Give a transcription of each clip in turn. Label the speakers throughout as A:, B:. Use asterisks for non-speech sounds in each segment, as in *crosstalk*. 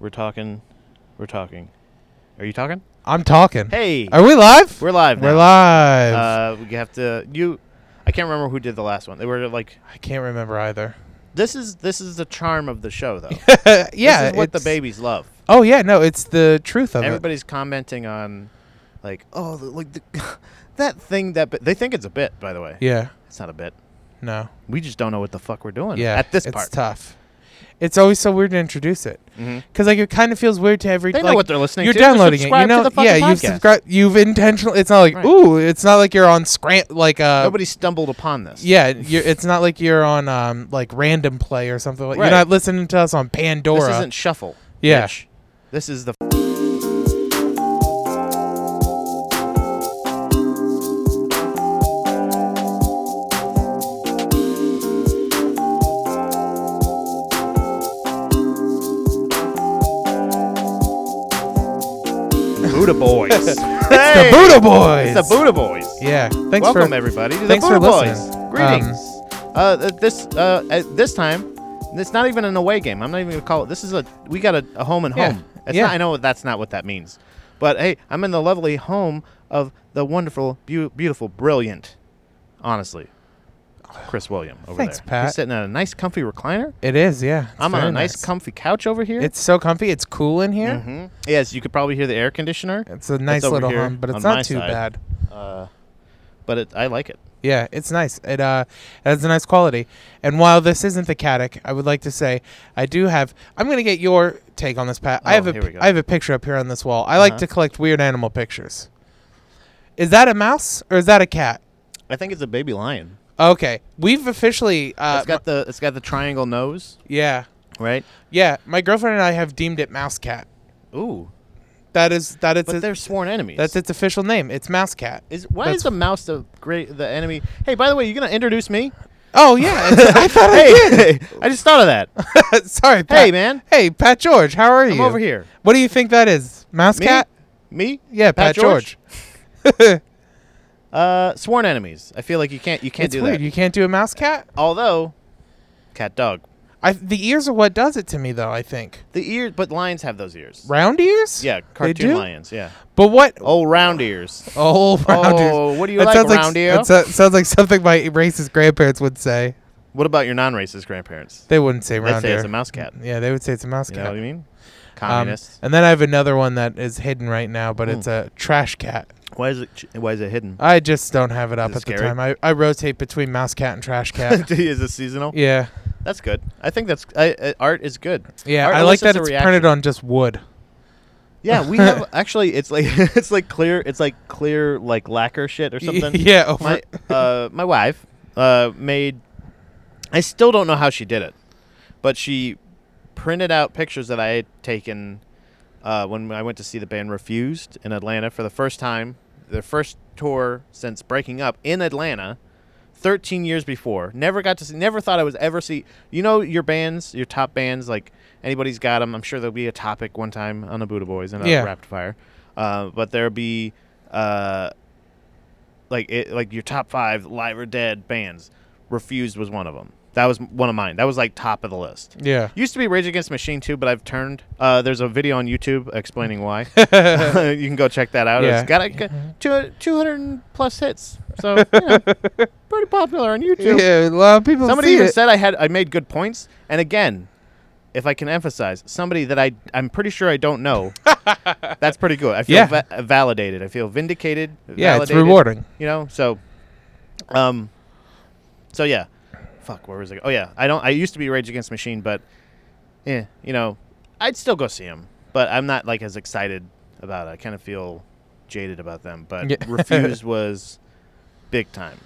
A: We're talking. We're talking. Are you talking?
B: I'm talking.
A: Hey,
B: Are we live?
A: we're live.
B: We're
A: now.
B: live.
A: Uh, we have to. You. I can't remember who did the last one. They were like,
B: I can't remember either. *laughs*
A: "This is this is the charm of the show, though.
B: yeah.
A: this is what the
B: it's-
A: babies love.
B: Oh yeah, no, it's the truth of
A: Everybody's commenting on, like, oh, the, like the, *laughs* that thing that bit. they think it's a bit. By the way,
B: it. Yeah.
A: it's not a bit.
B: No.
A: We just don't know what the fuck we're doing.
B: Yeah.
A: at this
B: it's
A: part,
B: tough. It's always so weird to introduce it
A: Mhm.
B: because like it kind of feels weird to every.
A: they know
B: like,
A: what they're listening
B: you're
A: to.
B: downloading it. You
A: Subscribe to
B: know,
A: the fucking
B: yeah. You've
A: podcast.
B: subscribed. You've intentional. It's not like
A: Right.
B: ooh. It's not like you're on scram. Like uh.
A: Nobody stumbled upon this.
B: Yeah. You're, it's not like you're on um like random play or something. Like
A: Right.
B: you're not listening to us on Pandora.
A: This isn't shuffle.
B: Yeah.
A: bitch. This is the. Buddha Boys. *laughs* Hey!
B: the Buddha Boys.
A: It's the Buddha Boys.
B: Yeah. Thanks
A: Welcome
B: for
A: everybody to
B: thanks
A: the
B: for
A: Buddha Boys.
B: listening. Um,
A: Greetings. uh, th- this uh, at this time, it's not even an away game. I'm not even gonna call it. This is a we got a, a home and
B: Yeah.
A: home. It's
B: Yeah.
A: Not, I know that's not what that means, but hey, I'm in the lovely home of the wonderful, beau beautiful, brilliant, honestly, Chris William over
B: Thanks,
A: there.
B: Pat.
A: He's sitting in a nice, comfy recliner.
B: It is. Yeah. It's
A: I'm on a
B: very
A: nice, comfy couch over here.
B: It's so comfy. It's cool in here.
A: hmm Yes, you could probably hear the air conditioner,
B: It's a nice
A: over
B: little
A: here
B: hum, but
A: on
B: it's
A: my
B: not too
A: side.
B: bad.
A: uh, but it, I like it.
B: Yeah, it's nice. It uh it has a nice quality. And while this isn't the Caddick, I would like to say I do have I'm gonna get your take on this, Pat. I
A: Oh,
B: have a
A: here we go.
B: I have a picture up here on this wall. I like
A: Uh-huh.
B: to collect weird animal pictures. Is that a mouse or is that a cat?
A: I think it's a baby lion.
B: Okay. We've officially uh
A: it's got the it's got the triangle nose,
B: Yeah.
A: right?
B: Yeah. My girlfriend and I have deemed it mouse cat.
A: Ooh,
B: That is that it's
A: but
B: a,
A: they're sworn enemies.
B: that's its official name. It's mouse cat.
A: Is why
B: That's-
A: is the mouse the great the enemy? Hey, by the way, you gonna introduce me?
B: Oh
A: *laughs*
B: yeah. it's- I thought
A: hey, I just thought of
B: *laughs*
A: that.
B: I sorry, Pat.
A: Hey, man,
B: Hey, Pat George, how are you?
A: I'm over here.
B: What do you think that is? Mouse
A: Me?
B: cat?
A: Me?
B: Yeah, Pat,
A: Pat
B: George.
A: George? Uh, sworn enemies. I feel like you can't you can't
B: it's
A: do
B: weird.
A: that.
B: You can't do a mouse cat.
A: Although, cat dog.
B: I, the ears are what does it to me, though. I think
A: The ears, but lions have those ears.
B: round ears.
A: Yeah,
B: do?
A: cartoon lions. Yeah.
B: But what? Oh,
A: Oh, round ears.
B: *laughs* round ears.
A: Oh, what do you like,
B: sounds
A: round ear?
B: Like, that so- sounds like something my racist grandparents would say.
A: What about your non-racist grandparents?
B: They wouldn't say round
A: They'd say
B: ear.
A: it's a mouse cat.
B: Yeah, they would say it's a mouse
A: You know
B: cat.
A: what I mean?
B: Um,
A: Communists.
B: and then I have another one that is hidden right now,
A: Hmm.
B: but it's a trash cat.
A: why is it? ch- Why is it hidden?
B: I just don't have it up
A: it
B: at the
A: scary?
B: time. I, I rotate between mouse cat and trash
A: *laughs*
B: cat.
A: is it seasonal?
B: yeah,
A: That's good. I think that's I, I, art is good.
B: yeah.
A: Art
B: I
A: elicits
B: like that
A: a
B: it's
A: reaction.
B: printed on just wood.
A: Yeah, we
B: *laughs*
A: have actually. It's like *laughs* it's like clear. It's like clear like lacquer shit or something.
B: yeah, over
A: My uh my wife uh made. I still don't know how she did it, but she printed out pictures that I had taken uh, when I went to see the band Refused in Atlanta for the first time, their first tour since breaking up in Atlanta. 13 years before. Never got to see, never thought I was ever see. You know your bands, your top bands, like anybody's got them. I'm sure there'll be a topic one time on the Buddha Boys and a
B: Yeah.
A: Rapid Fire. Uh, but there'll be uh, like it, like your top five live or dead bands. Refused was one of them. That was one of mine. That was like top of the list.
B: yeah.
A: Used to be Rage Against the Machine too, but I've turned. Uh, there's a video on YouTube explaining
B: *laughs*
A: why. *laughs* you can go check that out.
B: Yeah.
A: It's got a, g- two two hundred plus hits, so you
B: *laughs*
A: know, pretty popular on YouTube.
B: Yeah, a lot of people
A: Somebody
B: see
A: even
B: it.
A: said I had I made good points. And again, if I can emphasize, somebody that I I'm pretty sure I don't
B: *laughs*
A: know. that's pretty good. I feel
B: Yeah.
A: va- validated. I feel vindicated.
B: yeah, it's
A: validated, Oh,
B: rewarding.
A: You know, so, um, so yeah, fuck. Where was I? go- Oh yeah, I don't. I used to be Rage Against the Machine, but yeah, you know, I'd still go see them. But I'm not like as excited about it. I kind of feel jaded about them. But
B: Yeah. *laughs*
A: Refuse was big time,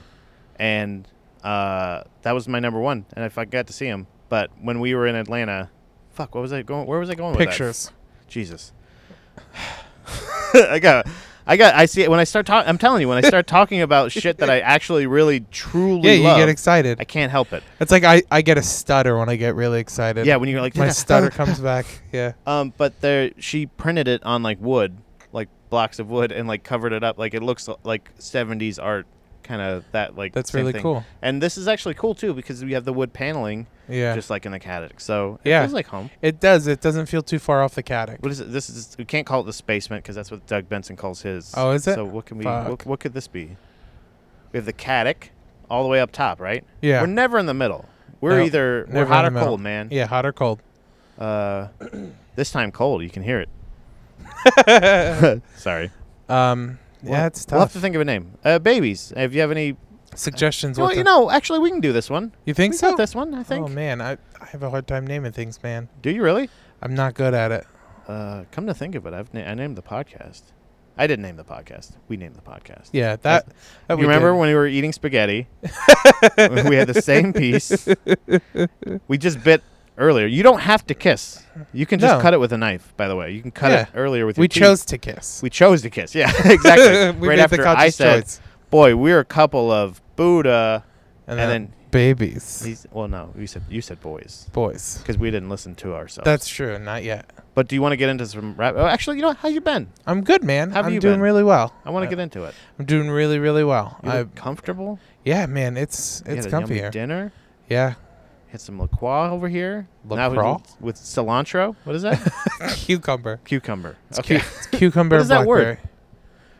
A: and uh, that was my number one. And if I got to see him, but when we were in Atlanta, fuck, what was I going? Where was I going with that?
B: Pictures.
A: Jesus. *sighs* I got I got I see it when I start talking I'm telling you when I start talking
B: *laughs*
A: about shit that I actually really truly
B: Yeah, you
A: love,
B: get excited.
A: I can't help it.
B: it's like I, I get a stutter when I get really excited.
A: Yeah, when you're like
B: *laughs*
A: *laughs*
B: my stutter comes back. Yeah.
A: Um but there she printed it on like wood, like blocks of wood and like covered it up like it looks like 70s art kind of that like
B: That's
A: same
B: really
A: thing.
B: cool.
A: And this is actually cool too because we have the wood paneling
B: Yeah.
A: just like in the Caddick. So it
B: Yeah.
A: feels like home.
B: it does. It doesn't feel too far off the caddick.
A: What is it? This is we can't call it the basement because that's what Doug Benson calls his.
B: Oh, is it?
A: So what can we?
B: Fuck.
A: What, what could this be? We have the Caddick all the way up top, right?
B: Yeah.
A: We're never in the middle. We're
B: No,
A: either we're
B: never
A: hot
B: in
A: or
B: the middle.
A: cold, man.
B: yeah, hot or cold. *clears throat*
A: Uh, this time cold. You can hear
B: *laughs*
A: it. *laughs* Sorry.
B: Um,
A: We'll-
B: yeah, it's
A: We'll have
B: tough.
A: to think of a name. Uh, babies. If you have any,
B: Suggestions?
A: well,
B: what
A: you
B: the-
A: know, actually, we can do this one.
B: You think
A: We
B: so?
A: got this one, I think.
B: Oh man, I, I have a hard time naming things, man.
A: do you really?
B: I'm not good at it.
A: Uh, come to think of it, I've na- I named the podcast. I didn't name the podcast. We named the podcast.
B: Yeah, that. that
A: You
B: we
A: remember
B: did.
A: when Oh, we were eating spaghetti? *laughs* we had the same piece. We just bit earlier. You don't have to kiss. You can just
B: No.
A: cut it with a knife. By the way, you can cut it
B: Yeah.
A: earlier with.
B: we
A: your teeth.
B: chose to kiss? *laughs*
A: We chose to kiss. Yeah, *laughs* exactly.
B: we
A: right
B: made
A: after
B: the
A: I
B: conscious
A: said,
B: choice.
A: "Boy, we're a couple of Buddha," and, then,
B: babies,
A: he's well, no, you said you said boys
B: boys.
A: because we didn't listen to ourselves.
B: That's true. Not yet.
A: but do you want to get into some rap? Oh, actually, you know, what? how you been?
B: I'm good, man.
A: How have
B: I'm
A: you
B: doing
A: been?
B: really well.
A: I want to
B: I-
A: get into it.
B: I'm doing really, really well.
A: You
B: Uh, I,
A: look comfortable?
B: yeah, man. It's
A: You
B: it's
A: had a yummy
B: comfy here.
A: Dinner.
B: Yeah, *laughs*
A: Had some LaCroix over here. Now we-
B: LaCroix?
A: with, cilantro. What is
B: *laughs*
A: that? *laughs*
B: cucumber.
A: Cucumber.
B: It's,
A: okay.
B: cu- *laughs* it's cucumber.
A: What is that word?
B: blackberry.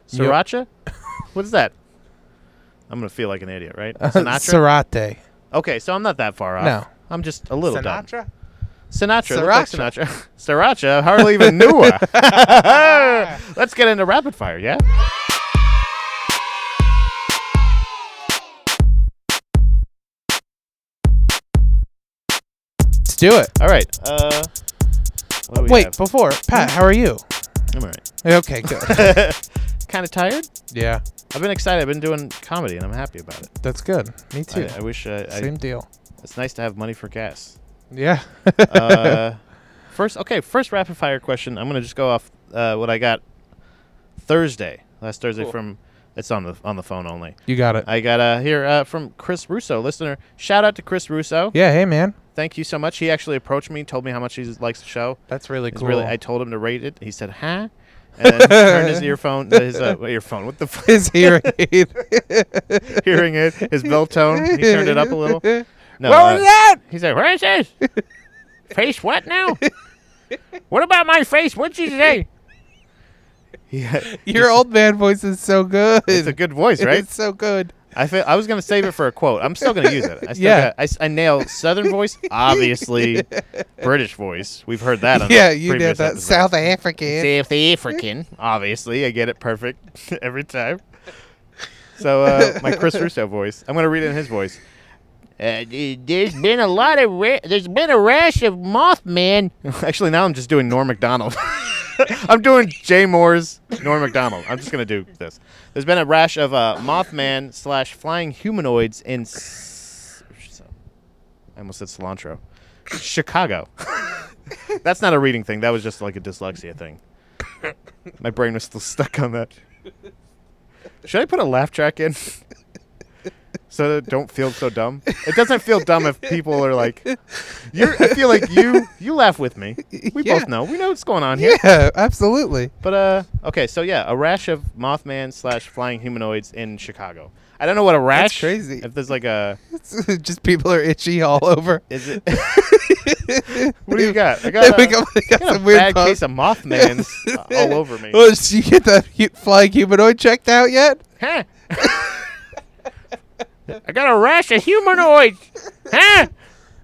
B: Yep.
A: Sriracha. *laughs* what is that? I'm gonna feel like an idiot, right? Sinatra.
B: Serrate.
A: okay, so I'm not that far off.
B: Uh, No.
A: I'm just a little dumb.
B: Sinatra.
A: Sinatra. looked like
B: Sriracha.
A: Sinatra. *laughs* Sriracha. Hardly even knew
B: *laughs*
A: her. *laughs* Let's get into rapid fire, yeah?
B: Let's do it.
A: All right. Uh, what do we
B: Wait,
A: have?
B: before Pat, how are you?
A: I'm all *laughs*
B: Okay, good.
A: right. kind of tired.
B: yeah,
A: I've been excited. I've been doing comedy, and I'm happy about it.
B: that's good. Me too.
A: I, I wish. Uh, I,
B: Same deal.
A: it's nice to have money for gas.
B: Yeah.
A: Uh, *laughs* first, okay. First rapid fire question. I'm gonna just go off uh, what I got Thursday, last Thursday
B: Cool.
A: from. It's on the on the phone only.
B: you got it.
A: I got uh, here uh, from Chris Russo, listener. Shout out to Chris Russo.
B: yeah. Hey, man.
A: Thank you so much. He actually approached me, told me how much he likes the show.
B: That's really
A: It's
B: cool.
A: Really,
B: *laughs*
A: I told him to rate it. He said, "Huh," and then turned his earphone, his uh, earphone, what the *laughs* f-
B: His *laughs* hearing aid.
A: hearing it, his bell tone. He turned it up a
B: *laughs*
A: little. No,
B: what
A: uh,
B: was that?
A: He said, "Where is
B: *laughs*
A: this? face what now? what about my face? What'd you say?" Yeah,
B: Your old man voice is so good. *laughs*
A: it's a good voice, right?
B: It's so good.
A: I feel, I was gonna save it for a quote. I'm still gonna use it. I still
B: Yeah.
A: got- I, s- I nail Southern voice,
B: *laughs*
A: obviously British voice. We've heard that. On
B: yeah,
A: the
B: you
A: previous
B: did that.
A: episode.
B: South African.
A: South African, obviously. I get it perfect *laughs* every time. So uh, my Chris Russo voice. I'm gonna read it in his voice. Uh, d- there's been a lot of ra- there's been a rash of Mothman. *laughs* Actually, now I'm just doing Norm Macdonald. *laughs* I'm doing Jay Moore's Norm Macdonald. I'm just gonna do this. There's been a rash of uh, Mothman slash flying humanoids in. S- I almost said cilantro. Chicago. That's not a reading thing. That was just like a dyslexia thing. My brain was still stuck on that. Should I put a laugh track in? so that it don't feel so dumb. It doesn't feel dumb if people are like, "You're." I feel like you you laugh with me. We
B: Yeah.
A: both know. We know what's going on here.
B: *laughs* Yeah, absolutely. *laughs*
A: But uh, okay, so yeah, a rash of Mothman slash flying humanoids in Chicago. I don't know what a rash.
B: crazy.
A: If there's like a,
B: It's just people are itchy all over. *laughs*
A: is it? what do you got? I
B: They
A: got,
B: wake
A: a,
B: up- they
A: I
B: got
A: got a
B: some weird
A: bad
B: bugs.
A: case
B: *laughs*
A: of Mothman's uh, all over *laughs* me.
B: Well, did you get that hu- flying humanoid checked out yet?
A: Huh? *laughs* I got a rash of humanoids. Huh?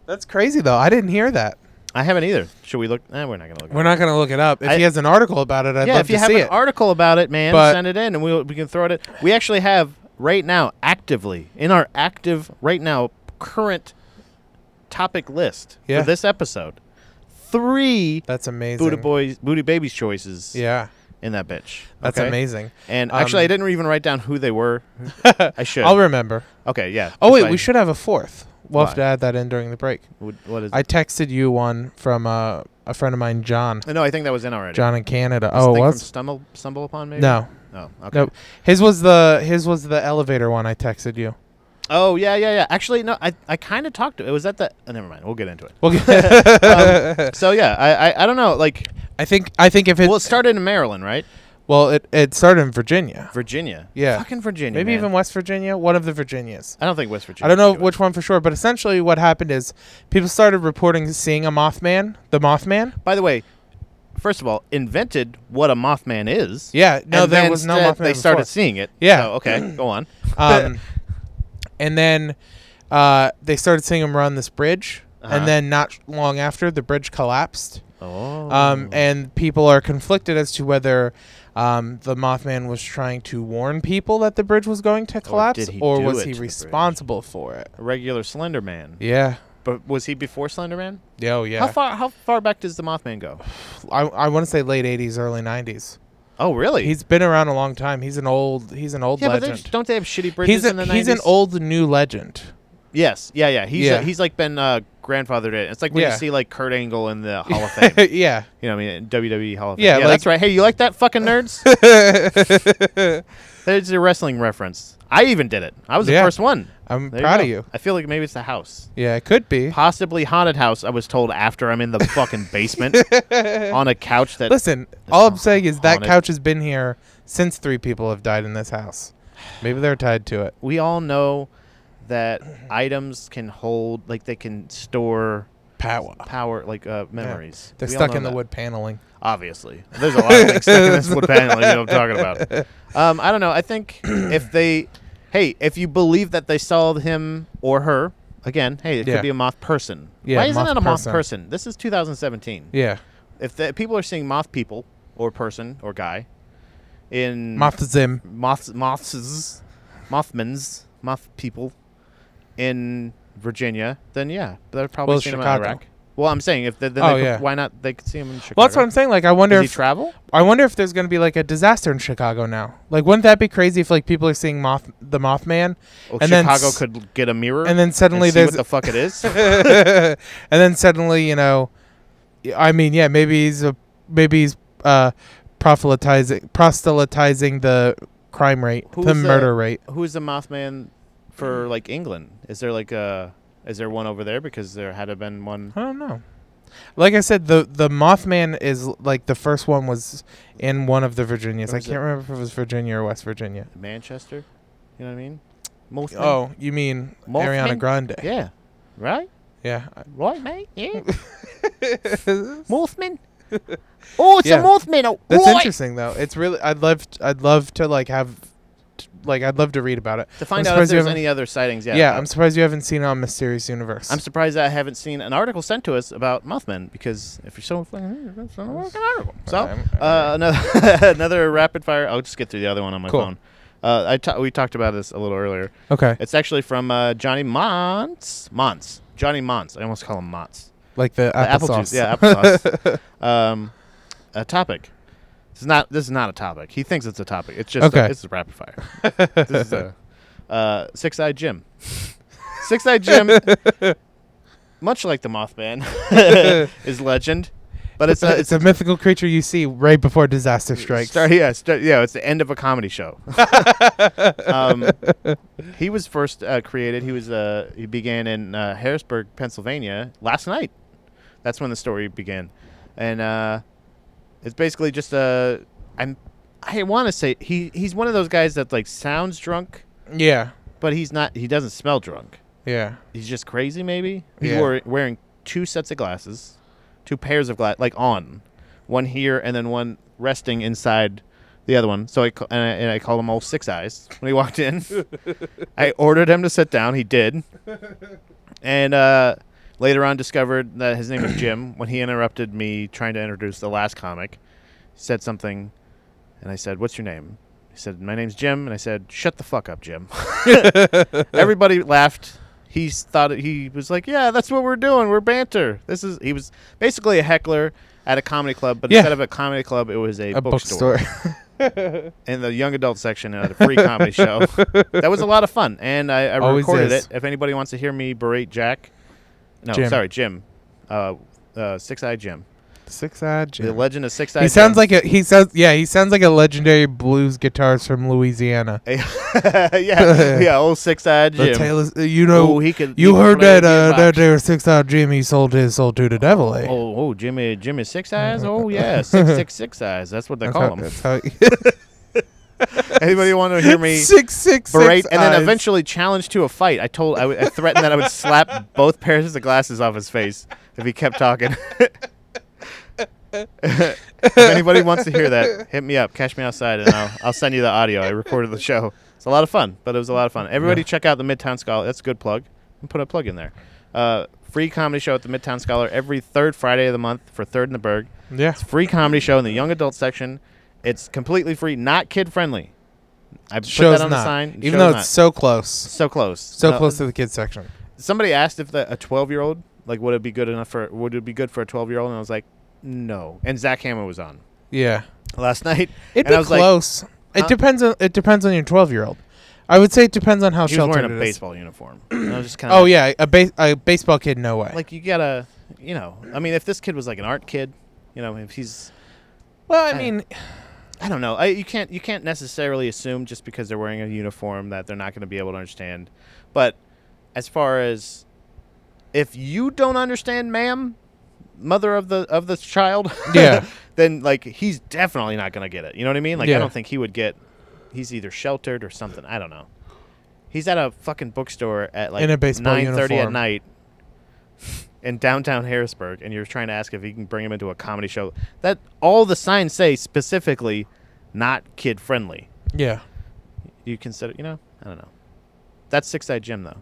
B: That's crazy though. I didn't hear that.
A: I haven't either. Should we look? Nah, we're not gonna look. it
B: We're not gonna look it up. If
A: I-
B: he has an article about it, I'd
A: yeah,
B: love
A: if you
B: to
A: have
B: see
A: an
B: it.
A: article about it, man,
B: But-
A: send it in, and we we can throw it. In. We actually have right now actively in our active right now current topic list
B: Yeah.
A: for this episode three
B: That's amazing.
A: booty boys, booty babies choices
B: Yeah,
A: in that bitch.
B: that's
A: okay?
B: amazing.
A: And
B: Um,
A: actually, I didn't even write down who they *laughs* were. I should.
B: I'll remember.
A: okay, yeah.
B: Oh
A: that's
B: wait, we
A: fine.
B: should have a fourth. We'll have
A: Why?
B: to add that in during the break.
A: What- What is?
B: I texted you one from uh, a friend of mine, John.
A: no, I think that was in already.
B: John in Canada.
A: This
B: Oh,
A: thing from
B: it was
A: stumble stumble upon maybe?
B: no,
A: Oh, okay.
B: nope. His was the his was the elevator one. I
A: *laughs*
B: texted you.
A: Oh yeah, yeah, yeah. Actually, no, I, I kind of talked to it. Was that the? Oh, never mind. We'll get into it.
B: Well,
A: Um, so yeah, I, I I don't know. Like,
B: *laughs* I think I think if it
A: well, it started in Maryland, right?
B: Well, it, it started in Virginia.
A: Virginia.
B: Yeah.
A: Fucking Virginia.
B: Maybe
A: man.
B: even West Virginia, one of the Virginias.
A: I don't think West Virginia.
B: I don't know
A: did it.
B: which one for sure, but essentially what happened is people started reporting seeing a Mothman, the Mothman.
A: By the way, first of all, invented what a Mothman is.
B: Yeah, no,
A: and
B: there
A: then
B: was no
A: said
B: Mothman.
A: They started
B: before.
A: seeing it.
B: Yeah.
A: So,
B: *clears throat*
A: okay, go on.
B: um, and then uh, they started seeing him run this bridge,
A: Uh-huh.
B: and then not long after, the bridge collapsed.
A: *laughs* Oh.
B: Um, and people are conflicted as to whether um, the Mothman was trying to warn people that the bridge was going to collapse,
A: did he
B: or,
A: do it
B: was
A: to
B: he
A: the bridge?
B: responsible for it?
A: a regular Slender Man.
B: Yeah.
A: But was he before Slender Man?
B: Oh, yeah.
A: How far how far back does the Mothman go?
B: I, I want to say late 80s, early 90s.
A: Oh, really?
B: He's been around a long time. He's an old he's an old
A: yeah, but there's-
B: legend.
A: don't they have shitty bridges
B: he's a,
A: in the 90s?
B: he's an old new legend. *laughs*
A: Yes, yeah, yeah. He's
B: Yeah.
A: he's like been uh, grandfathered in. It's like when
B: Yeah.
A: you see like Kurt Angle in the Hall of
B: *laughs*
A: Fame.
B: yeah.
A: You know, what I mean, WWE Hall of Fame.
B: Yeah, like-
A: that's right. Hey, you like that fucking
B: *laughs*
A: nerds? There's a wrestling reference. I even did it. I was the
B: Yeah.
A: first one.
B: I'm
A: There
B: proud
A: go.
B: of you.
A: I feel like maybe it's the house.
B: Yeah, it could be.
A: Possibly haunted house. I was told after I'm in the fucking
B: *laughs*
A: basement on a couch that
B: Listen, all I'm
A: not
B: saying is that
A: haunted.
B: couch has been here since three people have died in this house. Maybe they're tied to it.
A: we all know that items can hold, like they can store
B: Power.
A: power, like uh, memories.
B: They're
A: We all
B: stuck
A: know
B: in the
A: that.
B: wood paneling.
A: Obviously, there's a lot of things stuck in this wood paneling. You know what I'm talking
B: *laughs*
A: about. Um, I don't know. I think if they, hey, if you believe that they saw him or her again, hey, it
B: Yeah.
A: could be a moth person.
B: Yeah,
A: Why isn't
B: moth
A: it a moth
B: person.
A: person? This is 2017.
B: Yeah.
A: If the, people are seeing moth people or person or guy in
B: Moth Zim.
A: moths, moths, mothmans, moth people in Virginia, then yeah, they're probably
B: Well,
A: seeing
B: Chicago.
A: them in Iraq. Well, I'm saying if they, then
B: Oh,
A: they could-
B: yeah.
A: why not they could see him in Chicago?
B: Well, that's what I'm saying. Like, I wonder
A: Does he
B: if
A: travel?
B: I wonder if there's gonna be like a disaster in Chicago now. Like, wouldn't that be crazy if like people are seeing moth the Mothman,
A: Well,
B: And then
A: Chicago
B: s-
A: could get a mirror
B: and then suddenly
A: see
B: there's
A: what the fuck it
B: *laughs*
A: is.
B: and then suddenly, you know, y- I mean, yeah, maybe he's a maybe he's uh, proselytizing proselytizing the crime rate,
A: Who's
B: the
A: the-
B: murder rate.
A: Who's the Mothman
B: Mm.
A: for like England? Is there like a is there one over there? Because there had to been one.
B: I don't know. Like I said, the the Mothman is l- like the first one was in one of the Virginias.
A: Where
B: I
A: was
B: can't
A: it?
B: remember if it was Virginia or West Virginia.
A: Manchester, you know what I mean? Mothman.
B: Oh, you mean Ariana
A: Mothman?
B: Grande?
A: yeah, right, *laughs*
B: Yeah.
A: right, mate. Yeah,
B: That's *laughs*
A: Mothman. Oh, it's
B: Yeah.
A: a Mothman. Oh, right.
B: interesting though. It's really I'd love t- I'd love to like have t- like I'd love to read about it.
A: To find
B: I'm
A: out if
B: surprised you
A: there's
B: haven't-
A: any other sightings. Yeah,
B: Yeah, I'm surprised you haven't seen it on Mysterious Universe.
A: I'm surprised I haven't seen an article sent to us about Mothman because if you're so fucking- that's not a fucking article. So
B: I'm- I'm
A: uh, another *laughs* another rapid fire. I'll just get through the other one on my
B: Cool.
A: phone. Uh, I ta- we talked about this a little earlier.
B: okay,
A: It's actually from uh, Johnny Montz. Montz. Johnny Montz. I almost call him Montz.
B: like the
A: Uh, apple
B: applesauce.
A: juice. Yeah,
B: *laughs*
A: applesauce. um, a topic. This is not. This is not a topic. He thinks it's a topic. It's just. A,
B: Okay.
A: it's a rapid fire. this is a uh, six eyed Jim. six eyed Jim, much like the Mothman, *laughs* is legend, but it's a,
B: it's a mythical creature you see right before disaster strikes.
A: Start,
B: *laughs*
A: yeah, start, yeah, it's the end of a comedy show. um, he was first uh, created. He was uh, he began in uh, Harrisburg, Pennsylvania, last night. That's when the story began, and uh, it's basically just uh, I'm I want to say he he's one of those guys that like sounds drunk,
B: yeah,
A: but he's not. He doesn't smell drunk.
B: yeah,
A: He's just crazy. Maybe he's
B: Yeah.
A: wore- wearing two sets of glasses, two pairs of glass, like on, one here and then one resting inside the other one. So I ca- and I, and I called him all six eyes when he walked in. I ordered him to sit down. He did, and uh, later on discovered that his name was Jim when he interrupted me trying to introduce the last comic. He said something, and I said, "What's your name?" He said, "My name's Jim," and I said, "Shut the fuck up,
B: *laughs*
A: Jim." Everybody laughed. He s- thought it, he was like, "Yeah, that's what we're doing. We're banter." This is he was basically a heckler at a comedy club, but
B: Yeah.
A: instead of a comedy club, it was a,
B: a bookstore.
A: in the young adult section at a free comedy show.
B: *laughs*
A: That was a lot of fun, and I, I
B: Always
A: recorded
B: is.
A: it. If anybody wants to hear me berate Jack, no,
B: Jim.
A: sorry, Jim, uh, uh, Six Eye Jim.
B: *laughs* Six Eyed
A: The
B: Jim.
A: Legend of Six Eyed.
B: he sounds like a he sounds yeah he sounds like a legendary blues guitarist from Louisiana.
A: yeah, *laughs*
B: *laughs*
A: yeah, old Six Eyed
B: The
A: Jim.
B: tale is, uh, you know
A: Ooh, Oh, he could. he
B: you
A: could
B: heard
A: play
B: that uh,
A: the
B: that
A: jukebox.
B: there Six Eyed Jim he sold his soul to the devil. Eh?
A: Oh, oh, Jimmy, Jimmy Six
B: *laughs*
A: Eyes. Oh yeah, six six six eyes. That's what they
B: That's
A: call
B: how-
A: him.
B: that's how-
A: Anybody want to hear me
B: *laughs* six six
A: berate
B: six
A: and then
B: eyes.
A: eventually challenge to a fight? I told, I, would- I threatened that I would
B: *laughs*
A: slap both pairs of glasses off his face if he kept talking. if anybody wants to hear that, hit me up. Catch me outside, and I'll, I'll send you the audio. I recorded the show. It's a lot of fun, but it was a lot of fun. Everybody, check out the Midtown Scholar. That's a good plug. And put a plug in there. Uh, free comedy show at the Midtown Scholar every third Friday of the month for Third in the Berg.
B: yeah
A: It's a free comedy show in the young adult section. It's completely free, not kid friendly. I put
B: show's
A: that on
B: not
A: the sign.
B: even
A: show's
B: though it's
A: not.
B: so close
A: so close,
B: so
A: No,
B: close to the kids section.
A: Somebody asked if the, a twelve-year-old like would it be good enough for would it be good for a twelve-year-old, and I was like, no. And Zach Hammer was on *laughs*
B: Yeah.
A: last night.
B: It'd
A: and
B: be
A: I was like-
B: close.
A: Huh?
B: it depends on it depends on your twelve year old. I would say it depends on how
A: he was
B: sheltered
A: wearing a
B: it is.
A: baseball uniform. And I
B: *clears throat*
A: was just kind of
B: Oh yeah, a base a baseball kid, no way.
A: like you gotta, you know. I mean, if this kid was like an art kid, you know, if he's
B: well, I
A: I-
B: mean,
A: I don't know. I, you can't you can't necessarily assume just because they're wearing a uniform that they're not going to be able to understand. But as far as if you don't understand, ma'am, mother of the of the child,
B: Yeah.
A: *laughs* then like he's definitely not going to get it. You know what I mean? Like
B: Yeah.
A: I don't think he would get. He's either sheltered or something. I don't know. He's at a fucking bookstore at like
B: In a baseball
A: nine thirty at
B: uniform.
A: night *laughs* in downtown Harrisburg, and you're trying to ask if he can bring him into a comedy show. That all the signs say specifically, not kid friendly.
B: yeah,
A: You consider, you know, I don't know. That's Six Eyed Jim though.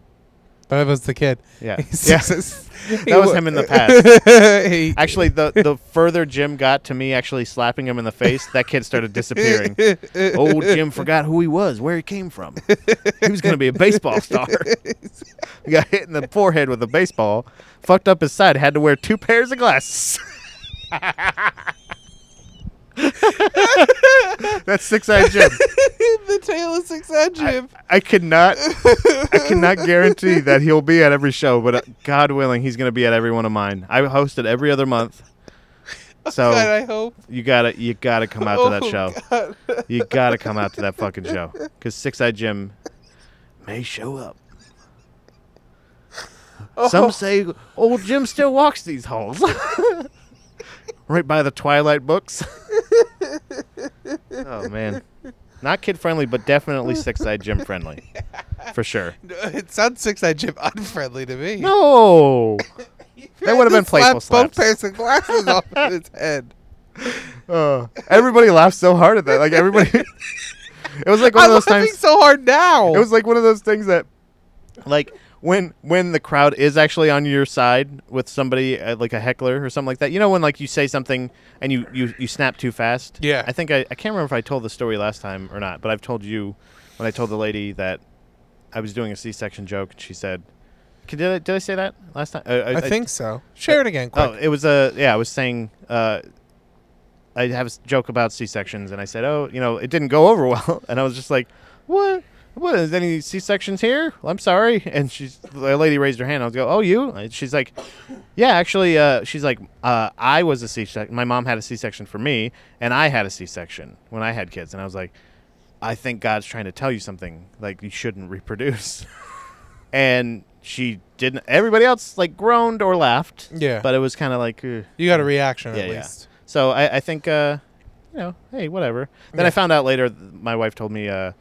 B: that was the kid. *laughs*
A: Yeah, yeah.
B: that
A: That was him in the
B: *laughs* past.
A: Actually, the the further Jim got to me actually slapping him in the face, that kid
B: *laughs*
A: started disappearing. Old Jim forgot who he was, where he came from. He was going to be a baseball star. He got hit in the forehead with a baseball, fucked up his side, had to wear two pairs of glasses. That's six eyed Jim.
B: the tail of six eyed Jim.
A: I cannot, I cannot guarantee that he'll be at every show, but uh, God willing, he's going to be at every one of mine. I host it every other
B: *laughs*
A: month, so
B: *laughs* Oh, God, I hope.
A: you gotta, you gotta come out to that
B: Oh,
A: show.
B: God. *laughs*
A: You gotta come out to that fucking show because Six Eyed Jim may show up. Some say old Jim still walks these halls, *laughs* right by the Twilight books. *laughs* oh man, not kid friendly, but definitely Six Eyed Jim friendly, for sure.
B: It sounds six eyed Jim unfriendly to me.
A: No, that would've been
B: Slap
A: playful slaps.
B: Both pairs of glasses *laughs* off of his *laughs* head.
A: Uh, everybody laughed so hard at that. Like everybody, it was like one
B: I'm
A: of those
B: laughing
A: times.
B: so hard now.
A: It was like one of those things that, like, when when the crowd is actually on your side with somebody uh, like a heckler or something like that. You know when like you say something and you you, you snap too fast.
B: Yeah.
A: I think I, I can't remember if I told the story last time or not, but I've told you when I told the lady that I was doing a C-section joke and she said, "Did I, did I say that last time?" Uh,
B: I, think so. Share it again, quick.
A: Oh, it was a yeah. I was saying uh, I have a s- joke about C sections, and I said, oh, you know, it didn't go over *laughs* well, and I was just like, what? What is any C sections here? Well, I'm sorry. And she's the lady raised her hand. I was go, oh, you? And she's like, yeah, actually, uh, she's like, uh, I was a C section. My mom had a C section for me, and I had a C section when I had kids, and I was like, I think God's trying to tell you something. Like you shouldn't reproduce. *laughs* and she didn't. Everybody else like groaned or laughed.
B: Yeah.
A: But it was kind of like. "Ugh."
B: You got a reaction
A: Yeah,
B: at
A: yeah.
B: least.
A: So I, I think, uh, you know, hey, whatever. Then
B: Yeah.
A: I found out later, th- my wife told me uh,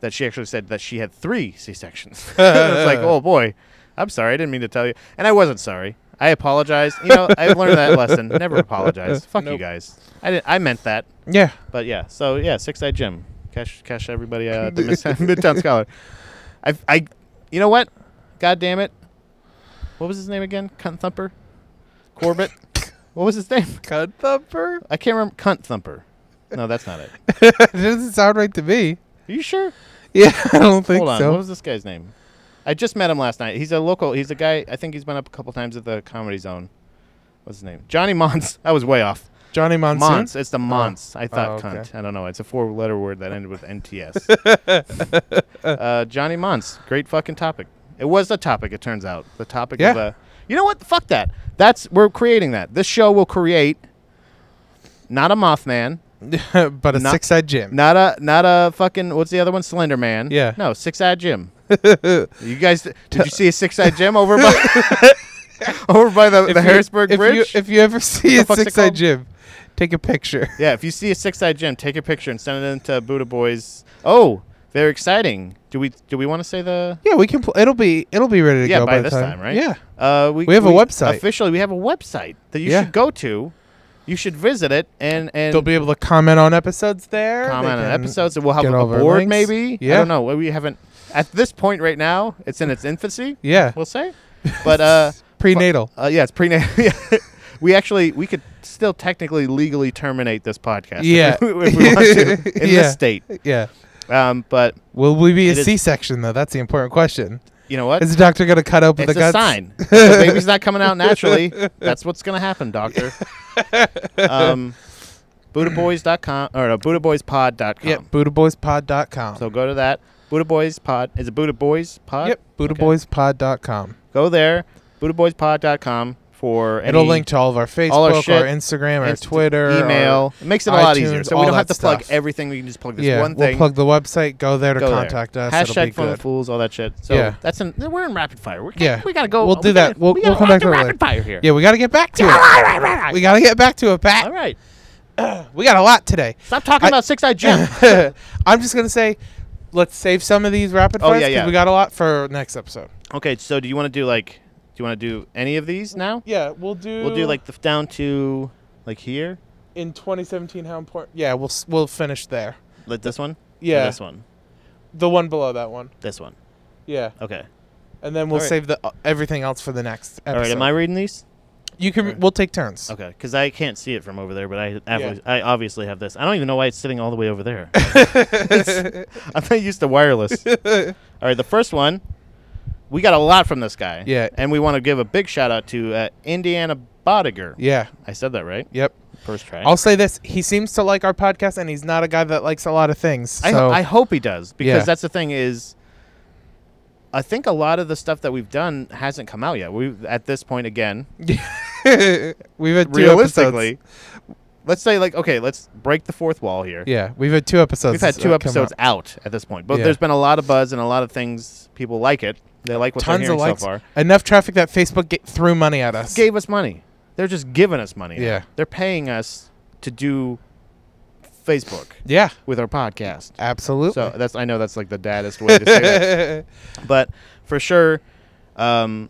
A: that she actually said that she had three C sections. *laughs* it's
B: *laughs*
A: like, oh boy, I'm sorry, I didn't mean to tell you, and I wasn't sorry. I apologized. You know, I've learned that lesson.
B: *laughs*
A: Never apologize. Fuck you
B: Nope.
A: guys. I didn't, I meant that.
B: Yeah.
A: But yeah, so yeah, Six Eyed Jim, cash cash everybody out at
B: *laughs*
A: the Midtown, Midtown Scholar. I I, you know what? God damn it! What was his name again? Cunt Thumper,
B: *laughs*
A: Corbett. what was his name?
B: Cut thumper?
A: I can't remember. Cunt Thumper. No, that's not it.
B: *laughs* it doesn't sound right to me.
A: Are you sure?
B: Yeah, *laughs* I don't think
A: Hold on.
B: so.
A: What was this guy's name? I just met him last night. He's a local. He's a guy. I think he's been up a couple times at the Comedy Zone. What's his name? Johnny Mons. *laughs* I was way off.
B: Johnny Monsoon. *laughs*
A: Mons. It's the Mons. I thought
B: Oh, okay.
A: cunt. I don't know. It's a four-letter word that ended with
B: *laughs*
A: NTS. uh, Johnny Mons. Great fucking topic. It was the topic. It turns out the topic
B: Yeah.
A: of. Uh, you know what? Fuck that. That's we're creating that. This show will create not a Mothman,
B: but a
A: Not-
B: six-eyed Jim.
A: not a not a fucking what's the other one? Slender Man.
B: Yeah.
A: No, Six Eyed
B: *laughs*
A: Jim. you guys, did you see a Six Eyed Jim over by
B: *laughs*
A: *laughs* over by the,
B: If
A: the
B: you-
A: Harrisburg
B: if You,
A: Bridge?
B: if you ever *laughs* see
A: the
B: a
A: fuck's it
B: six-eyed
A: called?
B: Jim, take a picture. *laughs*
A: yeah, if you see a Six Eyed Jim, take a picture and send it in to Buddha Boys. Oh, very exciting. Do we do we want to say the
B: Yeah, we can. Pl- it'll be it'll be ready to
A: yeah
B: go
A: by,
B: by, the
A: this time, right?
B: Yeah,
A: Uh, we
B: We have a website.
A: Officially, we have a website that you
B: Yeah.
A: should go to. You should visit it and and
B: they'll be able to comment on episodes there. They
A: comment on
B: can
A: episodes. and We'll have
B: get
A: a
B: all of our
A: board
B: links.
A: maybe. I
B: Yeah.
A: don't know. We haven't at this point right now. It's in its infancy.
B: Yeah,
A: We'll say, but uh,
B: prenatal.
A: *laughs* uh *laughs* yeah, it's prenatal. we actually we could still technically legally terminate this podcast. if
B: Yeah.
A: we- *laughs* if we want to in
B: Yeah.
A: this state.
B: yeah.
A: Um, but
B: Will we be a
A: It is-
B: C-section though? That's the important question.
A: you know what?
B: Is the doctor going to cut open
A: it's
B: the
A: a
B: guts? *laughs*
A: sign. If the baby's not coming out naturally. That's what's gonna happen,
B: *laughs*
A: doctor. Um, BuddhaBoys.com or no, BuddhaBoysPod.com.
B: Yep. BuddhaBoyspod.com.
A: Oh. So go to that. Buddha Boys Pod is it Buddha Boys Pod?
B: yep. BuddhaBoyspod.com.
A: Go there. BuddhaBoysPod.com for any
B: It'll link to all of our Facebook,
A: all our
B: our,
A: shit,
B: Instagram, our
A: inst-
B: Twitter, our-
A: email. It makes it a lot easier.
B: iTunes,
A: So we
B: all
A: don't have
B: that
A: to plug
B: stuff.
A: everything. We can just plug this
B: yeah,
A: one
B: we'll
A: thing.
B: plug the website. Go there to
A: go there.
B: contact us. it'll be
A: Hashtag Fun
B: good.
A: with Fools, all that shit. So
B: Yeah.
A: that's an, we're in rapid fire. We can't,
B: Yeah.
A: we gotta go.
B: We'll
A: we
B: do
A: gotta-
B: that. We'll-
A: we gotta
B: we'll come
A: walk
B: back
A: to
B: to it
A: rapid fire here.
B: Yeah, we got to get back to
A: All
B: it.
A: *laughs* right, right, right, right.
B: We got to get back to it,
A: All
B: Pat.
A: right.
B: We got a
A: *laughs*
B: lot today. *laughs*
A: Stop talking
B: I-
A: about Six Eyed Jim.
B: *laughs* I'm just gonna say, let's save some of these rapid
A: Oh,
B: fires
A: yeah,
B: because
A: yeah.
B: we got a lot for next episode.
A: okay. So do you want to do like? Do you want to do any of these now?
B: Yeah, we'll do.
A: We'll do like the down to like here.
B: in 2017. How important? Yeah, we'll s- we'll finish there.
A: Like this one. Or
B: Yeah,
A: This one.
B: the one below that one.
A: This one.
B: Yeah,
A: Okay.
B: and then we'll
A: All right.
B: save the uh, everything else for the next episode.
A: All right. Am I reading these?
B: You can. We'll take turns.
A: Okay, because I can't see it from over there, but I obvi- I obviously have this. I don't even know why it's sitting all the way over
B: *laughs*
A: there. *laughs* I'm not used to wireless. all right, the first one, we got a lot from this guy.
B: Yeah.
A: and we want to give a big shout out to uh, Indiana Bodiger.
B: yeah.
A: I said that right,
B: Yep.
A: first try.
B: I'll say this: he seems to like our podcast, and he's not a guy that likes a lot of things.
A: I,
B: So
A: I hope he does because
B: Yeah.
A: that's the thing is. I think a lot of the stuff that we've done hasn't come out yet. We at this point again,
B: *laughs* we've had two
A: realistically,
B: episodes.
A: let's say like okay, let's break the fourth wall here.
B: Yeah, we've had two episodes.
A: We've had
B: that
A: two
B: have come
A: episodes
B: out.
A: out at this point, but
B: Yeah.
A: there's been a lot of buzz and a lot of things. People like it. They like what
B: Tons
A: they're
B: of
A: hearing
B: likes.
A: so far.
B: Enough traffic that Facebook ga- threw money at us.
A: Gave us money. They're just giving us money. now.
B: Yeah.
A: They're paying us to do Facebook
B: yeah,
A: with our podcast.
B: absolutely.
A: So that's I know that's like the daddest way to say that,
B: *laughs*
A: but for sure. Um,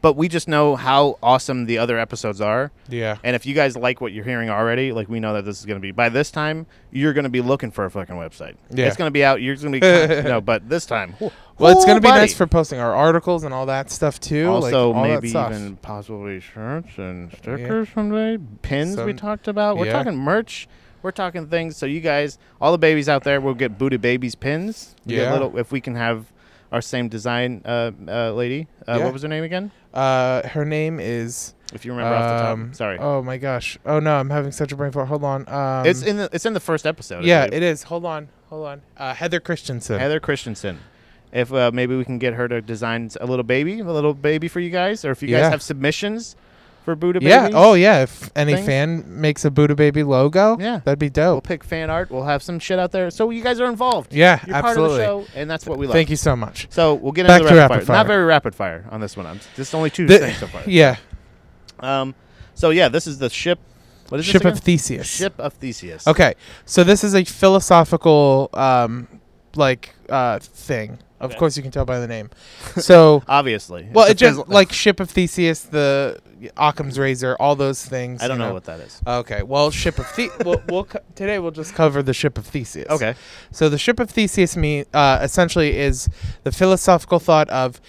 A: but we just know how awesome the other episodes are.
B: yeah.
A: And if you guys like what you're hearing already, like we know that this is going to be by this time, you're going to be looking for a fucking website.
B: Yeah.
A: It's going to be out. You're going to
B: *laughs*
A: be kinda- no, but this time, wh-
B: Well, it's going
A: whole
B: to be
A: body.
B: nice for posting our articles and all that stuff too. like,
A: also
B: all that
A: maybe
B: stuff.
A: even possibly shirts and stickers someday, pins we
B: Some-
A: talked about. We're
B: yeah.
A: talking merch. We're talking things. So you guys, all the babies out there, will get booty babies pins. We get
B: Yeah.
A: little- if we can have our same design uh, uh, lady. Uh,
B: Yeah.
A: What was her name again?
B: Uh, her name is.
A: If you remember off the
B: um,
A: top. Sorry.
B: Oh my gosh. Oh no, I'm having such a brain fart. Hold on. Um,
A: it's in the it's in the first episode. I
B: yeah,
A: believe.
B: it is. Hold on. Hold on. Uh, Heather Christensen.
A: Heather Christensen. If uh, maybe we can get her to design a little baby, a little baby for you guys, or if you guys
B: Yeah.
A: have submissions for Buddha
B: yeah.
A: babies,
B: Oh yeah. If any
A: things.
B: fan makes a Buddha Baby logo,
A: Yeah.
B: that'd be
A: we'll
B: dope.
A: pick fan art. We'll have some shit out there, so you guys are involved.
B: yeah,
A: You're
B: absolutely.
A: part of the show, and that's what we love.
B: Thank you so much.
A: So we'll get
B: Back
A: into the
B: to
A: rapid,
B: rapid
A: fire. Not
B: fire.
A: very rapid fire on this one. I'm just only two
B: The-
A: things so far.
B: *laughs* yeah,
A: Um, so yeah, this is the ship. What is
B: ship
A: this
B: of
A: again?
B: Theseus.
A: Ship of Theseus.
B: Okay, so this is a philosophical, um, like, uh, thing. Of
A: Okay.
B: course, you can tell by the name. So,
A: *laughs* Obviously.
B: well,
A: It's
B: it
A: a phys-
B: just like Ship of Theseus, the Occam's Razor, all those things.
A: I don't
B: you
A: know what that is.
B: Okay, well, Ship of the- we'll, we'll co- today we'll just cover the Ship of Theseus.
A: Okay.
B: So the ship of Theseus me uh, essentially is the philosophical thought of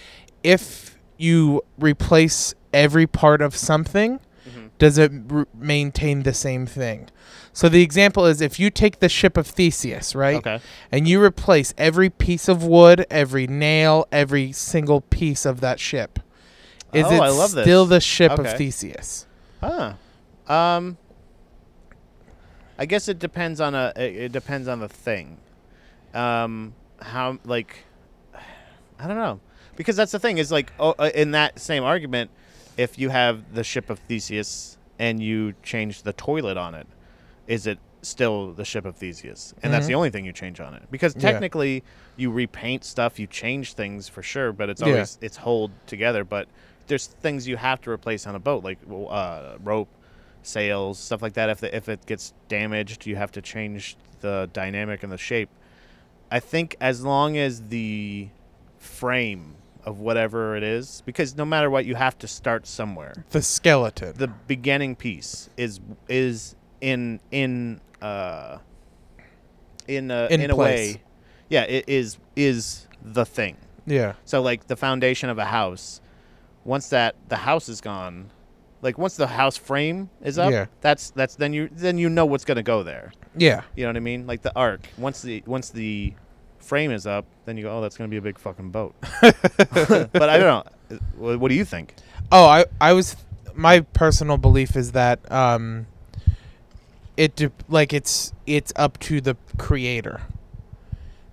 B: if you replace every part of something,
A: Mm-hmm.
B: does it r maintain the same thing? So the example is if you take the ship of Theseus, right?
A: Okay.
B: And you replace every piece of wood, every nail, every single piece of that ship. Is
A: Oh,
B: it
A: I love this.
B: still the ship
A: Okay.
B: of Theseus?
A: Huh. Um. I guess it depends on a. It, it depends on the thing. Um. How like. *sighs* I don't know, because that's the thing is like oh, uh, in that same argument, if you have the ship of Theseus and you change the toilet on it, is it still the ship of Theseus? And that's
B: Mhm.
A: the only thing you change on it. Because
B: Yeah.
A: technically you repaint stuff, you change things for sure, but it's
B: Yeah.
A: always it's hold together, but there's things you have to replace on a boat like well, uh, rope, sails, stuff like that if the, if it gets damaged, you have to change the dynamic and the shape. I think as long as the frame of whatever it is because no matter what you have to start somewhere
B: the skeleton.
A: the beginning piece is is in in uh in a,
B: In
A: in, a
B: place.
A: way yeah it is is the thing
B: yeah.
A: so like the foundation of a house once that the house is gone like once the house frame is up
B: Yeah.
A: that's that's then you then you know what's going to go there
B: Yeah.
A: you know what i mean like the arc once the once the frame is up then you go oh that's going to be a big fucking boat *laughs* but i don't know what, what do you think
B: Oh, I I was my personal belief is that um it de- like it's it's up to the creator.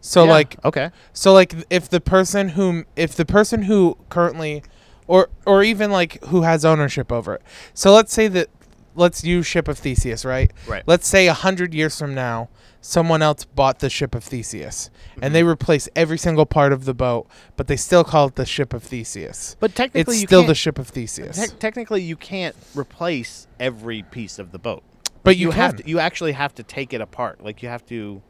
B: So
A: Yeah,
B: like
A: okay
B: so like th- if the person whom if the person who currently or or even like who has ownership over it. So let's say that let's use ship of Theseus, right?
A: Right.
B: Let's say a 100 years from now someone else bought the ship of Theseus and
A: Mm-hmm.
B: they replace every single part of the boat, but they still call it the ship of Theseus.
A: but technically
B: It's
A: you
B: still
A: can't-
B: the ship of Theseus.
A: Tec- technically, you can't replace every piece of the boat,
B: But you
A: have
B: can.
A: to. You actually have to take it apart. Like you have to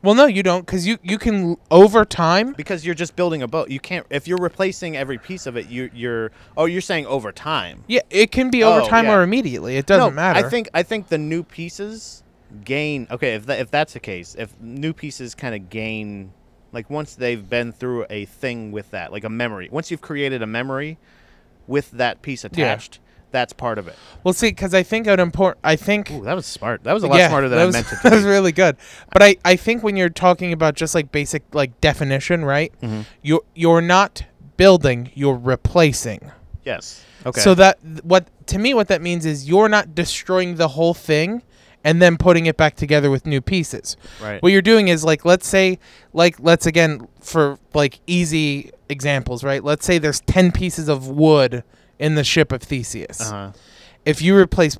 B: Well, no, you don't, because you you can l- over time.
A: because you're just building a boat. You can't if you're replacing every piece of it. You, you're oh, you're saying over time.
B: Yeah, it can be
A: Oh,
B: over time
A: yeah.
B: or immediately. It doesn't
A: no,
B: matter.
A: I think I think the new pieces gain. Okay, if tha- if that's the case, if new pieces kind of gain, like once they've been through a thing with that, like a memory. Once you've created a memory with that piece attached, that's part of it.
B: We'll see, because I think an important. I think
A: Ooh, that was smart. That was a lot
B: yeah,
A: smarter than
B: that
A: I
B: *laughs* was,
A: meant it to
B: That
A: be.
B: was really good. But I I think when you're talking about just like basic like definition, right?
A: Mm-hmm.
B: You're you're not building, you're replacing.
A: Yes. Okay.
B: So that what to me what that means is you're not destroying the whole thing and then putting it back together with new pieces.
A: Right.
B: What you're doing is like let's say like let's again for like easy examples, right? Let's say there's 10 pieces of wood in the ship of Theseus.
A: Uh-huh.
B: If you replace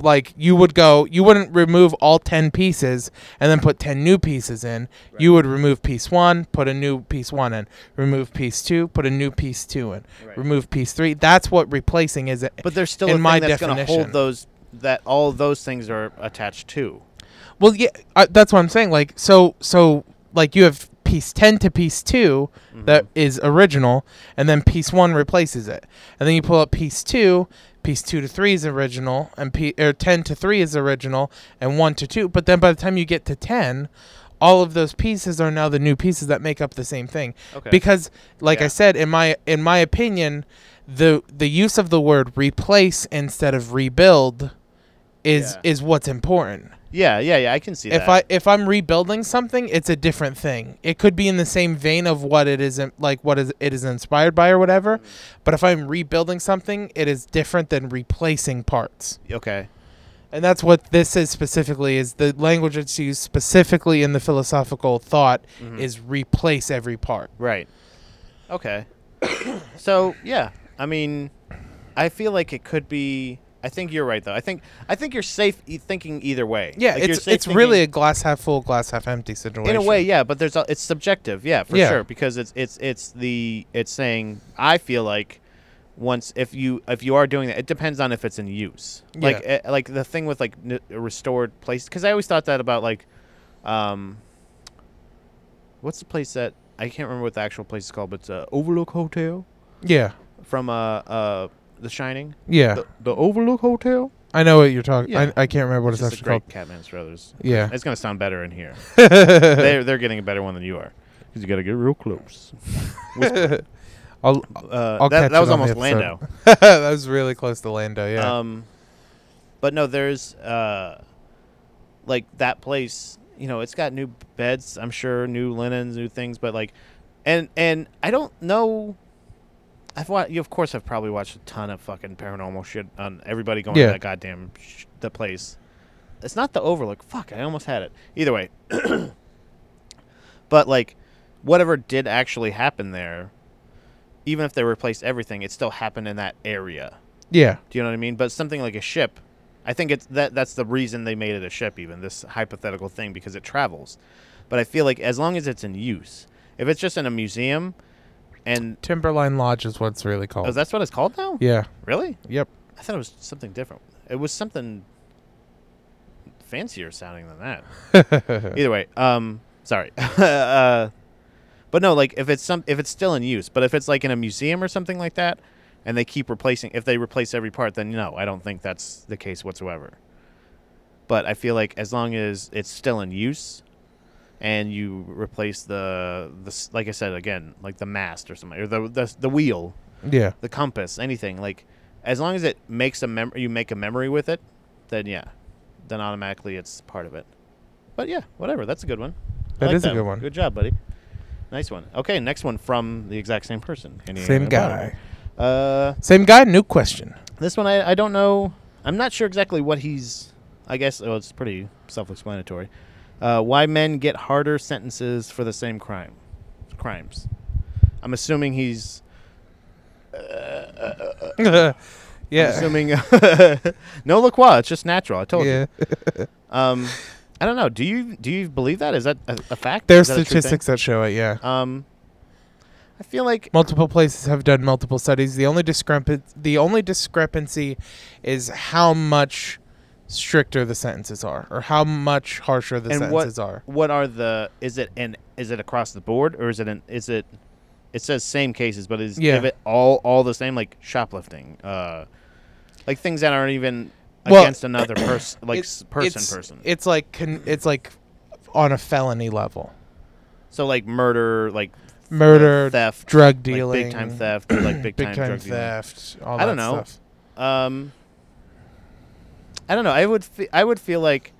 B: like you would go you wouldn't remove all 10 pieces and then put 10 new pieces in. You would remove piece 1, put a new piece 1 in, remove piece 2, put a new piece 2 in,
A: Right.
B: remove piece 3. That's what replacing is.
A: But there's still
B: in
A: a
B: my
A: thing that's going to
B: definition.
A: hold those that all those things are attached to.
B: Well, yeah, uh, that's what I'm saying. Like, so, so, like, you have piece ten to piece 2
A: Mm-hmm.
B: that is original, and then piece one replaces it, and then you pull up piece two. Piece two to three is original, and p or ten to three is original, and one to two. But then by the time you get to ten, all of those pieces are now the new pieces that make up the same thing.
A: Okay.
B: Because, like I
A: Yeah.
B: said, in my in my opinion, the the use of the word replace instead of rebuild is
A: Yeah.
B: is what's important
A: Yeah, yeah, yeah. I can see
B: if
A: that.
B: I if I'm rebuilding something, it's a different thing. It could be in the same vein of what it isn't like what is it is inspired by or whatever.
A: Mm-hmm.
B: But if I'm rebuilding something, it is different than replacing parts.
A: okay.
B: And that's what this is specifically is the language that's used specifically in the philosophical thought
A: Mm-hmm.
B: is replace every part.
A: Right. Okay. *coughs* so yeah, I mean, I feel like it could be. I think you're right though. I think I think you're safe e- thinking either way.
B: Yeah,
A: Like, you're
B: it's
A: safe
B: it's really a
A: thinking-
B: glass half full, glass half empty situation.
A: in a way, yeah. But there's a, it's subjective, yeah, for
B: Yeah.
A: sure, because it's it's it's the it's saying I feel like once if you if you are doing that, it depends on if it's in use. Like
B: Yeah.
A: eh, like the thing with like n- restored place, because I always thought that about like, um, what's the place that I can't remember what the actual place is called, but it's uh, Overlook Hotel
B: Yeah.
A: from uh uh The Shining,
B: Yeah.
A: the, the Overlook Hotel.
B: I know what you're talking
A: Yeah.
B: I, I can't remember what it's
A: Just a
B: actually
A: great
B: called.
A: Catman's Brothers.
B: Yeah.
A: It's gonna sound better in here. *laughs* they're they're getting a better one than you are because you got to get real *laughs* close.
B: I'll,
A: Uh,
B: I'll
A: that,
B: catch
A: that was
B: it on the
A: almost
B: episode.
A: Lando. *laughs*
B: *laughs* that was really close to Lando, yeah.
A: Um, but no, there's uh, like that place. You know, it's got new beds. I'm sure new linens, new things. But like, and and I don't know. I've watched. You of course have probably watched a ton of fucking paranormal shit on everybody going
B: Yeah.
A: to that goddamn sh- the place. It's not the Overlook. Fuck, I almost had it. Either way, *coughs* but like, whatever did actually happen there, even if they replaced everything, it still happened in that area.
B: yeah.
A: Do you know what I mean? But something like a ship, I think it's that that's the reason they made it a ship, even this hypothetical thing, because it travels. But I feel like as long as it's in use, if it's just in a museum, and
B: Timberline Lodge is what it's really called.
A: oh, that's what it's called now.
B: yeah.
A: Really?
B: *laughs* Yep.
A: I thought it was something different. It was something fancier sounding than that. Either way, um, sorry. *laughs* uh, but no, like if it's some, if it's still in use, but if it's like in a museum or something like that, and they keep replacing, if they replace every part, then no, I don't think that's the case whatsoever. But I feel like as long as it's still in use, and you replace the the s- like I said again, like the mast or something, or the the, the wheel,
B: yeah.
A: the compass, anything like as long as it makes a mem you make a memory with it, then yeah, then automatically it's part of it. But yeah, whatever. That's a good one. I
B: That
A: like
B: is a good one.
A: Good job, buddy. Nice one. Okay, next one from the exact same person. Indiana
B: Same
A: Potter.
B: guy.
A: Uh,
B: Same guy. New question.
A: this one I, I don't know. I'm not sure exactly what he's. I guess oh, it's pretty self-explanatory. Uh, why men get harder sentences for the same crime, crimes. I'm assuming he's
B: *laughs* yeah.
A: I'm assuming *laughs* no LaCroix. It's just natural. I told you.
B: yeah.
A: Um, I don't know. Do you do you believe that? Is that a, a fact?
B: There are
A: Is that a true thing?
B: statistics that show it. Yeah.
A: Um, I feel like
B: Multiple places have done multiple studies. The only discrepan- the only discrepancy is how much stricter the sentences are, or how much harsher the
A: and what
B: sentences are.
A: what are the is it an is it across the board or is it an is it it says same cases but is
B: Yeah.
A: if it all all the same like shoplifting uh like things that aren't even
B: Well,
A: against another
B: *coughs*
A: person like
B: It's-
A: s- person
B: it's,
A: person
B: It's like con- it's like on a felony level,
A: so like murder like
B: murder,
A: theft
B: drug
A: like
B: dealing,
A: big time theft or, like big,
B: *coughs* big
A: time,
B: time *clears throat*
A: drug dealing.
B: theft. All
A: I don't
B: that
A: know.
B: Stuff.
A: Um, I don't know. I would fe- I would feel like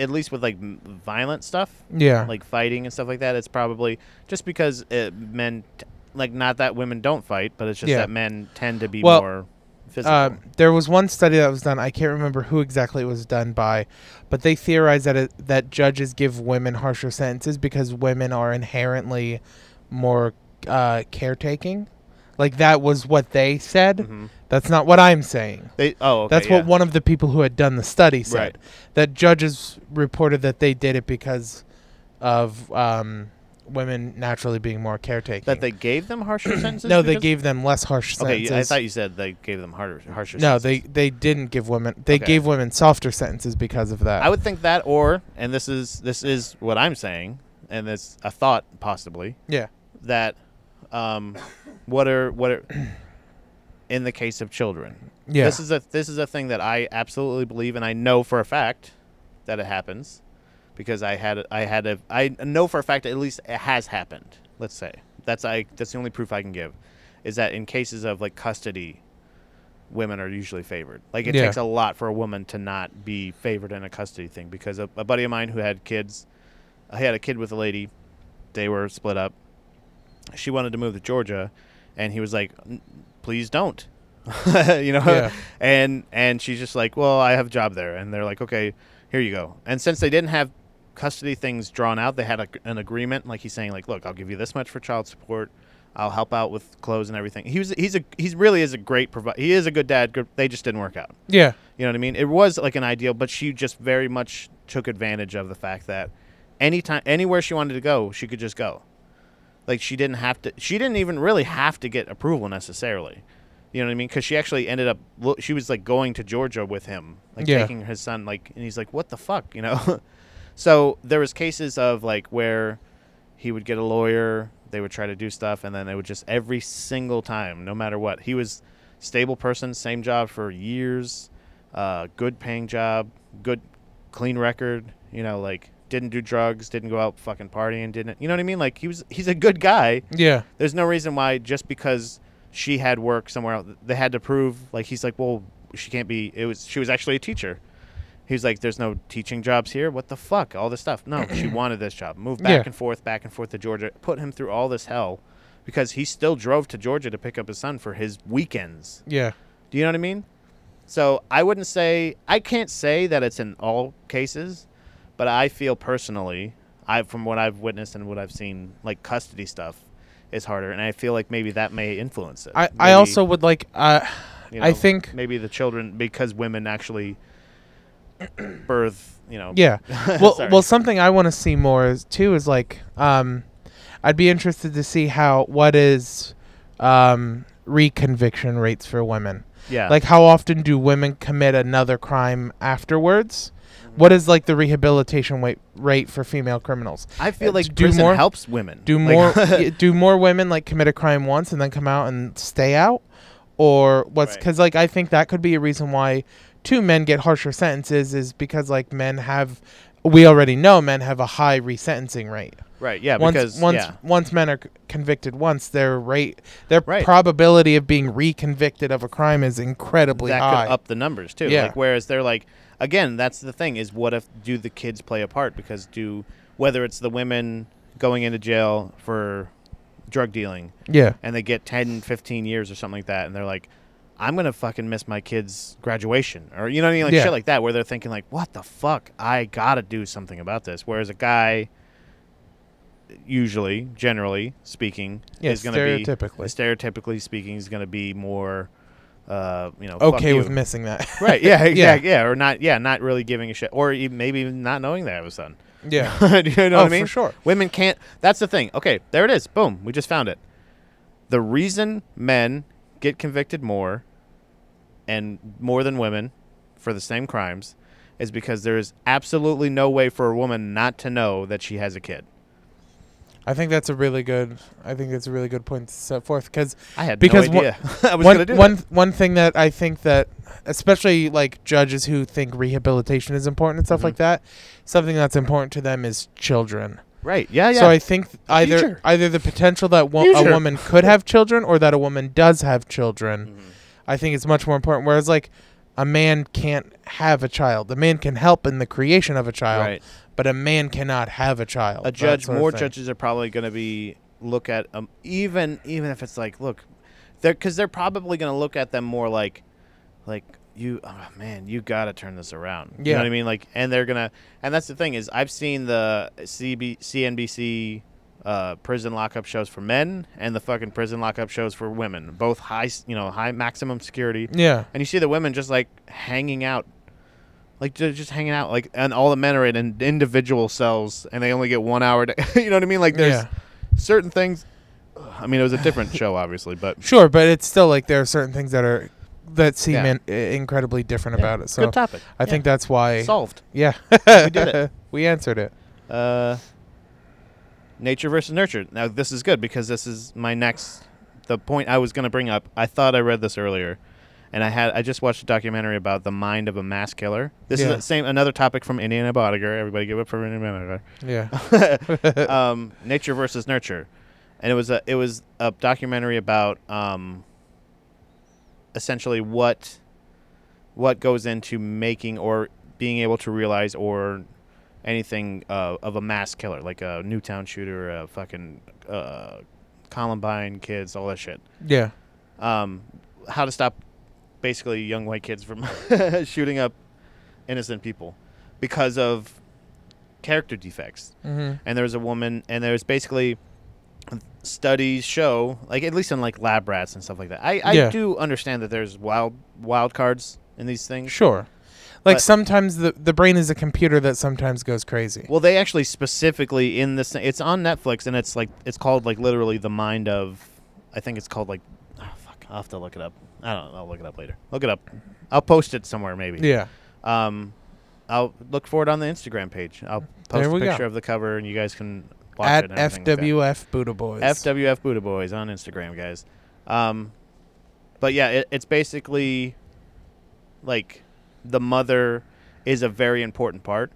A: at least with like m- violent stuff,
B: Yeah.
A: like fighting and stuff like that, it's probably just because uh men t- like not that women don't fight, but it's just
B: Yeah.
A: that men tend to be
B: Well,
A: more physical.
B: Uh, there was one study that was done. I can't remember who exactly it was done by, but they theorized that it, that judges give women harsher sentences because women are inherently more uh, caretaking. Like that was what they said.
A: Mhm.
B: That's not what I'm saying.
A: They oh okay,
B: That's
A: yeah.
B: what one of the people who had done the study said.
A: Right.
B: That judges reported that they did it because of um, women naturally being more caretaking.
A: that they gave them
B: *clears throat*
A: harsher sentences.
B: no, they
A: because-
B: gave them less harsh
A: Okay, you-
B: sentences.
A: I thought you said they gave them harder, harsher.
B: No,
A: sentences.
B: they they didn't give women. They
A: Okay.
B: gave women softer sentences because of that.
A: I would think that, or and this is this is what I'm saying, and it's a thought possibly.
B: yeah.
A: that um, what are what are in the case of children.
B: Yeah.
A: This is a this is a thing that I absolutely believe and I know for a fact that it happens because I had I had a I know for a fact at least it has happened. Let's say that's I that's the only proof I can give is that in cases of like custody women are usually favored. Like it
B: Yeah.
A: takes a lot for a woman to not be favored in a custody thing because a, a buddy of mine who had kids I had a kid with a lady they were split up. She wanted to move to Georgia, and he was like, "N- "Please don't," *laughs* you know.
B: Yeah.
A: And and she's just like, "Well, I have a job there," and they're like, "Okay, here you go." And since they didn't have custody things drawn out, they had a, an agreement. Like he's saying, like, "Look, I'll give you this much for child support. I'll help out with clothes and everything." He was he's a he's really is a great provider. He is a good dad. Good, they just didn't work out.
B: Yeah.
A: You know what I mean? It was like an ideal, but she just very much took advantage of the fact that anytime, anywhere she wanted to go, she could just go. Like she didn't have to. She didn't even really have to get approval necessarily. You know what I mean? Because she actually ended up. lo- She was like going to Georgia with him, like
B: Yeah.
A: taking his son. Like, and he's like, "What the fuck?" You know. *laughs* so there was cases of like where he would get a lawyer. They would try to do stuff, and then they would just every single time, no matter what. He was stable person, same job for years, uh, good paying job, good clean record. You know, like didn't do drugs, didn't go out fucking partying, didn't. You know what I mean? Like he was, he's a good guy.
B: Yeah.
A: There's no reason why just because she had work somewhere else, they had to prove. Like he's like, well, she can't be. It was she was actually a teacher. He was like, "There's no teaching jobs here. What the fuck? All this stuff. No, she wanted this job. Moved back
B: Yeah.
A: and forth, back and forth to Georgia. Put him through all this hell, because he still drove to Georgia to pick up his son for his weekends.
B: Yeah.
A: Do you know what I mean? So I wouldn't say I can't say that it's in all cases, but I feel personally, I from what I've witnessed and what I've seen, like custody stuff is harder, and I feel like maybe that may influence it.
B: I,
A: Maybe-
B: I also would like uh,
A: You
B: I
A: know,
B: think-
A: maybe the children because women
B: *clears throat*
A: actually birth. You know.
B: Yeah. Well,
A: *laughs* Sorry.
B: well, something I want to see more is too is like, um, I'd be interested to see how what is, um, reconviction rates for women.
A: Yeah.
B: Like, how often do women commit another crime afterwards? What is like the rehabilitation wait, rate for female criminals?
A: I feel
B: uh,
A: like
B: do
A: prison
B: more-
A: helps women.
B: Do
A: Like- *laughs*
B: more y- do more women like commit a crime once and then come out and stay out, or what's
A: Right.
B: because like I think that could be a reason why two men get harsher sentences is because like men have we already know men have a high resentencing rate.
A: right. Yeah.
B: once
A: because
B: once
A: yeah.
B: once men are c- convicted once their rate their
A: Right.
B: probability of being reconvicted of a crime is incredibly
A: that
B: high.
A: could up the numbers too.
B: Yeah.
A: Like whereas they're like again, that's the thing is what if do the kids play a part because do whether it's the women going into jail for drug dealing
B: yeah.
A: and they get 10 15 years or something like that and they're like I'm going to fucking miss my kids graduation or you know what I mean like
B: Yeah.
A: shit like that where they're thinking like what the fuck I got to do something about this whereas a guy usually generally speaking
B: Yeah,
A: is going to be
B: stereotypically.
A: stereotypically speaking is going to be more uh, you know fuck
B: Okay with
A: you
B: missing that. *laughs*
A: right yeah
B: Yeah.
A: yeah. yeah or not yeah not really giving a shit or even, maybe even not knowing that it was done *laughs*
B: yeah.
A: do you know
B: Oh,
A: what I
B: for
A: mean
B: sure.
A: women can't that's the thing okay there it is boom we just found it the reason men get convicted more and more than women for the same crimes is because there is absolutely no way for a woman not to know that she has a kid
B: I think that's a really good. I think that's a really good point to set forth because
A: I had
B: Because
A: no
B: one-
A: idea *laughs* I was
B: one
A: gonna do
B: one
A: that.
B: one thing that I think that especially like judges who think rehabilitation is important and stuff
A: Mm-hmm.
B: like that, something that's important to them is children.
A: right yeah Oh, yeah
B: So I think either
A: Future.
B: either the potential that wo- a
A: Future.
B: woman could have children or that a woman does have children,
A: Mm-hmm.
B: I think it's much more important. Whereas like a man can't have a child. A man can help in the creation of a child,
A: Right.
B: but a man cannot have a child.
A: a
B: that
A: judge
B: sort of
A: more
B: thing.
A: judges are probably going to be look at um, even even if it's like look they're because they're probably going to look at them more like like you oh man you gotta turn this around you
B: Yeah.
A: know what i mean like and they're gonna and that's the thing is i've seen the CB, cnbc uh, prison lockup shows for men and the fucking prison lockup shows for women both high s- you know high maximum security
B: Yeah.
A: and you see the women just like hanging out like ju- just hanging out like and all the men are in, in individual cells and they only get one hour to, *laughs* you know what i mean like there's
B: Yeah.
A: certain things i mean it was a different show obviously
B: *laughs*
A: but
B: Sure, but it's still like there are certain things that are that seem
A: Yeah.
B: in, i- incredibly different about it. So
A: good topic
B: I think that's why.
A: solved
B: Yeah,
A: did it.
B: *laughs* we answered it.
A: uh nature versus nurture now this is good because this is my next the point i was going to bring up i thought i read this earlier and i had i just watched a documentary about the mind of a mass killer this
B: Yeah.
A: is the same another topic from indiana bodiger everybody give up for indiana bodiger
B: *laughs* Yeah,
A: um, nature versus nurture, and it was a it was a documentary about um, essentially what what goes into making or being able to realize or anything uh, of a mass killer, like a Newtown shooter, a fucking uh, Columbine kids, all that shit.
B: yeah,
A: Um, how to stop basically young white kids from *laughs* shooting up innocent people because of character defects
B: mm-hmm.
A: and there's a woman and there's basically studies show like at least in like lab rats and stuff like that i, I
B: Yeah.
A: do understand that there's wild wild cards in these things
B: sure. Like
A: But-
B: sometimes the the brain is a computer that sometimes goes crazy.
A: well they actually specifically in this it's on netflix and it's like it's called like literally the mind of i think it's called like oh, fuck i'll have to look it up i don't know i'll look it up later look it up i'll post it somewhere maybe
B: yeah,
A: um i'll look for it on the instagram page i'll
B: There
A: post a
B: we go.
A: picture of the cover and you guys can watch
B: at
A: it and everything like that.
B: FWF Buddha Boys.
A: FWF Buddha Boys on Instagram, guys. Um, but yeah, it, it's basically like the mother is a very important part,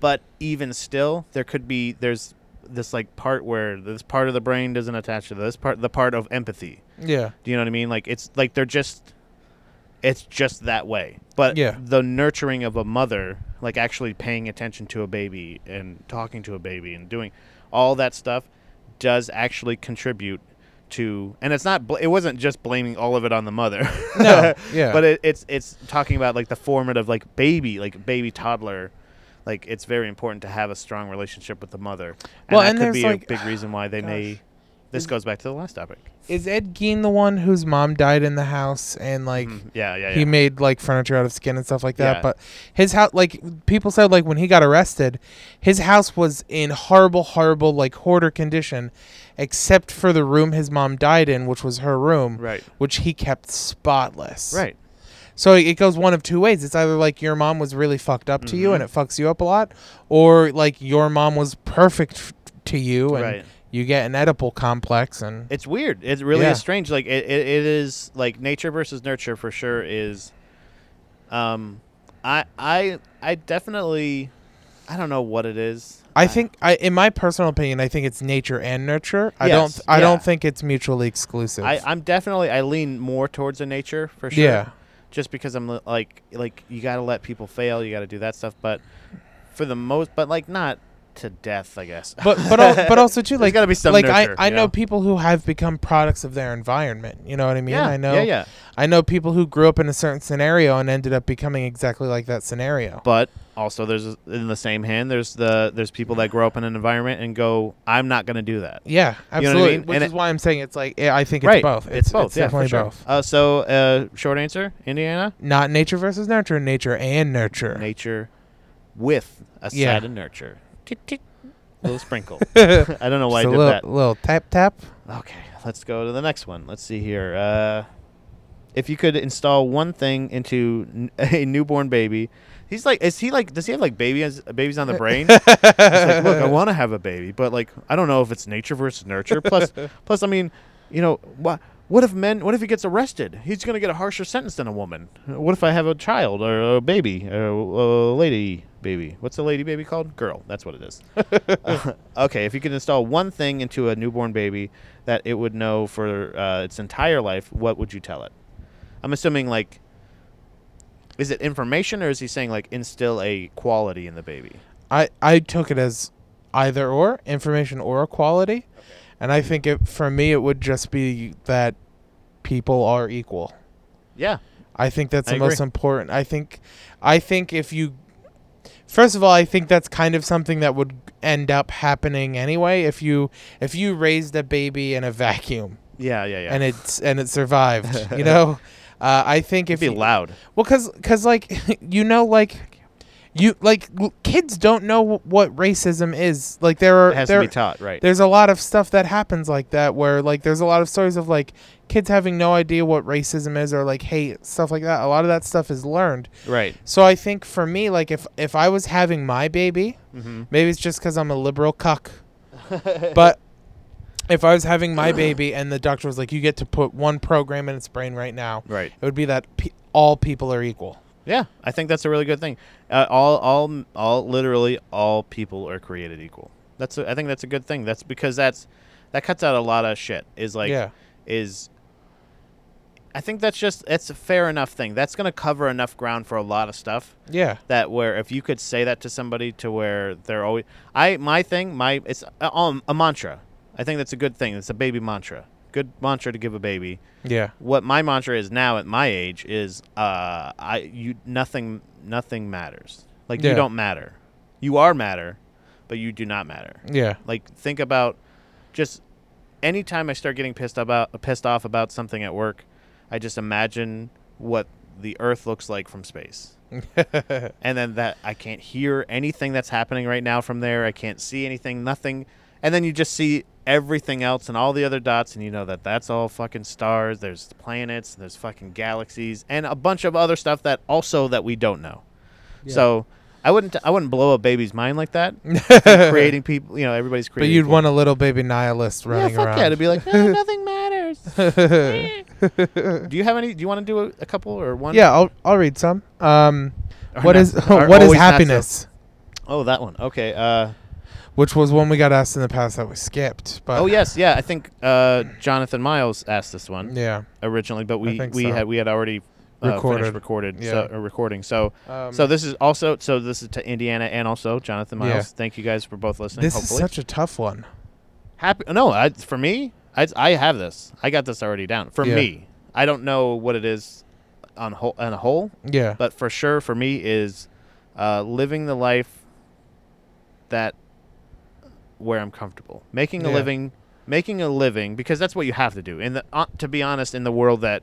A: but even still, there could be there's this like part where this part of the brain doesn't attach to this part, the part of empathy.
B: yeah,
A: Do you know what I mean? Like it's like they're just it's just that way. But
B: Yeah.
A: the nurturing of a mother, like actually paying attention to a baby and talking to a baby and doing all that stuff does actually contribute to and it's not bl- it wasn't just blaming all of it on the mother. *laughs*
B: No, yeah.
A: But it, it's it's talking about like the formative like baby, like baby toddler like it's very important to have a strong relationship with the mother. And
B: Well,
A: that
B: and
A: could
B: there's,
A: be
B: like- *sighs*
A: a big reason why they may
B: Gosh.
A: This goes back to the last topic.
B: Is Ed Gein the one whose mom died in the house and like
A: Mhm. Yeah, yeah, yeah.
B: he made like furniture out of skin and stuff like that?
A: Yeah.
B: But his house, like people said, like when he got arrested, his house was in horrible, horrible like hoarder condition, except for the room his mom died in, which was her room,
A: right,
B: which he kept spotless.
A: right.
B: So it goes one of two ways. It's either like your mom was really fucked up
A: Mm-hmm.
B: to you and it fucks you up a lot, or like your mom was perfect f- to you and
A: Right.
B: you get an edible complex and
A: It's weird. It really
B: Yeah.
A: is strange. Like it, it, it is like nature versus nurture for sure is. Um, I I I definitely, I don't know what it is.
B: I think I in my personal opinion I think it's nature and nurture. I
A: Yes,
B: don't th- I
A: yeah.
B: don't think it's mutually exclusive.
A: I I'm definitely I lean more towards the nature for sure.
B: Yeah.
A: Just because I'm li- like like you got to let people fail, you got to do that stuff, but for the most, but like not to death, I guess.
B: but
A: *laughs*
B: but al- but also too
A: There's
B: like
A: gotta be some
B: like
A: nurture,
B: I I
A: you know?
B: know people who have become products of their environment. You know what I mean?
A: yeah,
B: I know
A: yeah, yeah.
B: I know people who grew up in a certain scenario and ended up becoming exactly like that scenario.
A: But also, there's in the same hand, there's the there's people that grow up in an environment and go, I'm not going to do that. You
B: Yeah,
A: know what I
B: absolutely.
A: mean?
B: Which
A: And
B: is
A: it-
B: why I'm saying it's like yeah, I think it's
A: right,
B: both.
A: It's, both. yeah,
B: definitely
A: for sure.
B: both.
A: Uh, so, uh, short answer, Indiana,
B: Not nature versus nurture, nature and nurture.
A: nature, with a
B: Yeah.
A: side of nurture, Tick, tick. little sprinkle. I don't know why
B: *laughs*
A: I
B: Just a
A: did
B: little,
A: that.
B: little tap tap.
A: Okay, let's go to the next one. Let's see here. Uh, if you could install one thing into n- *laughs* a newborn baby, he's like, is he like, does he have like babies, babies
B: *laughs*
A: on the brain? He's like, look, I want to have a baby, but like, I don't know if it's nature versus nurture. Plus, plus, I mean, you know, what, what if men, what if he gets arrested? He's gonna get a harsher sentence than a woman. What if I have a child or a baby, or a lady baby? What's a lady baby called? Girl. That's what it is. *laughs* Uh, okay, if you could install one thing into a newborn baby that it would know for uh, its entire life, what would you tell it? I'm assuming like, is it information or is he saying like instill a quality in the baby?
B: I I took it as either or information or quality, and I think it for me it would just be that people are equal.
A: Yeah,
B: I think that's
A: I
B: the most
A: agree.
B: important. I think, I think if you, first of all, I think that's kind of something that would end up happening anyway. If you if you raised a baby in a vacuum
A: yeah, yeah, yeah.
B: and it's and
A: *laughs*
B: it survived, you know, uh, I think if
A: It'd be
B: you,
A: loud.
B: well, cause cause like *laughs* you know like. You like l- kids don't know wh- what racism is. Like there are
A: It has
B: there,
A: to be taught, right?
B: there's a lot of stuff that happens like that where like there's a lot of stories of like kids having no idea what racism is or like hate stuff like that a lot of that stuff is learned
A: Right.
B: so i think for me like if if i was having my baby
A: Mm-hmm.
B: maybe it's just because i'm a
A: *laughs*
B: liberal cuck but if i was having my baby and the doctor was like you get to put one program in its brain right now
A: Right.
B: it would be that pe- all people are equal
A: Yeah, I think that's a really good thing. Uh, all, all, all, literally all people are created equal. That's a, I think that's a good thing. That's because that's that cuts out a lot of shit. Is like
B: Yeah.
A: is. I think that's just that's a fair enough thing. That's gonna cover enough ground for a lot of stuff
B: yeah
A: that where if you could say that to somebody to where they're always I my thing my it's a, um, a mantra. I think that's a good thing. It's a baby mantra. Good mantra to give a baby
B: yeah
A: what my mantra is now at my age is uh I you nothing nothing matters. Like
B: Yeah.
A: you don't matter. You are matter, but you do not matter.
B: yeah
A: Like think about just anytime I start getting pissed about pissed off about something at work, I just imagine what the earth looks like from space. and then that I can't hear anything that's happening right now from there. I can't see anything, nothing. And then you just see everything else and all the other dots and you know that that's all fucking stars, there's planets, there's fucking galaxies and a bunch of other stuff that also that we don't know. So I wouldn't I wouldn't blow a baby's mind like that.
B: *laughs*
A: creating people, you know, everybody's
B: but
A: creating.
B: you'd
A: people.
B: want a little baby nihilist running
A: yeah, fuck
B: around
A: yeah, to be
B: *laughs*
A: like, "No, nothing matters. Eh. do you have any? Do you want to do a, a couple or one?
B: Yeah, I'll I'll read some. Um,
A: Or
B: what
A: not-
B: is *laughs*
A: or
B: what
A: always
B: is
A: not so-
B: happiness?
A: Oh, that one. Okay. Uh,
B: Which was one we got asked in the past that we skipped. But
A: oh yes, yeah. I think uh, Jonathan Miles asked this one
B: yeah.
A: originally, but we
B: think
A: we
B: so.
A: had we had already uh,
B: Recorded.
A: finished recorded
B: Yeah.
A: so, or recording. So
B: Um,
A: so this is also so this is to Indiana and also Jonathan Miles.
B: Yeah.
A: Thank you guys for both listening.
B: this
A: hopefully.
B: is such a tough one.
A: happy no I, for me I, I have this i got this already down for
B: Yeah.
A: me i don't know what it is on whole on a whole
B: Yeah,
A: but for sure for me is uh, living the life that where i'm comfortable making a
B: Yeah.
A: living making a living because that's what you have to do. In the uh, to be honest, in the world that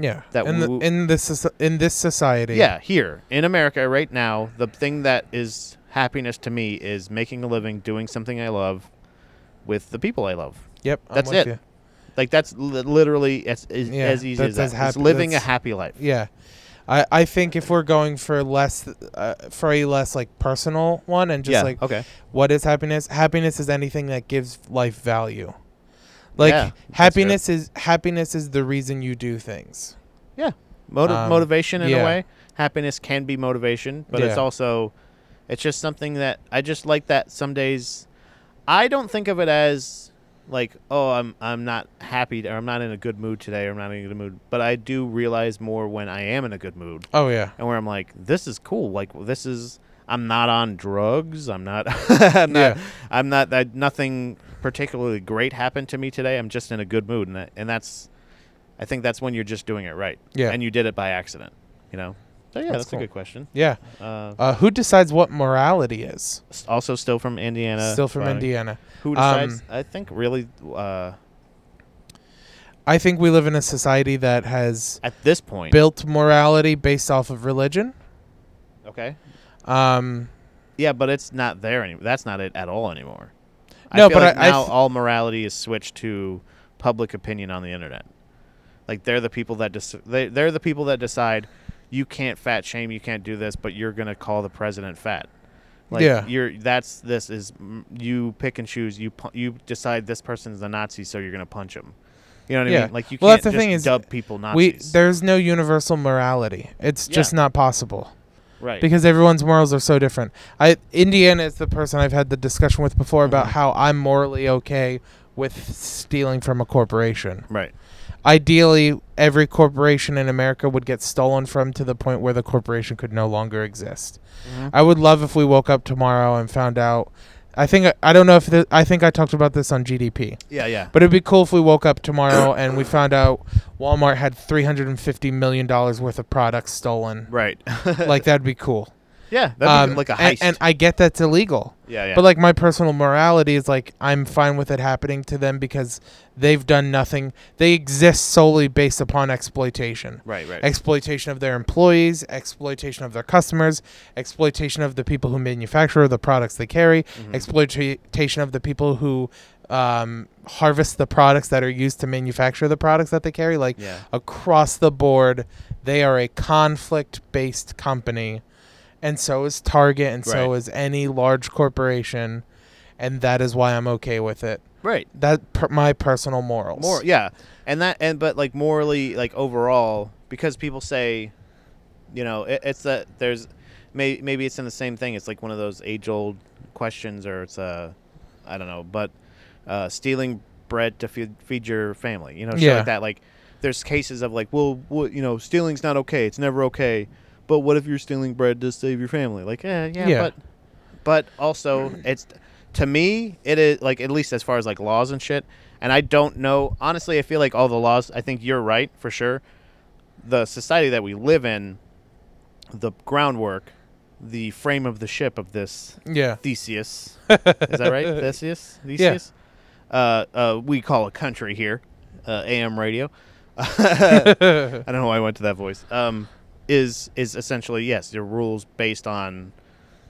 B: Yeah.
A: That
B: in,
A: wo-
B: the, in this soci- in this society.
A: yeah here in America right now, the thing that is happiness to me is making a living, doing something I love, with the people I love.
B: Yep. I'm
A: That's
B: with
A: it.
B: You.
A: Like that's li- literally as as,
B: Yeah,
A: as easy
B: that's
A: as that.
B: as
A: it's
B: happy-
A: living a
B: that's-
A: happy life.
B: Yeah. I, I think if we're going for less uh, for a less like personal one and just
A: yeah.
B: like
A: okay.
B: what is happiness? Happiness is anything that gives life value. Like
A: Yeah, that's good.
B: happiness is happiness is the reason you do things.
A: Motiv-
B: Um,
A: motivation in a
B: yeah.
A: way. Happiness can be motivation, but it's
B: Yeah.
A: also it's just something that I just like that some days I don't think of it as like oh I'm I'm not happy or I'm not in a good mood today or I'm not in a good mood, but I do realize more when I am in a good mood
B: Oh yeah.
A: and where I'm like this is cool like this is I'm not on drugs. I'm not. *laughs* I'm not.
B: Yeah.
A: I'm not. That nothing particularly great happened to me today. I'm just in a good mood, and that, and that's. I think that's when you're just doing it right
B: Yeah.
A: and you did it by accident. You know. So yeah, that's,
B: That's
A: a
B: cool.
A: good question.
B: yeah.
A: Uh,
B: Uh, who decides what morality is?
A: s- also, still from Indiana.
B: Still from
A: Bonnie.
B: Indiana.
A: Who
B: Um,
A: decides? I think really. Uh,
B: I think we live in a society that has
A: at this point.
B: built morality based off of religion.
A: okay.
B: Um,
A: Yeah, but it's not there anymore. That's not it at all anymore. I
B: No,
A: feel
B: but
A: like
B: I- I
A: now
B: th-
A: all morality is switched to public opinion on the internet. Like they're the people that dec- they they're the people that decide you can't fat shame, you can't do this, but you're gonna call the president fat. Like
B: Yeah.
A: you're that's this is mm, you pick and choose. You pu- you decide this person's a Nazi, so you're gonna punch him. You know what I
B: Yeah.
A: mean? Like you
B: Well,
A: can't
B: that's the
A: just
B: thing is,
A: dub people
B: we
A: Nazis.
B: there's no universal morality. It's just
A: Yeah.
B: not possible
A: right.
B: because everyone's morals are so different. I Indiana is the person I've had the discussion with before about
A: Mhm.
B: how I'm morally okay with stealing from a corporation.
A: right.
B: Ideally, every corporation in America would get stolen from to the point where the corporation could no longer exist.
A: Mm-hmm.
B: I would love if we woke up tomorrow and found out. I think I don't know if the, I think I talked about this on GDP,
A: Yeah. Yeah.
B: but it'd be cool if we woke up tomorrow *coughs* and we found out Walmart had three hundred and fifty million dollars worth of products stolen.
A: Right. *laughs*
B: Like that'd be cool.
A: yeah. That'd be
B: Um,
A: like a
B: and-
A: heist.
B: And, I get that's illegal,
A: yeah. Yeah.
B: but like my personal morality is like I'm fine with it happening to them because they've done nothing. They exist solely based upon exploitation
A: right. Right.
B: exploitation of their employees, exploitation of their customers, exploitation of the people who manufacture the products they carry,
A: Mhm.
B: exploitation of the people who um, harvest the products that are used to manufacture the products that they carry. Like
A: yeah.
B: across the board, they are a conflict based company. And so is Target, and so
A: Right.
B: is any large corporation. And that is why I'm okay with it.
A: Right.
B: That per- my personal morals.
A: More, yeah, and that, and but like morally, like overall, because people say, you know, it, it's that there's, may, maybe it's in the same thing. It's like one of those age-old questions, or it's a, I don't know, but uh, stealing bread to feed, feed your family, you know, shit
B: Yeah.
A: like that. Like, there's cases of like, well, what, you know, stealing's not okay. It's never okay. But what if you're stealing bread to save your family? Like, eh, yeah,
B: Yeah.
A: but, but also it's to me it is like at least as far as like laws and shit. And I don't know honestly. I feel like all the laws. I think you're right for sure. The society that we live in, the groundwork, the frame of the ship of this *laughs*
B: Yeah. *laughs*
A: Theseus. Is that right? Theseus? Theseus? Uh, uh, we call a country here, uh, AM radio. *laughs* I don't know why I went to that voice. Um, is is essentially yes, your rules based on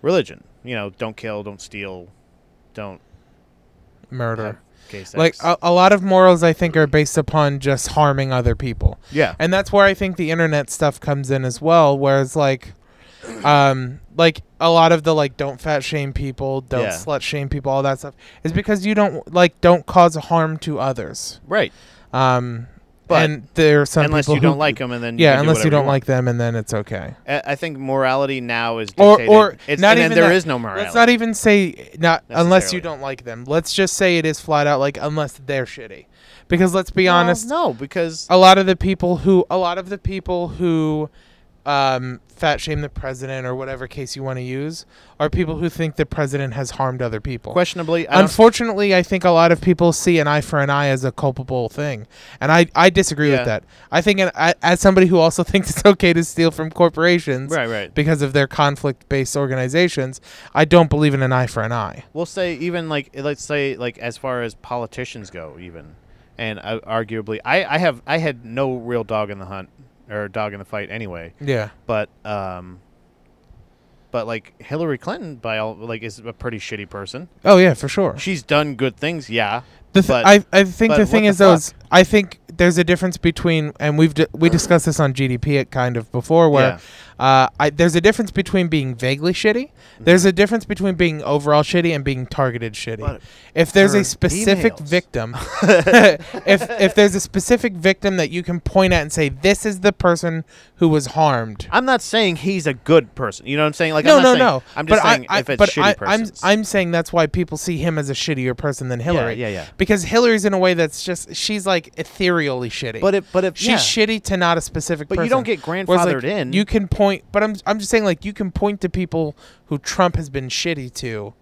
A: religion. You know, don't kill, don't steal, don't
B: Murder.
A: gay sex.
B: like a, a lot of morals i think are based upon just harming other people
A: yeah,
B: and that's where i think the internet stuff comes in as well whereas
A: *clears throat*
B: like um like a lot of the like don't fat shame people don't
A: Yeah.
B: slut shame people all that stuff is because you don't like don't cause harm to others
A: right.
B: um
A: But-
B: and there are some
A: unless
B: people
A: you don't
B: who-
A: like them, and then
B: yeah
A: can do
B: unless you
A: whatever
B: don't
A: want.
B: like them and then it's okay
A: I I think morality now is
B: Or-
A: dictated.
B: or
A: it's,
B: not
A: and
B: even
A: then there
B: that.
A: is no morality.
B: let's not even say not unless
A: Necessarily.
B: you don't like them let's just say it is flat out like unless they're shitty because let's be
A: Well,
B: honest
A: No, because
B: a lot of the people who a lot of the people who uh, um, fat shame the president or whatever case you want to use are people who think the president has harmed other people.
A: Questionably, I don't,
B: Unfortunately, I think a lot of people see an eye for an eye as a culpable thing, and I, I disagree
A: Yeah.
B: with that. I think an, I, as somebody who also *laughs* thinks it's okay to steal from corporations
A: right, right.
B: because of their conflict-based organizations, I don't believe in an eye for an eye.
A: We'll say even like eh, let's say like as far as politicians go, even and uh, arguably, I I have I had no real dog in the hunt or dog in the fight anyway.
B: Yeah,
A: But um, but like Hillary Clinton, by all like, is a pretty shitty person.
B: Oh yeah, for sure.
A: She's done good things, yeah.
B: The th-
A: but-
B: I I think
A: but
B: the
A: what
B: thing
A: the
B: is though
A: fuck?
B: is I think there's a difference between and we've di- we discussed this on GDP it kind of before where uh, I, there's a difference between being vaguely shitty.
A: Mm-hmm.
B: There's a difference between being overall shitty and being targeted shitty.
A: But
B: if there's
A: they're
B: a specific
A: emails. *laughs*
B: victim, *laughs* if if there's a specific victim that you can point at and say this is the person who was harmed,
A: I'm not saying he's a good person. You know what I'm saying? Like
B: no,
A: I'm
B: no,
A: not saying,
B: no.
A: I'm just
B: but
A: saying
B: I, I,
A: if it's
B: but
A: shitty
B: I,
A: persons.
B: I'm, I'm saying that's why people see him as a shittier person than Hillary.
A: yeah, yeah.
B: Because Hillary's in a way that's just she's like ethereally shitty.
A: but if but if
B: she's
A: yeah.
B: shitty to not a specific.
A: But you
B: person.
A: don't get
B: Whereas, like,
A: grandfathered in.
B: You can point, but I'm I'm just saying like you can point to people who Trump has been shitty to.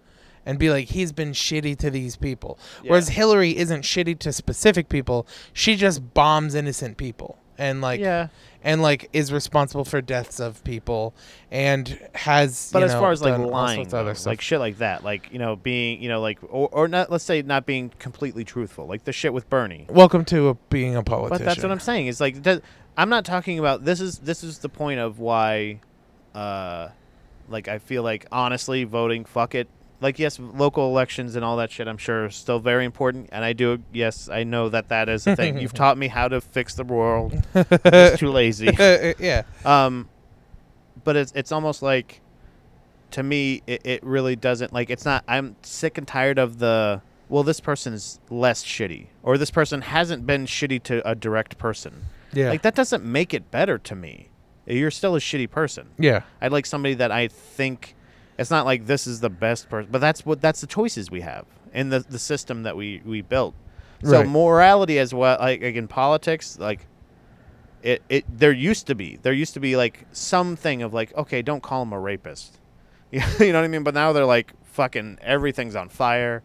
B: And be like, he's been shitty to these people. Whereas
A: Yeah.
B: Hillary isn't shitty to specific people. She just bombs innocent people. And like,
A: yeah.
B: and like is responsible for deaths of people and has
A: But
B: you
A: as
B: know,
A: far as like
B: done all
A: lying,
B: sorts of other
A: though,
B: stuff.
A: like shit like that, like you know being you know like or, or not let's say not being completely truthful, like the shit with Bernie.
B: welcome to a, being a
A: But
B: politician
A: that's what I'm saying. It's like it does- I'm not talking about this is this is the point of why, uh, like I feel like honestly voting fuck it. Like yes, local elections and all that shit. I'm sure are still very important, and I do. Yes, I know that that is a
B: *laughs*
A: thing. You've taught me how to fix the world. I'm just too lazy.
B: *laughs* Uh, uh, yeah
A: Um, but it's it's almost like, to me, it, it really doesn't like. It's not. I'm sick and tired of the. Well, this person's less shitty, or this person hasn't been shitty to a direct person.
B: yeah
A: Like that doesn't make it better to me. You're still a shitty person.
B: yeah
A: I'd like somebody that I think. It's not like this is the best person, but that's what that's the choices we have and the the system that we we built. So
B: Right.
A: morality as well, like, like in politics, like it it there used to be there used to be like something of like okay, don't call him a rapist. *laughs* you know what I mean? But now they're like fucking everything's on fire.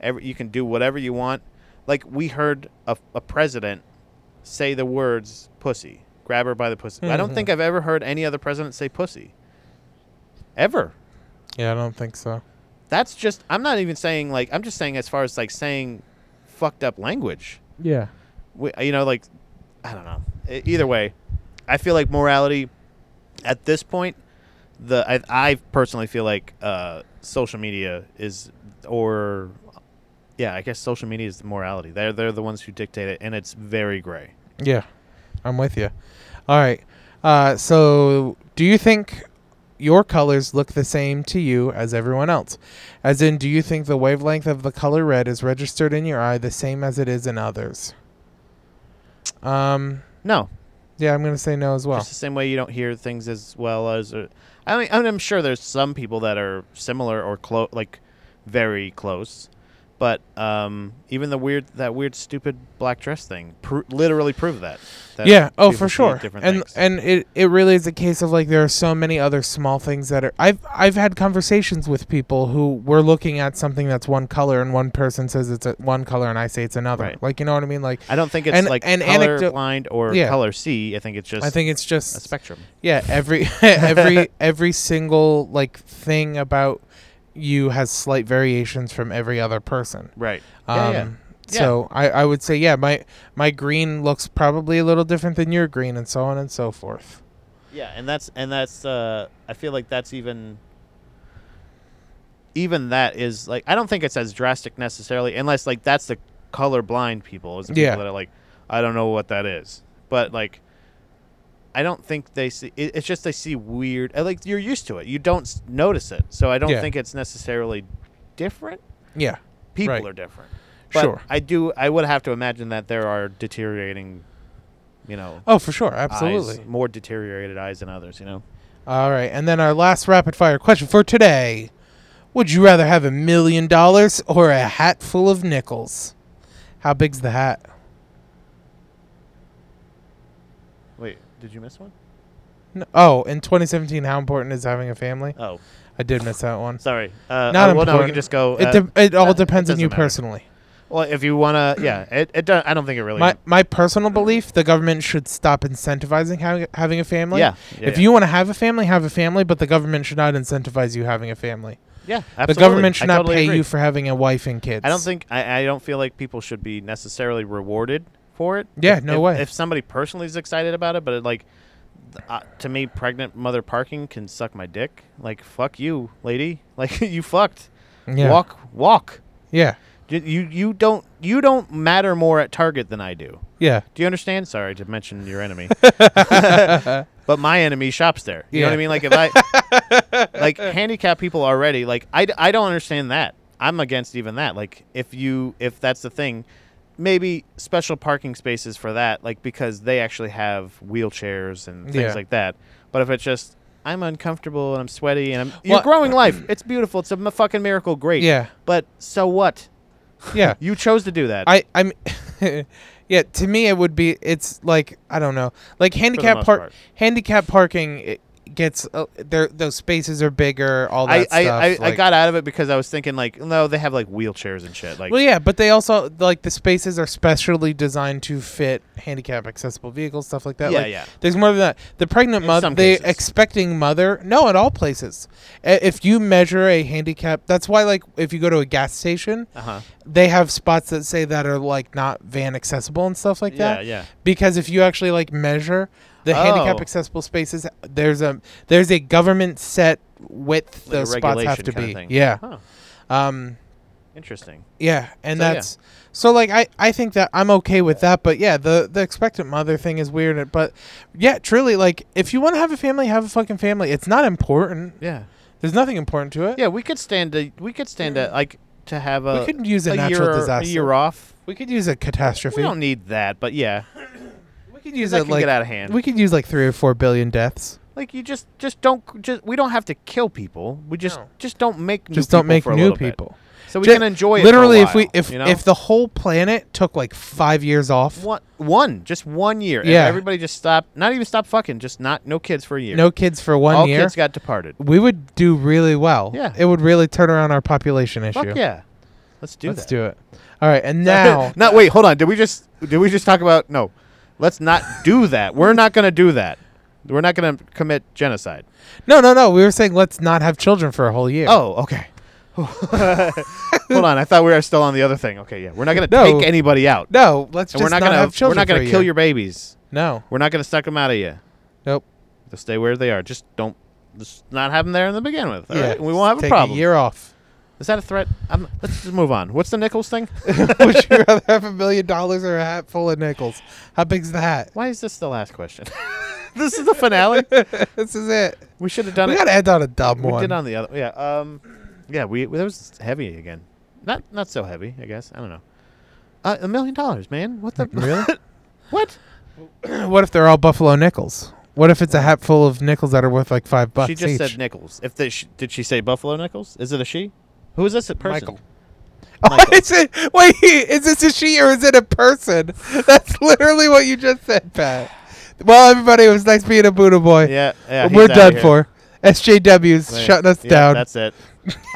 A: Every, you can do whatever you want. Like we heard a, a president say the words "pussy," grab her by the pussy. I don't
B: Mhm.
A: think I've ever heard any other president say "pussy." Ever.
B: yeah i don't think so
A: That's just. I'm not even saying like. I'm just saying as far as like saying fucked up language.
B: yeah
A: We, you know, like I don't know. E- Either way, I feel like morality at this point. The I, I personally feel like uh, social media is or yeah, I guess social media is the morality. They're they're the ones who dictate it, and it's very gray.
B: yeah i'm with you all right uh, so do you think your colors look the same to you as everyone else as in do you think the wavelength of the color red is registered in your eye the same as it is in others um
A: No,
B: yeah i'm gonna say no as well
A: Just the same way you don't hear things as well as. Or, I mean, I mean, I'm sure there's some people that are similar or close, like very close. But um, even the weird, that weird, stupid black dress thing, pr- literally proved that. that
B: yeah oh
A: people
B: for
A: see
B: sure
A: Different
B: and
A: things.
B: and it it really is a case of like there are so many other small things that are i've i've had conversations with people who were looking at something that's one color and one person says it's a, one color and i say it's another
A: Right.
B: like you know what i mean like
A: I don't think it's
B: and-
A: like
B: and
A: color
B: anecdo-
A: blind or
B: Yeah.
A: color C. I think it's just
B: i think it's
A: a
B: just
A: spectrum.
B: yeah every *laughs* every every single like thing about you has slight variations from every other person
A: Right.
B: Um,
A: yeah, yeah. Yeah.
B: So I, I would say yeah my my green looks probably a little different than your green and so on and so forth.
A: Yeah, and that's and that's uh I feel like that's even even that is like I don't think it's as drastic necessarily unless like that's the colorblind people is the
B: Yeah.
A: people that are like I don't know what that is. But like I don't think they see it, it's just they see weird uh, like you're used to it. You don't s- notice it. So I don't
B: Yeah.
A: think it's necessarily different.
B: Yeah.
A: People
B: Right.
A: are different. But
B: Sure.
A: I do I would have to imagine that there are deteriorating you know
B: Oh, for sure,
A: eyes,
B: absolutely.
A: more deteriorated eyes than others, you know.
B: All right, and then our last rapid fire question for today: Would you rather have a million dollars or a hat full of nickels? How big's the hat?
A: Wait, did you miss one?
B: N- Oh, in 2017, how important is having a family?
A: Oh,
B: I did miss that one.
A: sorry. Uh,
B: Not
A: uh, well, no, we
B: important.
A: can just go.
B: It,
A: uh,
B: de- it all
A: that- it
B: depends on
A: doesn't
B: you
A: matter.
B: personally.
A: well, if you wanna, yeah, it. it do, I don't think it really.
B: My my personal belief: the government should stop incentivizing having having a family.
A: yeah, yeah,
B: if
A: yeah.
B: you want to have a family, have a family, but the government should not incentivize you having a family.
A: yeah, absolutely.
B: The government should
A: I
B: not
A: totally
B: pay
A: agree.
B: you for having a wife and kids.
A: I don't think I, I don't feel like people should be necessarily rewarded for it.
B: Yeah,
A: If-
B: no
A: if-
B: way.
A: If somebody personally is excited about it, but it, like, th- uh, to me, pregnant mother parking can suck my dick. Like, fuck you, lady. *laughs* Like, you fucked.
B: Yeah.
A: Walk, walk.
B: Yeah.
A: You, you you don't you don't matter more at Target than I do.
B: Yeah.
A: Do you understand? Sorry to mention your
B: *laughs*
A: enemy, *laughs* but my enemy shops there. You know what I
B: Yeah.
A: mean? Like if I *laughs* like handicap people already, like I, d- I don't understand that. I'm against even that. Like if you if that's the thing, maybe special parking spaces for that, like because they actually have wheelchairs and things
B: Yeah.
A: like that. But if it's just I'm uncomfortable and I'm sweaty and I'm
B: Well-
A: you're growing life. It's beautiful. It's a m- fucking miracle. Great.
B: Yeah.
A: But so what? *laughs*
B: Yeah.
A: You chose to do that.
B: I I'm *laughs* yeah, to me it would be it's like I don't know. Like handicap
A: most
B: park
A: part.
B: handicap parking it gets uh, there those spaces are bigger, all that
A: I, I,
B: stuff.
A: I, I
B: like-
A: got out of it because I was thinking like, no, they have like wheelchairs and shit. Like,
B: Well yeah, but they also like the spaces are specially designed to fit handicap accessible vehicles stuff like that.
A: Yeah,
B: like,
A: yeah.
B: There's more than that. The pregnant
A: In
B: mother
A: some
B: the
A: cases.
B: expecting mother no at all places. I- If you measure a handicap, that's why like if you go to a gas station,
A: uh huh.
B: they have spots that say that are like not van accessible and stuff like
A: Yeah,
B: that.
A: yeah.
B: Because if you actually like measure the
A: Oh.
B: handicap accessible spaces, there's a there's a government set
A: Like
B: width
A: a
B: those spots have
A: regulation
B: to
A: kinda
B: be.
A: thing.
B: Yeah.
A: Huh.
B: Um.
A: Interesting.
B: Yeah. And
A: So, yeah.
B: that's so like I I think that I'm okay with that, but yeah, the the expectant mother thing is weird. But yeah, truly, like if you want to have a family, have a fucking family. It's not important.
A: Yeah.
B: There's nothing important to it.
A: Yeah, we could stand to we could stand to like to have a
B: We could use a
A: a
B: natural
A: year,
B: disaster.
A: a year off.
B: We could use a catastrophe.
A: We don't need that, but yeah,
B: We could use
A: that
B: a
A: can
B: like
A: get out of hand.
B: we could use like three or four billion deaths.
A: like you just just don't just we don't have to kill people. We just
B: No.
A: just don't make new
B: Just don't
A: people
B: make
A: for a
B: new
A: little bit.
B: people.
A: so we
B: Ju-
A: can enjoy it. for a
B: Literally, if we
A: while,
B: if
A: you know?
B: if the whole planet took like five years off,
A: one one just one year, if
B: Yeah.
A: everybody just stopped, not even stop fucking, just not no kids for a year.
B: no kids for one
A: all
B: year,
A: kids got departed.
B: we would do really well.
A: Yeah.
B: it would really turn around our population issue.
A: Fuck yeah, let's do
B: let's
A: that.
B: do it. All right,
A: *laughs*
B: and now
A: not wait, hold on. Did we just did we just talk about no? Let's not do that. We're not going to do that. We're not going to commit genocide.
B: no, no, no. We were saying let's not have children for a whole year.
A: Oh, okay. *laughs* hold on. I thought we were still on the other thing. Okay, yeah. We're not going to
B: No.
A: take anybody out.
B: no, let's
A: and
B: just
A: we're not
B: not
A: going
B: have
A: to we're
B: children.
A: not
B: going
A: going to kill your babies.
B: no.
A: We're not going to suck them out of you.
B: Nope.
A: They'll stay where they are. Just don't just not have them there in the begin with. all
B: Yeah,
A: right? And we won't have
B: Take
A: a problem.
B: A
A: *laughs*
B: year off. *laughs*
A: Is that a threat? I'm, let's just move on. What's the Nichols thing?
B: would you rather have a million dollars or a hat full of nickels? How big's the hat? *laughs*
A: Why is this the last question? *laughs* this is the finale.
B: This is it.
A: We should have done
B: We
A: it.
B: gotta end on a dumb
A: We
B: one.
A: did on the other. Yeah. Um. Yeah. We that was heavy again. Not not so heavy. I guess I don't know. Uh, a million dollars, man. What the?
B: *laughs* Really?
A: *laughs* what?
B: What if they're all Buffalo nickels? What if it's a hat full of nickels that are worth like five bucks
A: she just
B: each?
A: said nickels. If the, sh- did she say Buffalo nickels? Is it a she? Who is this person?
B: Michael. Oh, *laughs* is it, wait, is this a she or is it a person? *laughs* That's literally what you just said, Pat. Well, everybody, it was nice being a Buddha boy.
A: Yeah. yeah
B: We're
A: he's outta
B: done
A: here.
B: for. SJW's
A: Wait,
B: shutting us
A: yeah,
B: down.
A: That's
B: *laughs*
A: it.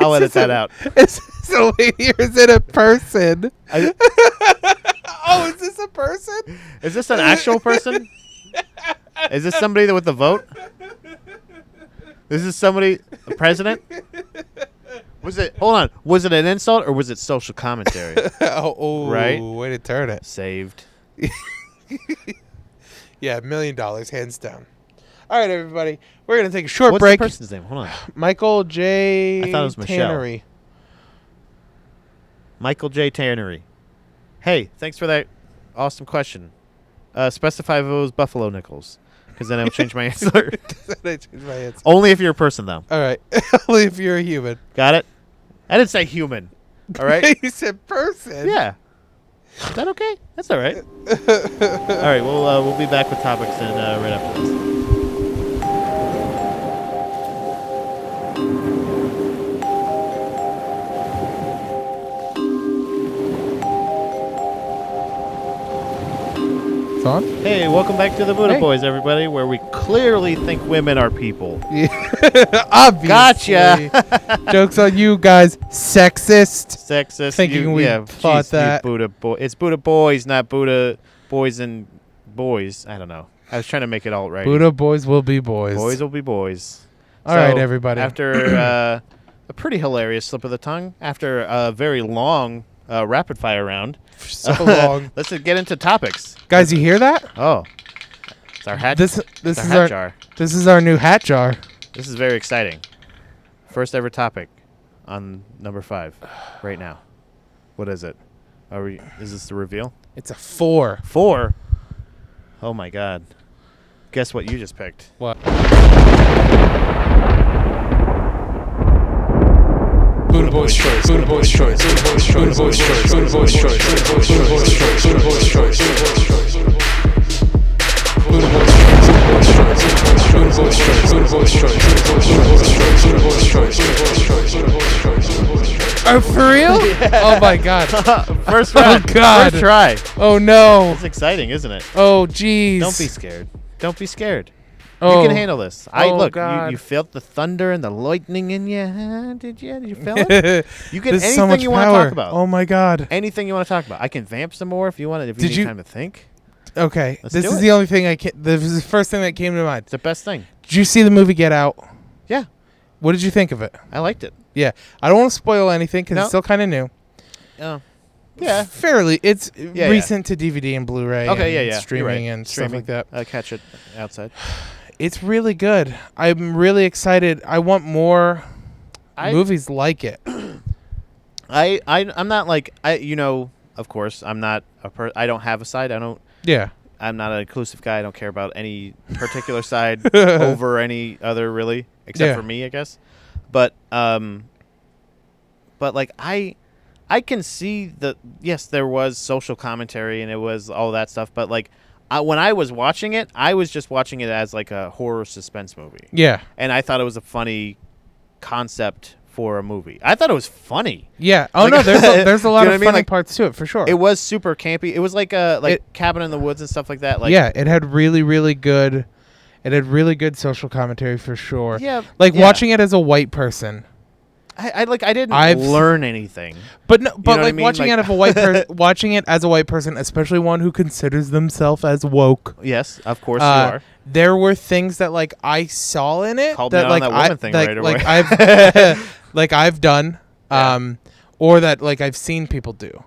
A: I'll edit that out.
B: Is this a lady or is it a person?
A: I-
B: *laughs* oh, is this a person? *laughs*
A: Is this an actual person? Is this somebody that with the vote? Is this somebody a president? Was it hold on, was it an insult or was it social commentary?
B: oh,
A: *laughs*
B: oh,
A: Right.
B: way to turn it.
A: Saved.
B: Yeah, million dollars, hands down. All right, everybody, we're gonna take a short
A: What's
B: break.
A: the person's name? Hold on.
B: Michael J.
A: I thought it was Michelle.
B: Tannery. *laughs*
A: Michael J. Tannery. Hey, thanks for that awesome question. Uh, specify if it was Buffalo Nickels, because then I'll change my *laughs* answer.
B: I changed my answer.
A: Only if you're a person, though.
B: All right, *laughs* only if you're a human.
A: Got it? I didn't say human. All right? *laughs*
B: you said person.
A: yeah. Is that okay? That's all right.
B: *laughs*
A: all right. Well, uh, we'll be back with topics and uh, right after this.
B: It's on.
A: Hey, welcome back to the Buddha
B: Hey.
A: Boys, everybody, where we clearly think women are people.
B: *laughs* Obviously.
A: Gotcha.
B: *laughs* Joke's on you guys, sexist.
A: Sexist.
B: Thinking
A: you,
B: we
A: yeah,
B: thought
A: jeez,
B: that.
A: You Buddha boy. It's Buddha boys, not Buddha boys and boys. I don't know. I was trying to make it all right.
B: Buddha boys will be boys. *laughs*
A: Boys will be boys.
B: All right, everybody.
A: After uh, a pretty hilarious slip of the tongue, after a very long uh, rapid fire round,
B: For
A: *laughs*
B: so long.
A: let's get into topics.
B: guys, you hear that?
A: Oh, it's our hat.
B: This
A: it's
B: this
A: our
B: is
A: hat
B: our
A: jar.
B: this is our new hat jar.
A: This is very exciting. First ever topic on number five right now. What is it? Are we? Is this the reveal?
B: It's a four.
A: Four. Oh my god. Guess what you just picked.
B: What? Buddha boys choice. Buddha boys choice. Buddha boys choice. Buddha boys choice. Buddha boys choice. Buddha boys choice. Buddha boys choice. Buddha boys choice. Buddha boys choice. Buddha boys choice. Buddha boys choice. Buddha boys choice. Oh,
A: *laughs*
B: for real? Oh my God.
A: *laughs* First round.
B: God.
A: First try.
B: Oh no.
A: Oh It's exciting, isn't it?
B: Oh jeez.
A: Don't be scared. Don't be scared.
B: Oh.
A: You can handle this. I
B: Oh,
A: look. You,
B: God.
A: you felt the thunder and the lightning in your hand. Did you? Did you feel *laughs* it?
B: *laughs*
A: You get
B: There's
A: anything
B: so much
A: you
B: power.
A: want to talk about.
B: Oh my God.
A: anything you want to talk about. I can vamp some more if you want. If you
B: Did
A: need
B: you-
A: time to think,
B: Okay,
A: Let's
B: this
A: do
B: is
A: it.
B: the only thing I can. This is the first thing that came to mind.
A: it's the best thing.
B: Did you see the movie Get Out?
A: Yeah,
B: What did you think of it?
A: I liked it.
B: Yeah, I don't want to spoil anything because
A: No.
B: it's still kind of new.
A: Oh, yeah.
B: fairly. It's
A: yeah.
B: recent to DVD and Blu-ray.
A: Okay,
B: and
A: yeah, yeah. You're
B: Streaming
A: right.
B: and
A: Streaming.
B: stuff like that.
A: I catch it outside.
B: It's really good. I'm really excited. I want more
A: I-
B: movies like it.
A: I, I, I'm not like I. You know, of course, I'm not a per. I don't have a side. I don't.
B: Yeah,
A: I'm not an inclusive guy. I don't care about
B: *laughs*
A: any particular side over any other really, except
B: Yeah.
A: for me, I guess. But um but like I I can see the yes, there was social commentary and it was all that stuff, but like I, when I was watching it, I was just watching it as like a horror suspense movie.
B: yeah,
A: And I thought it was a funny concept for a movie. I thought it was funny.
B: yeah. Oh
A: Like-
B: no,
A: *laughs*
B: there's a, there's a
A: Do you
B: lot
A: know what
B: of
A: I mean?
B: funny
A: Like,
B: parts to it for sure.
A: It was super campy. It was like a like
B: It-
A: cabin in the woods and stuff like that. Like
B: yeah, it had really, really good. It had really good social commentary for sure.
A: Yeah,
B: like
A: yeah.
B: watching it as a white person.
A: I, I like I didn't
B: I've-
A: learn anything.
B: But no,
A: know
B: but
A: what I
B: like
A: mean?
B: watching
A: Like-
B: it as a
A: *laughs*
B: white person, watching it as a white person, especially one who considers themselves as woke.
A: Yes, of course you
B: Uh,
A: are.
B: there were things that like I saw in it
A: Called me
B: that
A: out on
B: like
A: that
B: I
A: woman thing
B: like,
A: right
B: like
A: away.
B: I've
A: *laughs*
B: *laughs* like I've done,
A: Yeah.
B: um, or that like I've seen people do,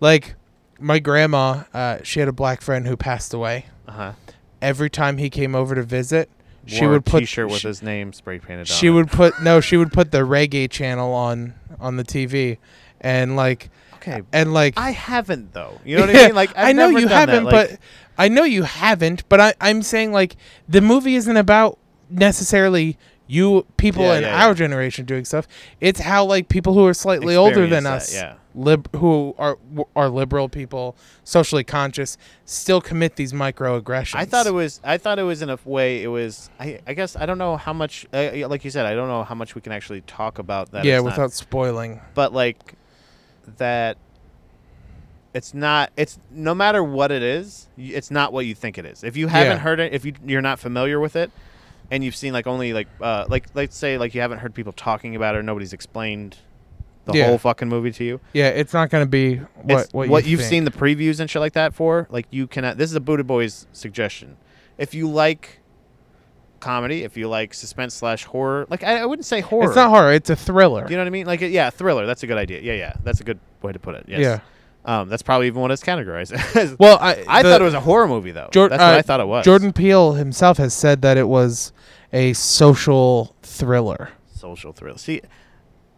B: like my grandma. Uh, she had a black friend who passed away.
A: Uh-huh.
B: Every time he came over to visit, she
A: Wore
B: would
A: a
B: put
A: T-shirt with
B: she-
A: his name spray painted on.
B: she
A: it.
B: would put no she would put the reggae channel on on the tv and like
A: Okay,
B: and like
A: I haven't though. You know what I mean?
B: *laughs*
A: Like I've
B: e I know
A: never
B: you
A: done that,
B: haven't
A: like-
B: but i know you haven't but I, i'm saying like the movie isn't about necessarily you people
A: Yeah,
B: in
A: yeah,
B: our
A: yeah.
B: generation doing stuff it's how like people who are slightly older than
A: Experience
B: us
A: that,
B: lib- who are w- are liberal people socially conscious still commit these microaggressions
A: I thought it was. I thought it was in a way. It was. I, I guess I don't know how much. Uh, yeah, like you said, I don't know how much we can actually talk about that.
B: yeah
A: it's not-
B: without spoiling
A: but like that. It's not. It's no matter what it is. y- It's not what you think it is. If you haven't
B: Yeah.
A: heard it, if you you're not familiar with it, and you've seen like only like uh like let's say like you haven't heard people talking about it, or nobody's explained the
B: Yeah.
A: whole fucking movie to you.
B: yeah it's not going to be what
A: It's
B: what, you
A: you've
B: think.
A: seen the previews and shit like that for. Like you cannot. This is a Buddha Boys suggestion. If you like comedy, if you like suspense slash horror, like I, I wouldn't say horror.
B: It's not horror. It's a thriller.
A: You know what I mean? Like yeah, thriller. That's a good idea. Yeah, yeah. That's a good way to put it. Yes.
B: Yeah.
A: Um, that's probably even what it's categorized *laughs* as.
B: Well, I
A: I
B: the-
A: thought it was a horror movie though.
B: Jor-
A: that's what
B: uh,
A: I thought it was.
B: Jordan Peele himself has said that it was a social thriller.
A: Social thriller. See,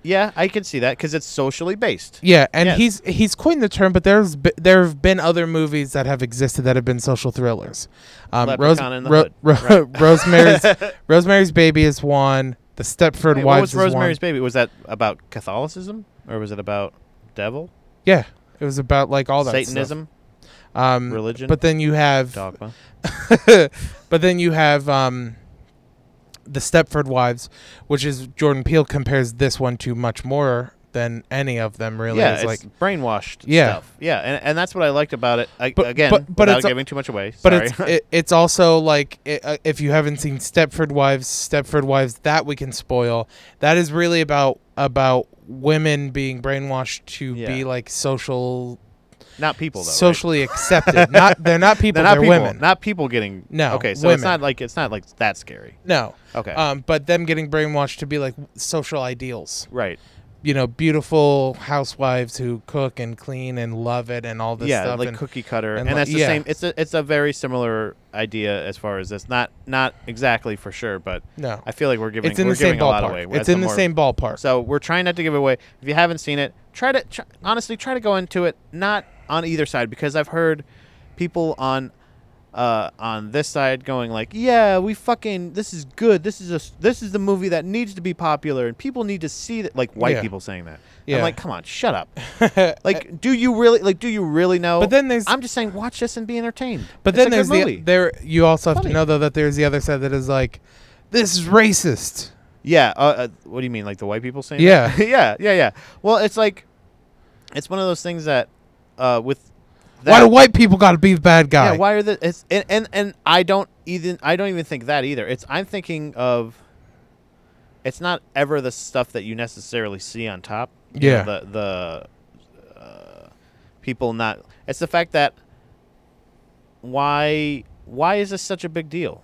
A: yeah, I can see that because it's socially based.
B: Yeah, and
A: Yes.
B: he's he's coined the term, but there's b- there have been other movies that have existed that have been social thrillers. Um,
A: Leprechaun in the Hood.
B: *laughs*
A: *laughs*
B: Rosemary's Rosemary's Baby is one. The Stepford
A: Wait, what
B: Wives
A: was Rosemary's
B: is one.
A: Baby? Was that about Catholicism or was it about devil?
B: Yeah, it was about like all that stuff.
A: Satanism,
B: um,
A: religion,
B: But then you have
A: dogma.
B: *laughs* but then you have um, the Stepford Wives, which is Jordan Peele compares this one to much more than any of them really
A: yeah,
B: is
A: it's
B: like
A: *laughs* brainwashed
B: Yeah.
A: stuff. Yeah, and, and that's what I liked about it. I,
B: But-
A: again,
B: but- but
A: without
B: it's a-
A: giving too much away.
B: but
A: sorry.
B: it's it, it's also like i uh, if you haven't seen Stepford Wives, Stepford Wives that we can spoil. That is really about about women being brainwashed to be
A: Yeah.
B: like social
A: *laughs* not people though. right? *laughs*
B: socially accepted. Not they're not people,
A: They're
B: they're,
A: not people.
B: women.
A: Not people getting.
B: No,
A: Okay, so
B: women.
A: it's not like it's not like that scary.
B: no.
A: Oh, Okay.
B: Um, but them getting brainwashed to be like social ideals.
A: right.
B: You know, beautiful housewives who cook and clean and love it and all this
A: yeah,
B: stuff.
A: like
B: and,
A: cookie cutter,
B: and
A: and,
B: like-
A: that's the
B: yeah.
A: same. It's a it's a very similar idea as far as this. Not not exactly for sure, but
B: no.
A: I feel like we're giving
B: It's in
A: we're
B: the same
A: giving a lot
B: ballpark.
A: away. as
B: it's in the
A: more-
B: same ballpark.
A: So we're trying not to give away. If you haven't seen it, try to try, honestly try to go into it not on either side because I've heard people on uh, on this side going like, "Yeah, we fucking this is good. This is a s- this is the movie that needs to be popular and people need to see that." Like white
B: Yeah.
A: people saying that.
B: Yeah.
A: I'm like, "Come on, shut up."
B: *laughs*
A: like, do you really like do you really know?
B: But then there's-
A: I'm just saying, watch this and be entertained.
B: But
A: It's
B: then
A: a
B: there's
A: good
B: the
A: movie.
B: there. You also have to
A: Funny.
B: know though that there's the other side that is like, this is racist.
A: Yeah. Uh, uh, what do you mean, like the white people saying?
B: Yeah.
A: that? *laughs* yeah, yeah, yeah. Well, it's like, it's one of those things that, uh, with that,
B: why do white people got to be the bad guy?
A: yeah, why are the it's and, and and I don't even I don't even think that either. It's I'm thinking of. It's not ever the stuff that you necessarily see on top. You know,
B: Yeah.
A: the the uh, people not. It's the fact that why why is this such a big deal?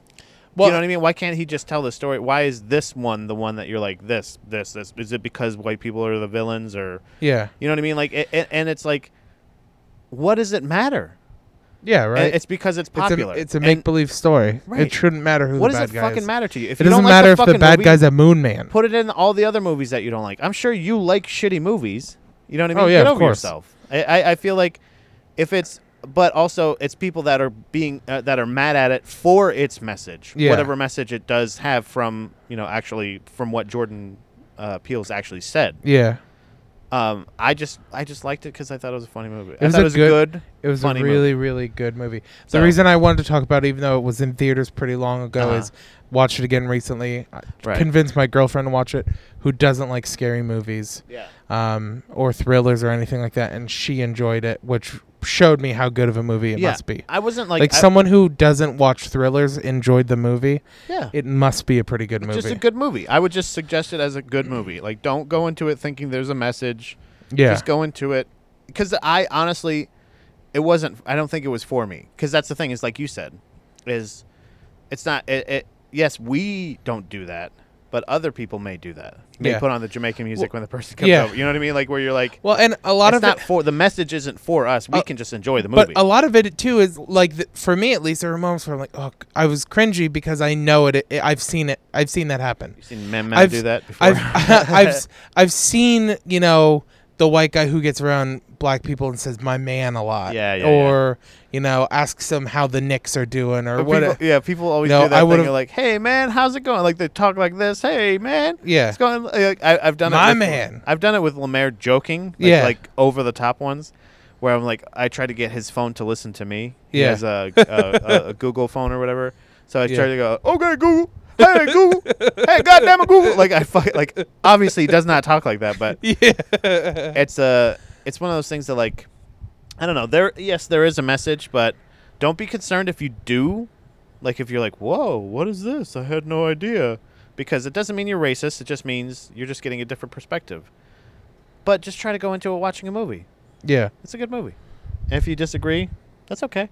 B: Well-
A: you know what I mean? Why can't he just tell the story? Why is this one the one that you're like this, this, this? Is it because white people are the villains, or
B: yeah,
A: you know what I mean? Like, it, it, and it's like, what does it matter?
B: yeah, right.
A: And it's because it's
B: It's a-
A: popular.
B: It's a,
A: And
B: make believe story. It
A: Right.
B: shouldn't matter who
A: What
B: the
A: does
B: bad
A: it
B: guy
A: fucking
B: is.
A: matter to you? If
B: It
A: you don't
B: doesn't
A: like
B: matter if the
A: fucking
B: bad
A: movie,
B: guy's a moon man.
A: Put it in all the other movies that you don't like. I'm sure you like shitty movies. You know what I mean?
B: Oh, yeah,
A: Get
B: of
A: over
B: course.
A: yourself. I, I, I feel like if it's, but also it's people that are being uh, that are mad at it for its message,
B: Yeah.
A: whatever message it does have from you know actually from what Jordan uh, Peele's actually said.
B: Yeah,
A: Um, I just I just liked it because I thought it was a funny movie.
B: was
A: I thought
B: a
A: it was
B: good-
A: good.
B: it was a
A: Funny
B: really, really good movie. The
A: So-
B: reason I wanted to talk about it, even though it was in theaters pretty long ago,
A: Uh-huh.
B: is watched it again recently. I
A: Right.
B: Convinced my girlfriend to watch it, who doesn't like scary movies.
A: yeah.
B: um, or thrillers or anything like that, and she enjoyed it, which showed me how good of a movie it
A: yeah.
B: must be.
A: I wasn't
B: Like,
A: like, I-
B: someone who doesn't watch thrillers enjoyed the movie,
A: yeah.
B: it must be a pretty good movie.
A: Just a good movie. I would just suggest it as a good movie. Like, don't go into it thinking there's a message.
B: yeah,
A: Just go into it because I honestly, it wasn't. I don't think it was for me because that's the thing. Is like you said, is it's not. It, it yes, we don't do that, but other people may do that. May
B: Yeah.
A: put on the Jamaican music when the person comes
B: yeah.
A: over. You know what I mean? Like where you're like,
B: well, and a lot
A: it's
B: of
A: not
B: it,
A: for the message isn't for us. We
B: Uh,
A: can just enjoy the
B: but
A: movie.
B: a lot of it too is like th- for me at least, there were moments where I'm like, oh, c- I was cringy because I know it, it I've seen it. I've seen that happen.
A: You've seen men, men
B: I've-
A: do that before.
B: I've *laughs*
A: *laughs*
B: I've s- I've seen you know the white guy who gets around black people and says my man a lot.
A: Yeah, yeah, yeah.
B: Or you know asks them how the Knicks are doing or
A: But
B: what.
A: people- yeah, people always
B: No,
A: do
B: I
A: that thing.
B: would've-
A: They're like, "Hey man, how's it going?" Like they talk like this. "Hey man,
B: Yeah.
A: it's going." Like, I, I've done
B: My
A: it with,
B: man.
A: I've done it with Lemaire joking, like,
B: Yeah.
A: like over the top ones, where I'm like, I try to get his phone to listen to me. He
B: Yeah.
A: has
B: *laughs*
A: a, a, a, a Google phone or whatever, so I
B: Yeah.
A: try to go, "Okay Google, hey Google, hey goddamn it Google." Like I fuck, like obviously he does not talk like that, but
B: *laughs* yeah.
A: it's a it's one of those things that like I don't know. There yes, there is a message, but don't be concerned if you do. Like if you're like, "Whoa, what is this? I had no idea." Because it doesn't mean you're racist, it just means you're just getting a different perspective. But just try to go into it watching a movie.
B: yeah.
A: It's a good movie. And if you disagree, that's okay.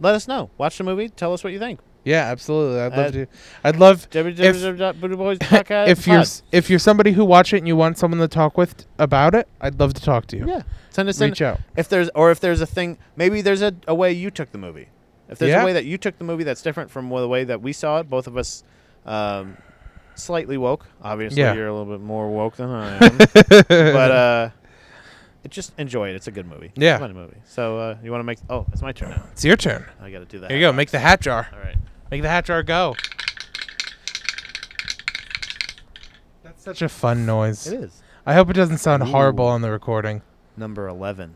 A: Let us know. Watch the movie, tell us what you think.
B: Yeah, absolutely. I'd love
A: Uh,
B: to. I'd love *laughs*
A: www.bootyboyspodcast
B: if you're
A: pod.
B: s- if you're somebody who watch it and you want someone to talk with about it. I'd love to talk to you.
A: Yeah. Send us in
B: Reach out.
A: if there's or if there's a thing maybe there's a, a way you took the movie if there's
B: Yeah.
A: a way that you took the movie that's different from the way that we saw it both of us um, slightly woke obviously
B: Yeah.
A: you're a little bit more woke than i
B: *laughs*
A: am but uh it- just enjoy it it's a good movie It's a
B: Yeah.
A: fun movie so uh, you want to make oh it's my turn now
B: It's your turn.
A: i gotta do that
B: Here you go. Make the hat jar.
A: all right
B: Make the hat jar go. That's such a fun noise.
A: it is
B: I hope it doesn't sound horrible
A: Ooh.
B: on the recording. *laughs*
A: number 11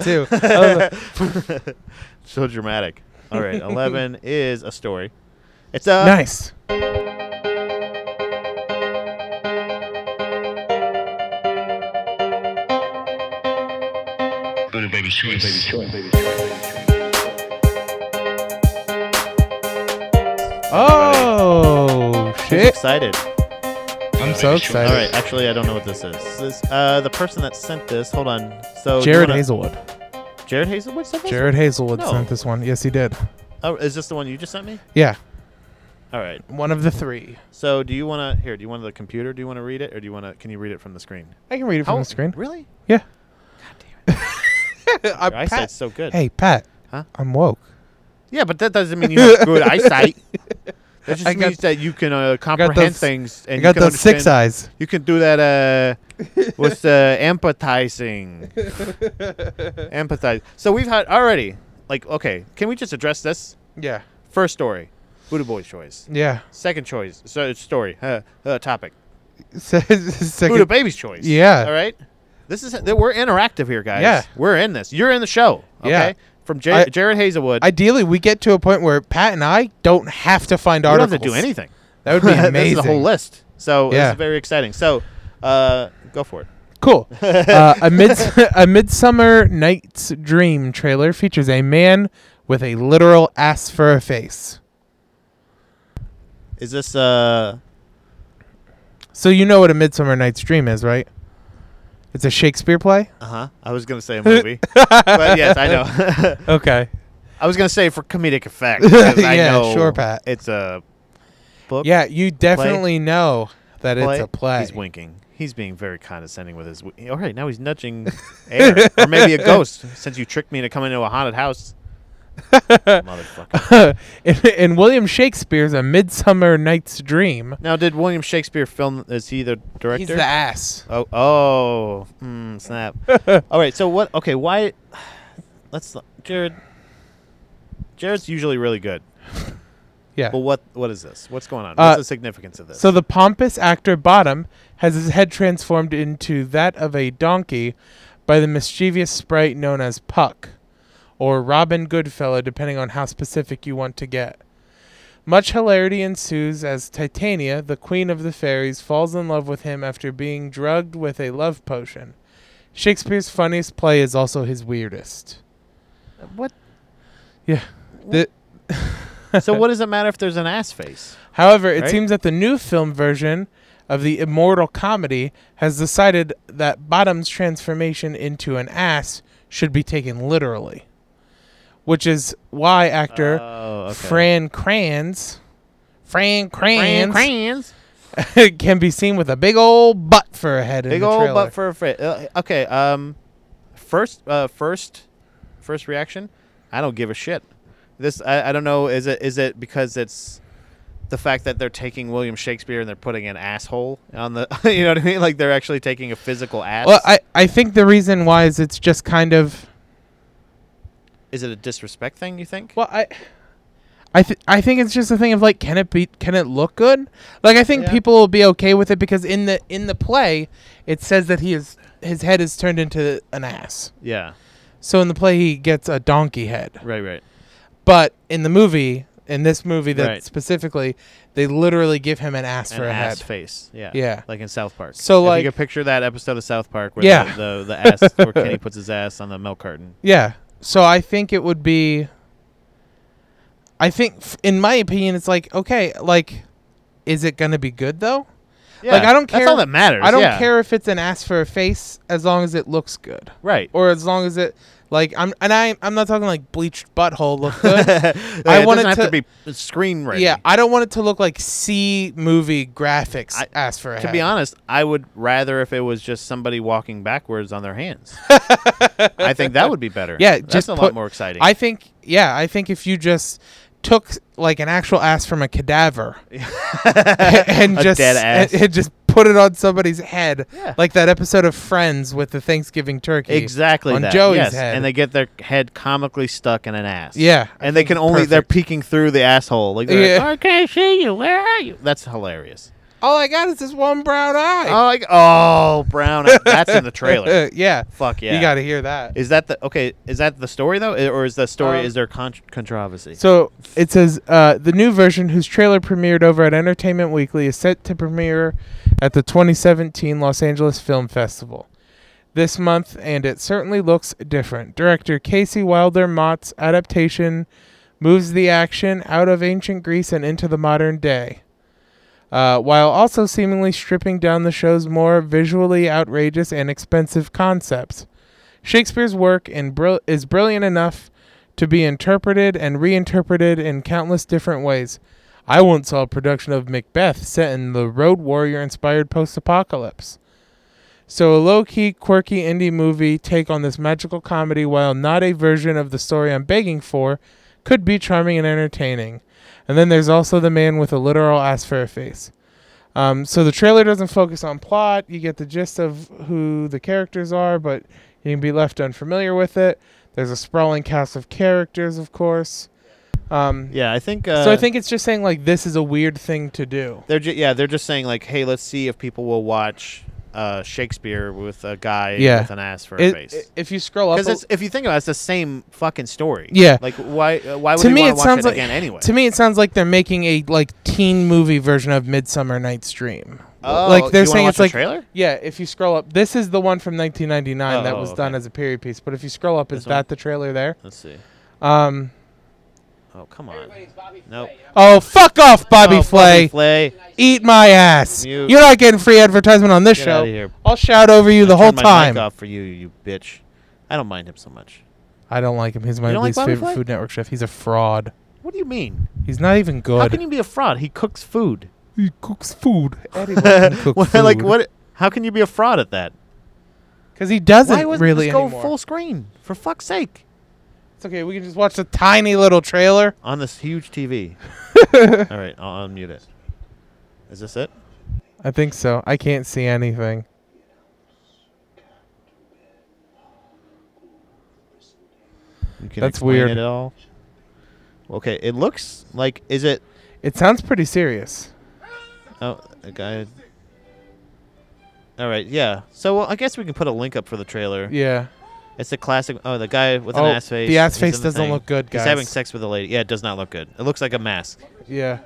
A: *laughs*
B: too. I was like,
A: so dramatic all right
B: *laughs*
A: 11 is a uh, story it's a
B: nice.
C: Little baby choice.
B: Oh
A: Who's
B: shit!
A: excited.
C: I'm
B: so excited.
A: All right, actually, I don't know what this is. This, uh, the person that sent this, hold on. So do you
B: Jared
A: wanna-
B: Hazelwood.
A: Jared Hazelwood sent this?
B: Jared Hazelwood
A: No.
B: sent this one. Yes, he did.
A: Oh, is this the one you just sent me?
B: Yeah,
A: All right.
B: one of the three.
A: So do you want to, here, do you want the computer? Do you want to read it? Or do you want to, can you read it from the screen?
B: I can read it from
A: How-
B: the screen.
A: Really? *laughs*
B: Yeah.
A: Your
B: God
A: eyesight's so good.
B: Hey Pat.
A: Huh?
B: I'm woke.
A: Yeah, but that doesn't mean you have
B: *laughs*
A: good eyesight. That just
B: I got-
A: means that you can uh, comprehend
B: those-
A: things. And
B: I
A: you
B: got
A: can
B: those six
A: understand-
B: eyes.
A: You can do that.
B: *laughs*
A: Uh, what's uh, empathizing? *laughs* Empathize. So we've had already. Like, okay, can we just address this?
B: Yeah.
A: First story, Buddha boy choice.
B: Yeah.
A: Second choice, so story, uh, uh, topic,
B: *laughs*
A: Buddha
B: Second,
A: baby's choice.
B: Yeah.
A: All right. This is that we're interactive here, guys.
B: Yeah.
A: We're in this. You're in the show. Okay.
B: Yeah.
A: From Jar-
B: I-
A: Jared Hazelwood.
B: ideally, we get to a point where Pat and I don't have to find
A: you don't
B: articles.
A: have to do anything. *laughs*
B: That would be
A: this
B: amazing.
A: is a whole list. So
B: Yeah.
A: this is very exciting. So uh, go for it. *laughs*
B: Cool. Uh, a, mids- *laughs* a Midsummer Night's Dream trailer features a man with a literal ass for a face.
A: Is this uh
B: So you know what a Midsummer Night's Dream is, right? It's a Shakespeare play.
A: uh huh? I was gonna
B: *laughs*
A: say a movie, but yes, I know.
B: Okay.
A: I was gonna say for comedic
B: *laughs*
A: effect. 'cause I
B: Yeah,
A: know
B: sure, Pat.
A: It's a book.
B: Yeah, you definitely know that it's a play.
A: He's
B: *laughs*
A: winking. He's being very condescending with his. W- All right, now he's
B: *laughs*
A: nudging air, or maybe a ghost, since you tricked me into coming into a haunted
B: *laughs*
A: house. Motherfucker.
B: in, in William Shakespeare's A Midsummer Night's Dream,
A: Now, did William Shakespeare film? Is he the director?
B: he's the ass.
A: Oh, oh, mm,
B: *laughs*
A: snap! All right, so what? Okay, why? Let's Jared. Jared's usually really good,
B: Yeah.
A: but what? What is this? What's going on? What's
B: Uh,
A: the significance of this?
B: So the pompous actor Bottom has his head transformed into that of a donkey by the mischievous sprite known as Puck, or Robin Goodfellow, depending on how specific you want to get. Much hilarity ensues as Titania, the queen of the fairies, falls in love with him after being drugged with a love potion. Shakespeare's funniest play is also his weirdest.
A: what?
B: Yeah. The-
A: So what does it matter if there's an ass face?
B: However, it
A: Right?
B: seems that the new film version of the immortal comedy has decided that Bottom's transformation into an ass should be taken literally, which is why actor
A: Oh, okay.
B: Fran Kranz, Fran
A: Fran
B: Kranz,
A: Kranz.
B: *laughs* can be seen with a big old butt for a head in
A: Big
B: the
A: old
B: trailer.
A: butt for a face. Uh, okay. Um, first, uh, first, first reaction. I don't give a shit. This I, I don't know. Is it is it because it's the fact that they're taking William Shakespeare and they're putting an asshole on the *laughs* you know what I mean? Like they're actually taking a physical ass.
B: well, I, I think the reason why is it's just kind of
A: is it a disrespect thing? You think?
B: Well, I, I, th- I think it's just a thing of like, can it be, can it look good? Like, I think
A: Yeah.
B: people will be okay with it because in the in the play, it says that he is his head is turned into an ass.
A: yeah.
B: So in the play, he gets a donkey head.
A: Right. Right.
B: But in the movie, in this movie that
A: Right.
B: specifically, they literally give him an ass
A: An
B: for a
A: ass
B: head.
A: face. Yeah.
B: Yeah.
A: Like in South Park.
B: So,
A: If
B: like-
A: you could picture that episode of South Park where
B: Yeah.
A: the, the the ass where Kenny puts his ass on the milk carton.
B: Yeah. So I think it would be. I think, f- in my opinion, it's like okay, like, is it gonna be good though?
A: Yeah.
B: I don't
A: That's
B: care-
A: all that matters.
B: I don't
A: yeah.
B: care if it's an ass for a face as long as it looks good.
A: Right.
B: Or as long as it like I'm and I I'm not talking like bleached butthole look
A: *laughs*
B: good.
A: I
B: want
A: want it doesn't
B: it
A: have
B: to-
A: to be screen ready.
B: yeah, I don't want it to look like C movie graphics
A: I-
B: ass for a
A: To be
B: head.
A: honest, I would rather if it was just somebody walking backwards on their hands.
B: *laughs*
A: I think that would be better.
B: Yeah,
A: that's
B: just
A: a
B: put-
A: lot more exciting. *laughs*
B: I *laughs* think yeah, I think if you just took like an actual ass from
A: *laughs*
B: a cadaver *laughs* and
A: A
B: just
A: dead ass.
B: *laughs* And, and just put it on somebody's head
A: Yeah.
B: like that episode of Friends with the Thanksgiving turkey.
A: exactly
B: on
A: that.
B: Joey's
A: yes.
B: head.
A: and they get their head comically stuck in an ass.
B: Yeah, I
A: and they
B: think
A: can
B: it's
A: only they're
B: perfect.
A: peeking through the asshole. Like, they're
B: Yeah.
A: like, I can't see you. Where are you? That's hilarious.
B: All I got is this one brown eye. Uh,
A: Oh, like, oh, brown. eye. That's in the
B: *laughs*
A: trailer.
B: yeah.
A: Fuck yeah.
B: You got to hear that.
A: Is that the okay? Is that the story though, or is the story
B: Um,
A: is there con- controversy?
B: So it says uh, the new version, whose trailer premiered over at Entertainment Weekly, is set to premiere at the 2017 Los Angeles Film Festival. this month, and it certainly looks different. Director Casey Wilder Mott's adaptation moves the action out of ancient Greece and into the modern day, uh, while also seemingly stripping down the show's more visually outrageous and expensive concepts. Shakespeare's work in brill- is brilliant enough to be interpreted and reinterpreted in countless different ways. I once saw a production of Macbeth set in the Road Warrior inspired post apocalypse. So, a low key, quirky indie movie take on this magical comedy, while not a version of the story I'm begging for, could be charming and entertaining. And then there's also The Man with a Literal Ass for a Face. Um, so, the trailer doesn't focus on plot. You get the gist of who the characters are, but you can be left unfamiliar with it. There's a sprawling cast of characters, of course. Um,
A: Yeah, I think. Uh,
B: so I think it's just saying like this is a weird thing to do.
A: they're ju- yeah they're just saying like, hey, let's see if people will watch uh, Shakespeare with a guy
B: Yeah.
A: with an ass for a
B: It-
A: face.
B: if you scroll up,
A: Because
B: a-
A: if you think about it, it's the same fucking story.
B: Yeah.
A: Like why uh, why would
B: To
A: you
B: me,
A: want
B: it
A: to watch
B: sounds
A: it
B: like-
A: again anyway?
B: to me it sounds like they're making a like teen movie version of Midsummer Night's Dream.
A: oh,
B: like they're
A: you wanna
B: saying
A: watch
B: it's
A: the
B: like
A: trailer.
B: yeah. If you scroll up, this is the one from 1999 that
A: Oh,
B: was
A: okay.
B: done as a period piece. But if you scroll up, is
A: This one?
B: that the trailer there?
A: Let's see.
B: Um.
A: Oh come on. Nope.
B: Oh, fuck off, Bobby
A: Oh, fucking
B: Flay.
A: Flay.
B: Eat my ass.
A: Mute.
B: You're not getting free advertisement on this
A: Get
B: show.
A: outta here.
B: I'll shout over you the
A: I
B: whole
A: turned my mic
B: time.
A: off for you, you bitch. I don't mind him so much.
B: I don't like him. He's my
A: You don't like
B: least
A: Bobby
B: favorite
A: Flay?
B: Food Network chef. He's a fraud.
A: What do you mean?
B: He's not even good.
A: How can you be a fraud? He cooks food.
B: He cooks *laughs* food. Anyone can cook
A: What- *laughs* like
B: food.
A: what? How can you be a fraud at that?
B: Because he doesn't
A: Why wasn't
B: really
A: just go
B: anymore.
A: full screen? For fuck's sake!
B: It's okay. We can just watch the tiny little trailer.
A: On this huge TV. All right, I'll unmute it. Is this it?
B: I think so. I can't see anything.
A: You can
B: That's
A: explain
B: weird.
A: It at all? Okay, it looks like is it?
B: It sounds pretty serious.
A: Oh, a guy. All right, yeah. So well, I guess we can put a link up for the trailer.
B: Yeah.
A: It's the classic. Oh, the guy with
B: Oh,
A: an ass face.
B: the ass
A: He's
B: face
A: in the
B: doesn't
A: thing.
B: look good,
A: He's having
B: guys.
A: sex with a lady. Yeah, it does not look good. It looks like a mask.
B: Yeah.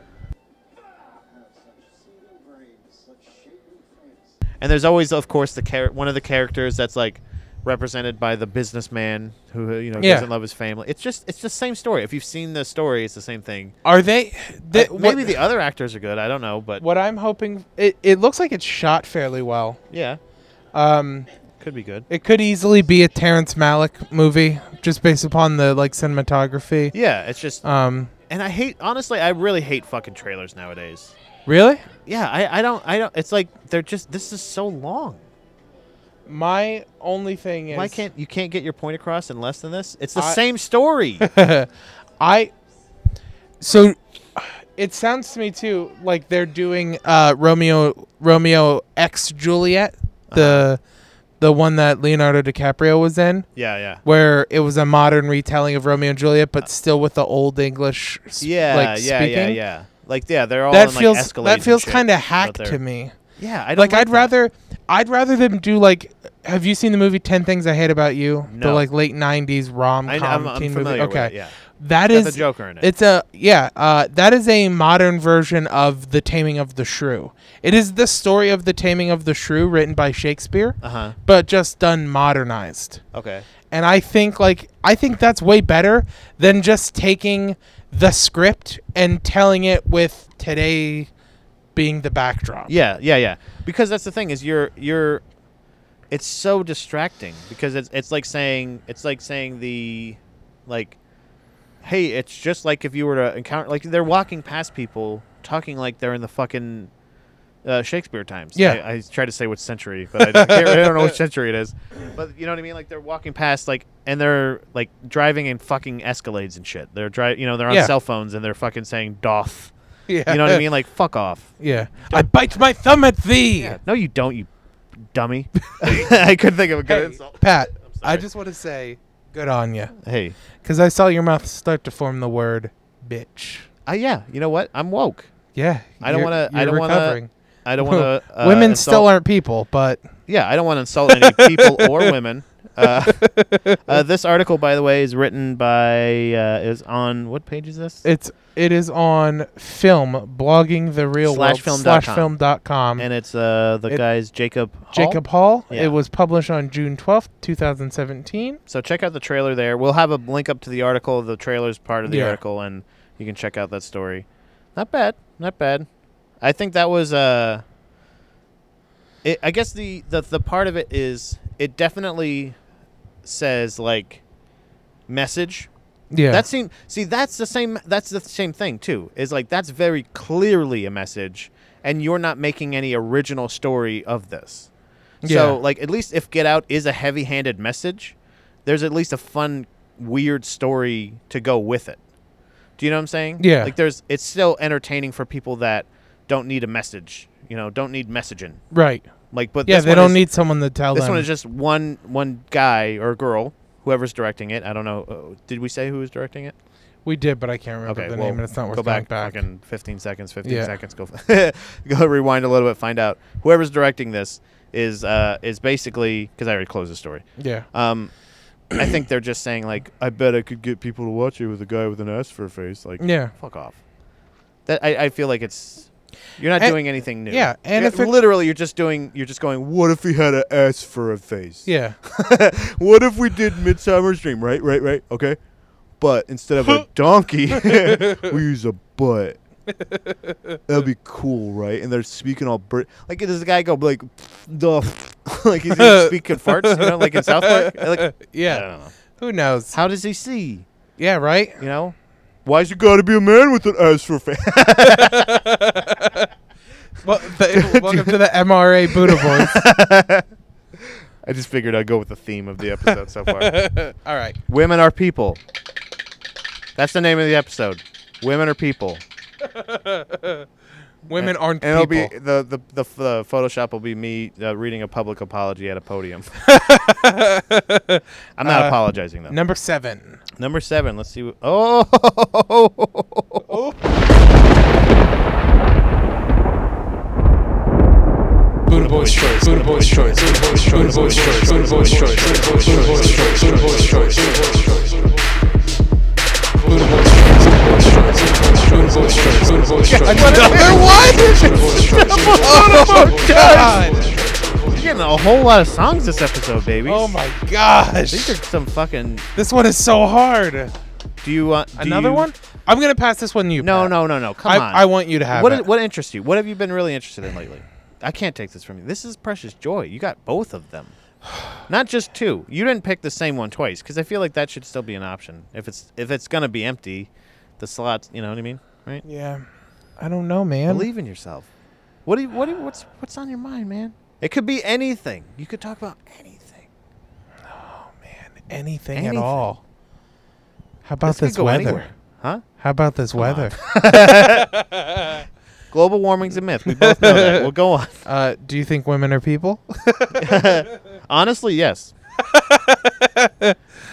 A: And there's always, of course, the char- one of the characters that's like represented by the businessman who you know
B: Yeah.
A: doesn't love his family. It's just it's the same story. If you've seen the story, it's the same thing.
B: Are they? they
A: Uh, maybe
B: what,
A: the other actors are good. I don't know, but
B: What I'm hoping. It, it looks like it's shot fairly well.
A: yeah,
B: Um,
A: could be good.
B: it could easily be a Terrence Malick movie, just based upon the like cinematography.
A: Yeah, it's just
B: Um,
A: and I hate honestly, I really hate fucking trailers nowadays.
B: really?
A: Yeah, I, I don't I don't. It's like they're just this is so long.
B: My only thing is
A: Why can't you can't get your point across in less than this? It's the
B: I-
A: same
B: *laughs*
A: story.
B: I so it sounds to me too like they're doing uh, Romeo Romeo X Juliet
A: Uh-huh.
B: the the one that Leonardo DiCaprio was in
A: yeah, yeah.
B: where it was a modern retelling of Romeo and Juliet but still with the old English sp-
A: Uh, Yeah,
B: like
A: yeah,
B: speaking.
A: yeah, yeah. Like yeah, they're all
B: That
A: in,
B: feels
A: like, escalades
B: that
A: and
B: feels
A: shit,
B: kind of
A: but
B: hacked
A: they're-
B: to me.
A: Yeah, I don't
B: Like,
A: like
B: I'd
A: that.
B: rather I'd rather them do like have you seen the movie 10 Things I Hate About You? The
A: No.
B: like late 90s
A: I, I'm,
B: rom-com
A: I'm
B: teen movie.
A: familiar
B: Okay.
A: with it. Yeah,
B: That
A: Got the
B: is-
A: Joker in it.
B: It's a yeah. Uh, that is a modern version of the Taming of the Shrew. It is the story of the Taming of the Shrew written by Shakespeare,
A: uh huh.
B: but just done modernized.
A: Okay.
B: And I think like I think that's way better than just taking the script and telling it with today being the backdrop.
A: Yeah, yeah, yeah. Because that's the thing is you're you're, it's so distracting because it's it's like saying it's like saying the, like, hey, it's just like if you were to encounter like they're walking past people talking like they're in the fucking. Uh, Shakespeare times.
B: Yeah.
A: I, I try to say which century, but I, don't- I can't- I don't know which century it is. But you know what I mean. Like they're walking past, like, and they're like driving in fucking Escalades and shit. They're dri you know, they're on
B: Yeah.
A: cell phones and they're fucking saying "doth."
B: yeah.
A: You
B: *laughs*
A: know what I mean? Like, fuck off.
B: Yeah. I bite my thumb at thee.
A: No, you don't, you
B: *laughs*
A: dummy. *laughs* I couldn't think of a good
B: Hey,
A: insult.
B: Pat, I
A: sorry.
B: just want to say good on you
A: Hey,
B: because I saw your mouth start to form the word bitch.
A: uh, yeah, you know what? I'm woke.
B: Yeah,
A: I don't
B: you're-
A: want to. I
B: you're
A: don't want
B: recovering.
A: to.
B: *laughs*
A: I don't want to. Uh,
B: Women
A: insult-
B: still aren't people, but *laughs*
A: Yeah, I don't want to insult any people or women. Uh, uh, this article, by the way, is written by uh, is on what page is this?
B: It's it is on film blogging the real
A: Slash
B: world
A: film dot
B: slash
A: com.
B: film dot com.
A: and it's uh, the
B: um, it-
A: guy's Jacob. Hall.
B: Jacob Hall.
A: Yeah.
B: It was published on June twelfth, two thousand seventeen.
A: So check out the trailer there. We'll have a link up to the article. The trailer's part of the
B: Yeah.
A: article, and you can check out that story. Not bad. Not bad. I think that was. Uh, it, I guess the, the the part of it is it definitely says like message.
B: Yeah,
A: That seem see that's the same that's the same thing too. Is like that's very clearly a message, and you're not making any original story of this.
B: Yeah.
A: So like at least if Get Out is a heavy-handed message, there's at least a fun, weird story to go with it. Do you know what I'm saying?
B: Yeah.
A: Like there's it's still entertaining for people that don't need a message. You know, don't need messaging.
B: right.
A: Like, but
B: Yeah,
A: this
B: they
A: one
B: don't
A: is-
B: need someone to tell
A: this
B: them.
A: one is just one one guy or girl, whoever's directing it. I don't know. Uh, did we say who was directing it?
B: we did, but I can't remember the
A: well,
B: name, and it's not worth
A: go
B: going
A: back,
B: back.
A: Fucking 15 seconds, 15
B: Yeah.
A: seconds. Go, *laughs* go rewind a little bit, find out. Whoever's directing this is uh, is basically because I already closed the story.
B: Yeah,
A: Um, I think they're just saying like, I bet I could get people to watch it with a guy with an ass for a face. Like,
B: yeah.
A: fuck off. That I, I feel like it's you're not
B: And-
A: doing anything new.
B: yeah, and
A: You're-
B: if it-
A: literally you're just doing you're just going. What if he had an ass for a face? *laughs*
B: Yeah,
A: what if we did Midsummer's Dream, right? Right, right. Okay. But instead of
B: *laughs*
A: a donkey, we use a butt. That'd be cool, right? And they're speaking all Brit. Like, does the guy go like, duh, *laughs* like he's gonna speak in farts, you know, like in South
B: *laughs*
A: Park? Like, I
B: yeah.
A: don't know.
B: Who knows?
A: How does he see?
B: Yeah, right.
A: You know, why's it gotta be a man with an ass for a face? *laughs*
B: Well, the, *laughs* welcome to the MRA Buddha voice.
A: *laughs* I just figured I'd go with the theme of the episode so far.
B: All right.
A: Women are people. That's the name of the episode. Women are people.
B: Women
A: And-
B: aren't
A: and
B: people.
A: it'll be the the, the f- the Photoshop will be me uh, reading a public apology at a
B: *laughs*
A: podium. I'm not
B: Uh,
A: apologizing though.
B: Number seven.
A: Number seven. Let's see. What, oh,
B: Buddha boy's choice. Buddha boy's choice. Buddha boy's choice. Buddha boy's choice. Buddha boy's choice. Buddha boy's choice. Buddha boy's choice. Buddha boy's choice. Buddha boy's choice. Buddha boy's choice. Buddha boy's choice.
A: oh
B: God.
A: *laughs* You're getting a whole lot of songs this episode, baby.
B: Oh my gosh.
A: These are some fucking.
B: This one is so hard.
A: Do you want do
B: Another
A: you-
B: one? I'm gonna pass this one to you.
A: No,
B: Pat.
A: no, no, no. Come
B: I,
A: on.
B: I want you to have
A: What
B: it.
A: is- what interests you? What have you been really interested in lately? I can't take this from you. This is precious joy. You got both of them, *sighs* not just two. You didn't pick the same one twice because I feel like that should still be an option. If it's if it's gonna be empty, the slots. You know what I mean, right?
B: yeah. I don't know, man.
A: Believe in yourself. What do you, what do you, what's what's on your mind, man? It could be anything. You could talk about anything.
B: anything,
A: Anything.
B: at all. How about
A: could
B: this,
A: go
B: weather?
A: anywhere. huh?
B: How about this weather?
A: Global warming's a myth. We both know that. We'll go on.
B: *laughs* Uh, do you think women are people? *laughs*
A: Honestly, yes.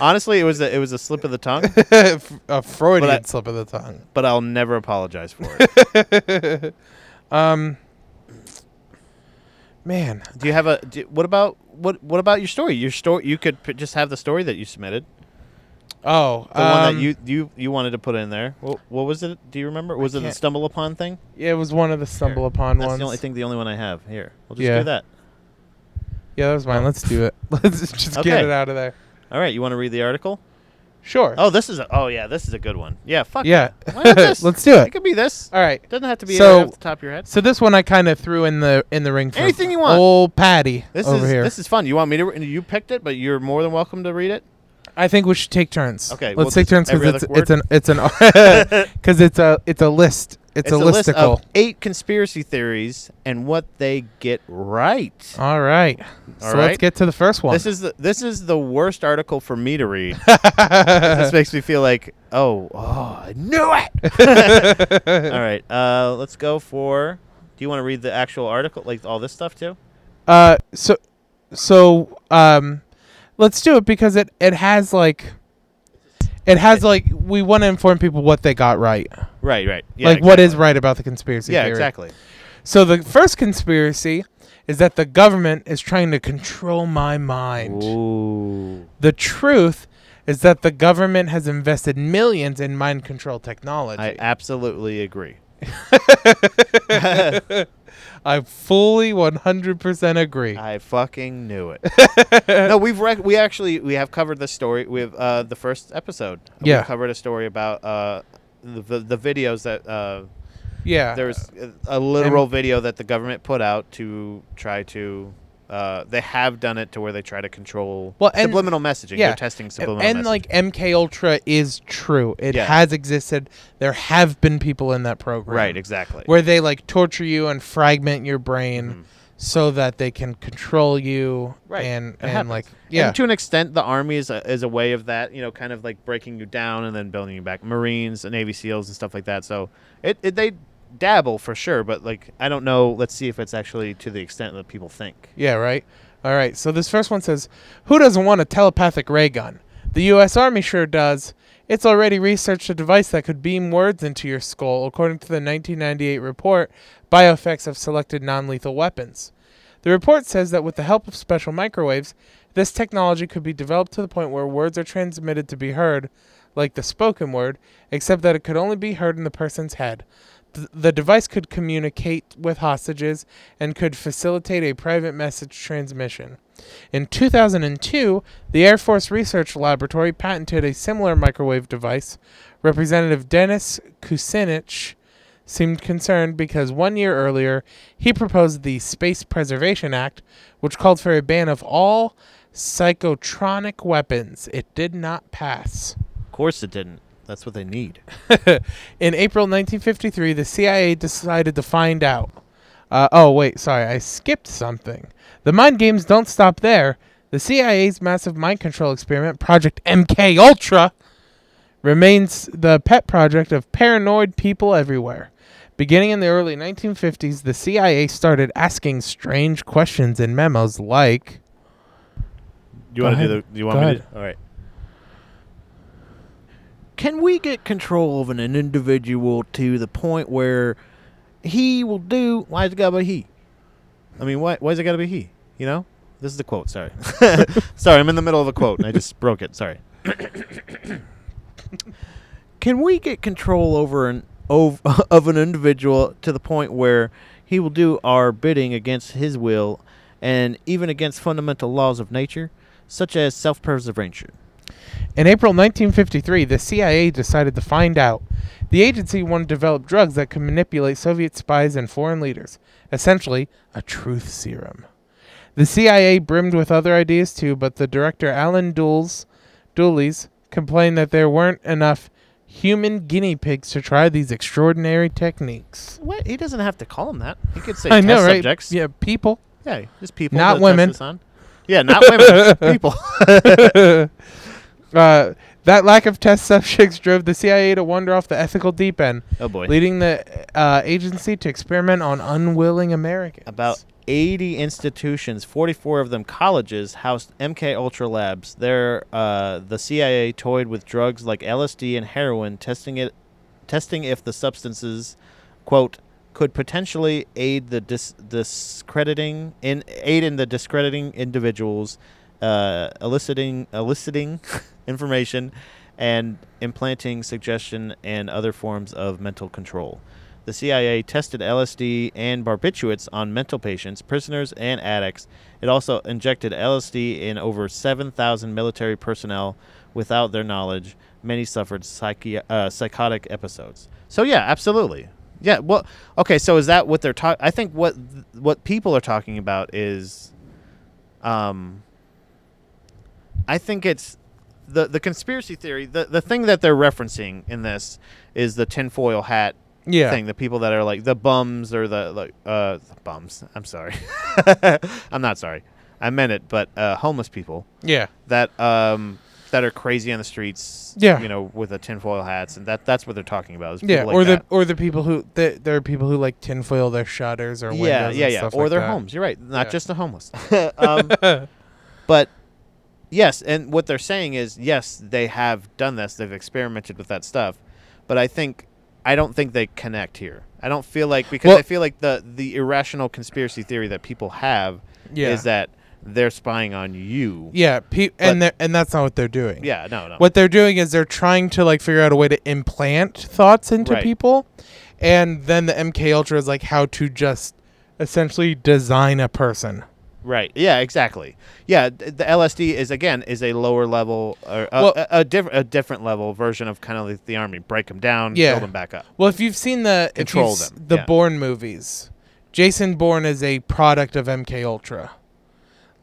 A: Honestly, it was a, it was a slip of the
B: *laughs*
A: tongue.
B: a Freudian
A: Well, that-
B: slip of the tongue.
A: but I'll never apologize for it.
B: Um, Man,
A: do you have a? Do, what about what? What about your story? Your story. You could p- just have the story that you submitted,
B: oh,
A: the one
B: um,
A: that you you you wanted to put in there. What, what was it? Do you remember? Was it the
B: can't-
A: stumble upon thing?
B: yeah, it was one of the stumble upon
A: That's
B: ones.
A: the only thing. The only one I have here. We'll just
B: Yeah.
A: do that.
B: Yeah, that was mine. Let's do it. *laughs* Let's just get
A: Oh. Okay.
B: it out of there.
A: All right. You want to read the article?
B: Sure.
A: Oh, this is a. Oh yeah, this is a good one. Yeah. Fuck.
B: Yeah.
A: it. Why not
B: *laughs*
A: this?
B: Let's do it.
A: It could be this.
B: All right.
A: Doesn't have to be
B: So-
A: right off the top of your head.
B: So this one I kind of threw in the in the ring for
A: Anything you want.
B: Old Patty
A: This
B: over
A: is
B: here.
A: this is fun. You want me to? re- You picked it, but you're more than welcome to read it.
B: I think we should take turns.
A: Okay,
B: Let's
A: we'll
B: take
A: just
B: turns
A: every
B: because
A: other
B: it's,
A: *laughs*
B: it's an *laughs* it's an because it's a it's a list.
A: It's
B: It's, a,
A: a, list
B: listicle.
A: of eight conspiracy theories and what they get right.
B: All right. so let's
A: right.
B: get to the first one.
A: This is the this is the worst article for me to
B: *laughs*
A: read. this makes me feel like, oh, oh I knew it.
B: *laughs*
A: all right, uh, let's go for. Do you want to read the actual article, like all this stuff too?
B: uh so so um let's do it because it it has like it has like we want to inform people what they got right.
A: Right, right. Yeah,
B: like what
A: exactly.
B: is right about the conspiracy
A: Yeah,
B: theory.
A: exactly.
B: So the first conspiracy is that the government is trying to control my mind.
A: Ooh.
B: The truth is that the government has invested millions in mind control technology.
A: I absolutely agree.
B: I fully 100% agree.
A: I fucking knew it.
B: *laughs*
A: no, we've rec- we actually we have covered this story with uh, the first episode.
B: Yeah.
A: we covered a story about uh, the, the the videos that uh,
B: yeah.
A: there was
B: Uh,
A: a literal video that the government put out to try to. Uh, they have done it to where they try to control
B: Well, and-
A: subliminal messaging.
B: yeah.
A: They're testing
B: A-
A: subliminal
B: and
A: messaging.
B: like MK Ultra is true. It
A: Yeah.
B: has existed. There have been people in that program.
A: right, exactly. Mm-hmm.
B: Where they like torture you and fragment your brain so that they can control you
A: Right.
B: and
A: It
B: and
A: happens.
B: like yeah.
A: And to an extent, the army is a, is a way of that, you know, kind of like breaking you down and then building you back. Marines, and Navy SEALs, and stuff like that. So it, it they dabble for sure, but like I don't know. Let's see if it's actually to the extent that people think.
B: Yeah, right. All right. So this first one says, "Who doesn't want a telepathic ray gun? The U.S. Army sure does. It's already researched a device that could beam words into your skull, according to the 1998 report Bioeffects of Selected Non-Lethal Weapons." The report says that with the help of special microwaves, this technology could be developed to the point where words are transmitted to be heard, like the spoken word, except that it could only be heard in the person's head. Th- the device could communicate with hostages and could facilitate a private message transmission. In 2002, the Air Force Research Laboratory patented a similar microwave device. Representative Dennis Kucinich seemed concerned because one year earlier he proposed the Space Preservation Act, which called for a ban of all psychotronic weapons. It did not pass.
A: Of course, it didn't. That's what they need.
B: *laughs* In April 1953, the CIA decided to find out. Uh, oh, wait, sorry, I skipped something. The mind games don't stop there. The CIA's massive mind control experiment, Project MK Ultra, remains the pet project of paranoid people everywhere. Beginning in the early 1950s, the CIA started asking strange questions in memos like
A: You
B: Go
A: want to do
B: ahead.
A: the? You want
B: Go
A: me
B: ahead.
A: to? All right. Can we get control of an individual to the point where he will do? Why is it gotta be he? I mean, why? Why's it gotta be he? You know, this is the quote. Sorry, *laughs* sorry, I'm in the middle of a quote and I just broke it. Sorry. Can we get control over an of, *laughs* of an individual to the point where he will do our bidding against his will and even against fundamental laws of nature, such as self-preservation?
B: In April 1953, the CIA decided to find out. The agency wanted to develop drugs that could manipulate Soviet spies and foreign leaders, essentially, a truth serum. The CIA brimmed with other ideas too, but the director Alan Dools, Dooley's complained that there weren't enough human guinea pigs to try these extraordinary techniques.
A: What? He doesn't have to call him that. He could say
B: I
A: test
B: know, right?
A: subjects.
B: Yeah, people.
A: yeah, just people.
B: Not
A: to test
B: women.
A: this on. Yeah, not
B: *laughs*
A: women. people.
B: Uh, that lack of test *laughs* subjects drove the CIA to wander off the ethical deep end.
A: Oh boy.
B: leading the uh, agency to experiment on unwilling Americans.
A: About 80 institutions, 44 of them colleges, housed MK Ultra labs. There, uh, the CIA toyed with drugs like LSD and heroin, testing it, testing if the substances, quote, could potentially aid the dis- discrediting in aid in the discrediting individuals, uh, eliciting eliciting *laughs* information, and implanting suggestion and other forms of mental control. The CIA tested LSD and barbiturates on mental patients, prisoners, and addicts. It also injected LSD in over 7,000 military personnel without their knowledge. Many suffered psychi- uh, psychotic episodes. So yeah, absolutely. Yeah. Well, okay. So is that what they're talking? I think what th- what people are talking about is, um, I think it's the the conspiracy theory. The the thing that they're referencing in this is the tinfoil hat
B: yeah,
A: thing. The people that are like the bums or the like uh the bums. I'm sorry. *laughs* I'm not sorry. I meant it, but uh, homeless people
B: yeah,
A: that um that are crazy on the streets.
B: Yeah.
A: You know, with the tinfoil hats and that that's what they're talking about. Is people
B: yeah.
A: like
B: or
A: that.
B: the or the people who th- there are people who like tinfoil their shutters or windows
A: yeah, yeah,
B: and
A: yeah,
B: stuff
A: or
B: like
A: their *laughs*
B: that.
A: homes. You're right, not
B: Yeah.
A: just the homeless. um, but yes, and what they're saying is yes, they have done this. They've experimented with that stuff, but I think I don't think they connect here. I don't feel like because
B: Well-
A: I feel like the the irrational conspiracy theory that people have
B: Yeah.
A: is that they're spying on you.
B: Yeah, pe- and they're- and that's not what they're doing.
A: Yeah, no, no.
B: What they're doing is they're trying to like figure out a way to implant thoughts into
A: Right.
B: people, and then the MK Ultra is like how to just essentially design a person.
A: Right. Yeah. Exactly. Yeah. th- The LSD is again is a lower level or a,
B: Well-
A: a, a different a different level version of kind of like the army. Break them down.
B: Yeah.
A: Build them back up.
B: Well, if you've seen the if
A: Control
B: you've s-
A: them,
B: the
A: yeah.
B: Bourne movies, Jason Bourne is a product of MK Ultra.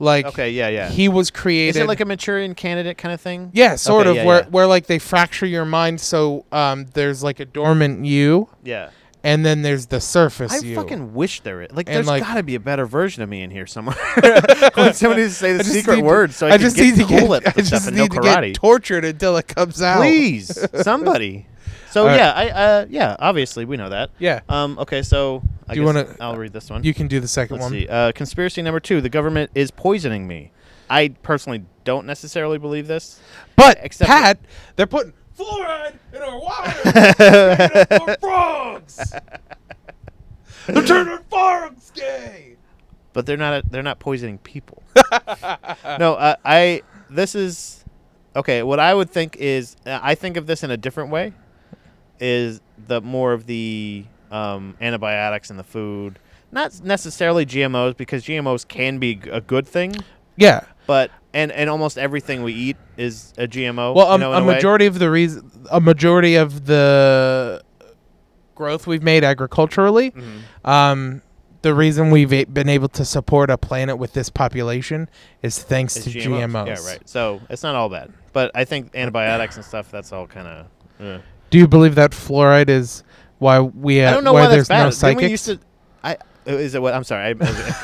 B: Like
A: Okay. Yeah. Yeah.
B: he was
A: Is
B: created
A: it like a Maturian candidate kind of thing?
B: yeah, sort
A: Okay,
B: of
A: yeah,
B: where
A: yeah.
B: where like they fracture your mind so um there's like a dormant you
A: Yeah.
B: and then there's the surface
A: I
B: you.
A: fucking wish there is. Like,
B: And,
A: there's
B: like-
A: got to be a better version of me in here
B: *laughs*
A: somewhere. *laughs* I want somebody to say the
B: just
A: secret
B: need to-
A: word so I, can
B: just
A: get
B: need to
A: cool
B: get,
A: at
B: *laughs* I
A: this stuff
B: just
A: and
B: need
A: no
B: to
A: karate.
B: get tortured until it comes out.
A: Please,
B: *laughs*
A: somebody. So
B: All right.
A: yeah, I uh, yeah, obviously we know that.
B: Yeah.
A: Um. Okay. So I
B: Do you
A: guess
B: wanna-
A: I'll read this one.
B: You can do the 2nd
A: Let's
B: one.
A: see. Uh, conspiracy number two: the government is poisoning me. I personally don't necessarily believe this.
B: But
A: Except
B: Pat, they're putting fluoride in our water. They're turning our frogs. They're turning frogs gay.
A: But they're not. they're not poisoning
B: *laughs*
A: people. no. Uh, I. This is okay. What I would think is, uh, I think of this in a different way. Is the more of the um, antibiotics in the food, not necessarily GMOs because GMOs can be g- a good thing,
B: Yeah.
A: but and and almost everything we eat is a GMO.
B: Well,
A: you
B: um,
A: know, in
B: a
A: way.
B: majority of the reason, a majority of the growth we've made agriculturally,
A: Mm-hmm.
B: um, the reason we've a- been able to support a planet with this population is thanks
A: It's
B: to
A: GMOs.
B: GMOs.
A: Yeah, right. So it's not all bad, but I think antibiotics and stuff. That's all uh, kind of.
B: Do you believe that fluoride is why we? Uh,
A: I don't know
B: why,
A: why that's
B: there's
A: bad.
B: no
A: Didn't
B: psychics.
A: we used to. I uh, is it what? I'm sorry. I,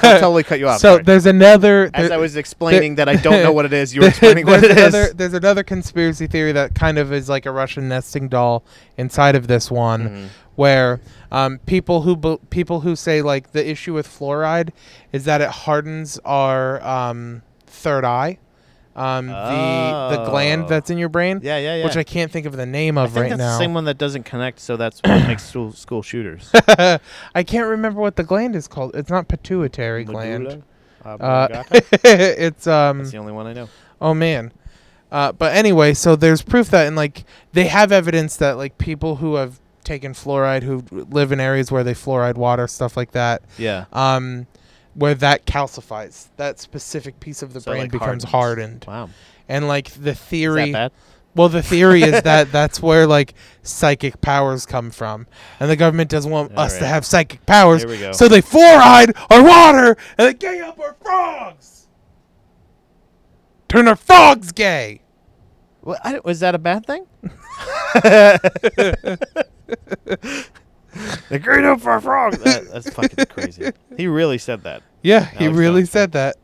A: I totally
B: *laughs*
A: cut you off.
B: so
A: sorry.
B: there's another.
A: as
B: there-
A: I was explaining that I don't know what it is, you were
B: there-
A: explaining what
B: *laughs* there's
A: it is.
B: another, *laughs* There's another conspiracy theory that kind of is like a Russian nesting doll inside of this one,
A: Mm-hmm.
B: where um, people who bel people who say like the issue with fluoride is that it hardens our um, third eye, um, the the
A: Oh.
B: gland that's in your brain,
A: Yeah, yeah, yeah.
B: which I can't think of the name
A: I
B: of
A: think
B: right
A: that's
B: now.
A: the
B: *laughs*
A: same one that doesn't connect. So that's what
B: *coughs*
A: makes school, school shooters.
B: I can't remember what the gland is called. It's not pituitary gland.
A: Medulla
B: Uh, *laughs*
A: oblongata.
B: it's um.
A: that's the only one I know.
B: Oh man. Uh, but anyway, so there's proof that, and like they have evidence that like people who have taken fluoride, who live in areas where they fluoride water, stuff like that,
A: Yeah.
B: um, where that calcifies, that specific piece of the
A: So,
B: brain
A: like,
B: becomes
A: hardens.
B: hardened,
A: Wow.
B: and like the
A: Is
B: theory.
A: that bad?
B: Well, the
A: *laughs*
B: theory is that that's where like psychic powers come from, and the government doesn't want
A: All
B: us to
A: right.
B: have psychic powers,
A: Here we go.
B: so they fluoride our water and they gay up our frogs, turn our frogs gay.
A: Well, I, don't- was that a bad
B: *laughs*
A: thing? *laughs* They're great up for a frog. That, that's fucking crazy. He really said that.
B: Yeah, he
A: Alex
B: really
A: Jones.
B: said that.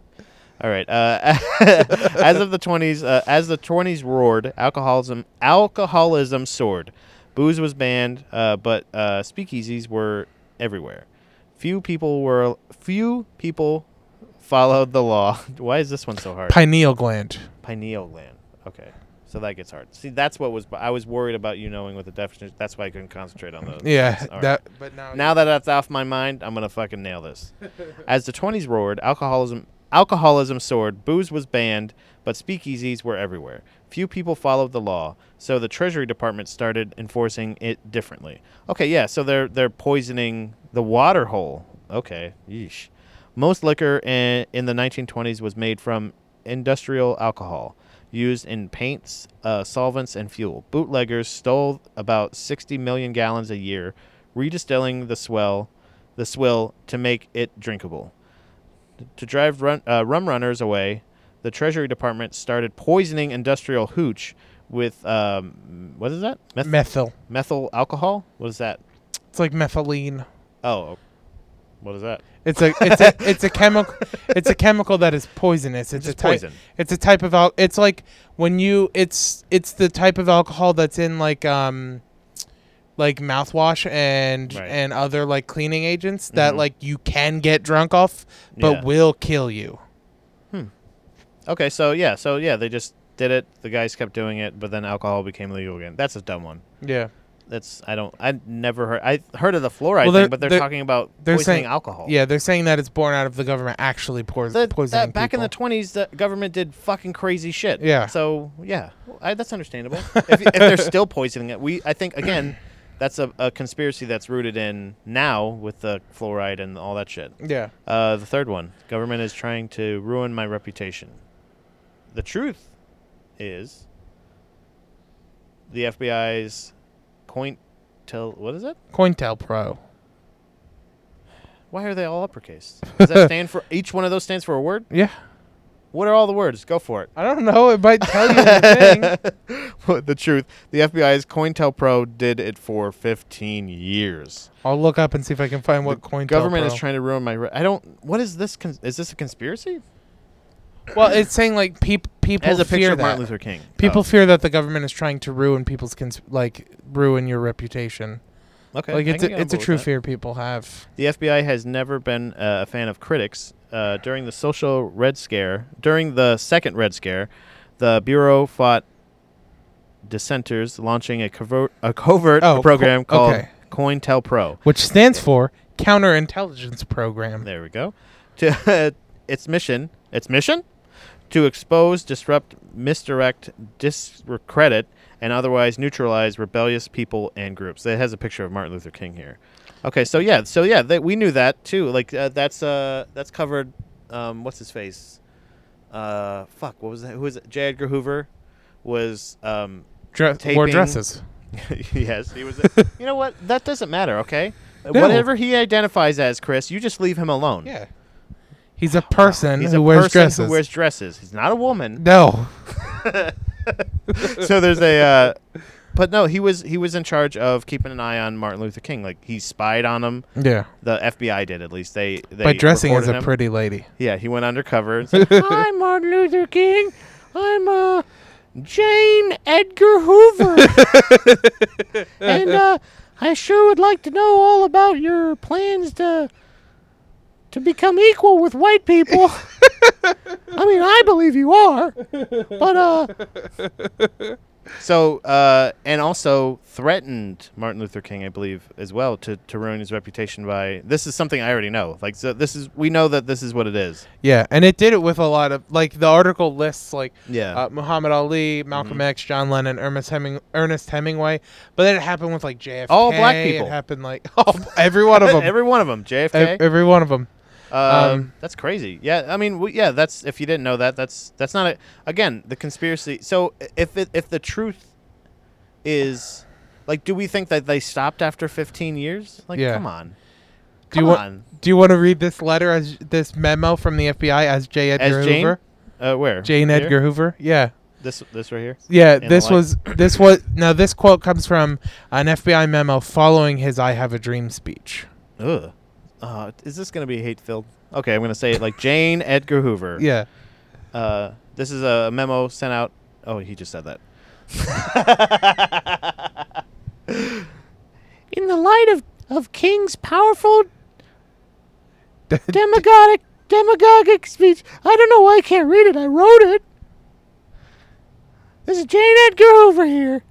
A: All right. Uh, *laughs* as of the twenties, uh, as the twenties roared, alcoholism alcoholism soared. Booze was banned, uh, but uh, speakeasies were everywhere. Few people were few people followed the law. *laughs* Why is this one so hard?
B: Pineal gland.
A: pineal gland. Okay, so that gets hard. See, that's what was I was worried about you knowing what the definition. That's why I couldn't concentrate on those.
B: Yeah,
A: All right.
B: that. But now,
A: Now that that's off my mind, I'm gonna fucking nail this. As the 20s roared, alcoholism alcoholism soared, booze was banned, but speakeasies were everywhere. Few people followed the law, so the Treasury Department started enforcing it differently. Okay, yeah, so they're they're poisoning the water hole. Okay, yeesh. Most liquor in, in the 1920s was made from industrial alcohol used in paints, uh, solvents, and fuel. Bootleggers stole about 60 million gallons a year, redistilling the swell, the swill to make it drinkable. To drive run, uh, rum runners away, the Treasury Department started poisoning industrial hooch with um, what is that? Meth-
B: methyl.
A: methyl alcohol? What is that?
B: It's like methylene.
A: Oh, what is that?
B: It's a
A: *laughs*
B: it's a it's a chemical it's a chemical that is poisonous. It's,
A: just
B: a type
A: poison.
B: it's a type of al- it's like when you it's it's the type of alcohol that's in like um like mouthwash and
A: Right.
B: and other like cleaning agents that
A: Mhm.
B: like you can get drunk off but
A: Yeah.
B: will kill you.
A: Okay, so yeah, so yeah, they just did it. The guys kept doing it, but then alcohol became legal again. That's a dumb one.
B: Yeah.
A: That's I don't I never heard I heard of the fluoride
B: Well, they're-
A: thing, but they're,
B: they're-
A: talking about
B: they're
A: poisoning
B: saying-
A: alcohol.
B: Yeah, they're saying that it's born out of the government actually pois-
A: The-
B: poisoning
A: that, back in the
B: people.
A: twenties, the government did fucking crazy shit.
B: Yeah.
A: So yeah, I, that's
B: *laughs*
A: understandable. if, if they're still poisoning it, we I think again, that's a, a conspiracy that's rooted in now with the fluoride and all that shit.
B: yeah.
A: Uh, the third one, government is trying to ruin my reputation. The truth is, the FBI's coin tell what is it?
B: COINTELPRO.
A: Why are they all uppercase? Does
B: *laughs*
A: that stand for each one of those stands for a word?
B: Yeah.
A: What are all the words? Go for it.
B: I don't know. It might tell you
A: *laughs*
B: the thing.
A: the truth. The FBI's COINTELPRO did it for 15 years.
B: I'll look up and see if I can find what COINTELPRO.
A: Government is trying to ruin my. Re- I don't. What is this? Con- is this a conspiracy?
B: Well, it's saying like peop- people
A: As a
B: fear
A: picture of
B: that.
A: Martin Luther King.
B: People fear that the government is trying to ruin people's cons- like ruin your reputation.
A: Oh, okay.
B: like
A: I
B: it's
A: can get
B: a,
A: on
B: it's a
A: board with
B: true
A: that.
B: fear people have.
A: The FBI has never been uh, a fan of critics. Uh, during the social red scare, during the second red scare, the bureau fought dissenters, launching a covert, a covert
B: Oh, co-
A: program called
B: okay.
A: COINTELPRO.
B: Which stands for counterintelligence program.
A: There we go. To *laughs* its mission, its mission, to expose, disrupt, misdirect, discredit, and otherwise neutralize rebellious people and groups. It has a picture of Martin Luther King here. Okay, so yeah, so yeah, that we knew that too. Like uh, that's uh that's covered. Um, what's his face? Uh, fuck, what was that? Who was it? J. Edgar Hoover was um *laughs*
B: Dre- wore
A: Taping.
B: dresses.
A: yes, he was. you know what? That doesn't matter. Okay,
B: No.
A: whatever he identifies as, Chris, you just leave him alone.
B: Yeah. He's a person
A: He's
B: who
A: a
B: wears
A: person
B: dresses.
A: Who wears dresses. He's not a *laughs* woman.
B: no.
A: so there's a. Uh, but no, he was he was in charge of keeping an eye on Martin Luther King. Like he spied on him.
B: Yeah.
A: The FBI did at least. They, they
B: By dressing as
A: recorded
B: a
A: him.
B: pretty lady.
A: Yeah, he went undercover. *laughs* And said, I'm Martin Luther King. I'm uh, Jane Edgar *laughs* Hoover, and uh, I sure would like to know all about your plans to to become equal with white people. I mean, I believe you are, but uh. So, uh, and also threatened Martin Luther King, I believe, as well, to, to ruin his reputation by. This is something I already know. Like, so this is we know that this is what it is.
B: Yeah, and it did it with a lot of like the article lists like
A: Yeah. Mm-hmm.
B: uh, Muhammad Ali, Malcolm X, John Lennon, Ernest Heming- Ernest Hemingway, but then it happened with like JFK.
A: All black people.
B: It happened like *laughs* all, every
A: *laughs*
B: one of them.
A: Eh, Every one of them, JFK.
B: Ev- every one of them.
A: um,
B: um,
A: that's crazy. Yeah, I mean, we, yeah, that's if you didn't know that, that's that's not a, again the conspiracy. So i- if it, if the truth is like, do we think that they stopped after 15 years? Like,
B: Yeah.
A: come on,
B: Do you
A: Come
B: want
A: on.
B: Do you want to read this letter as this memo from the FBI as J. Edgar
A: as Jane,
B: Hoover?
A: uh, where
B: Jane
A: Here?
B: Edgar Hoover. Yeah.
A: This this right here.
B: Yeah,
A: the
B: this
A: like.
B: was this was now this quote comes from an FBI memo following his I have a dream speech.
A: Ugh. Uh, is this gonna be hate filled? Okay, I'm gonna say it
B: *laughs*
A: like Jane Edgar Hoover.
B: Yeah.
A: Uh, this is a memo sent out. Oh, he just said
B: *laughs*
A: that. In the light of, of King's powerful demagogic demagogic speech, I don't know why I can't read it. I wrote it. This is Jane Edgar Hoover here.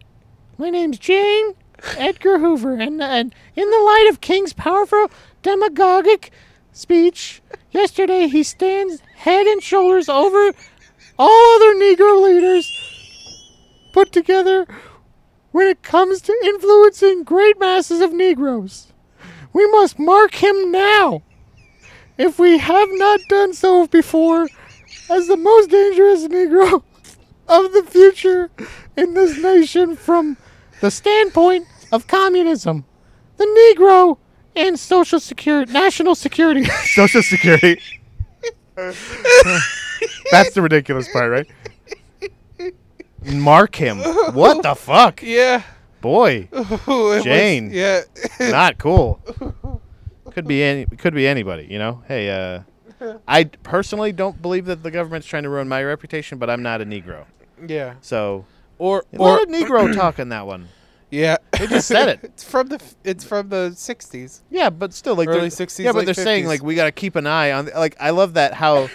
A: My name's Jane Edgar Hoover, and, and in the light of King's powerful demagogic speech yesterday, he stands head and shoulders over all other Negro leaders put together when it comes to influencing great masses of Negroes. We must mark him now, if we have not done so before, as the most dangerous Negro *laughs* of the future in this nation from the standpoint of communism, the Negro, and social security, national security. social security. That's the ridiculous part, right? Mark him. What
B: *laughs*
A: the fuck?
B: Yeah. *laughs*
A: Boy, Jane.
B: Jane. Yeah.
A: not
B: *laughs*
A: cool. Could be any could be anybody, you know? Hey,
B: *laughs*
A: uh I personally don't believe that the government's trying to ruin my reputation, but I'm not a Negro.
B: yeah.
A: So
B: Or
A: a
B: or
A: lot of Negro talk in that one.
B: yeah. They
A: just said it.
B: *laughs* it's from the f- it's from the 60s.
A: Yeah, but still, like
B: Early
A: they're-
B: 60s,
A: Yeah, but
B: late
A: they're saying
B: 50s.
A: like we got to keep an eye on. Like I love that how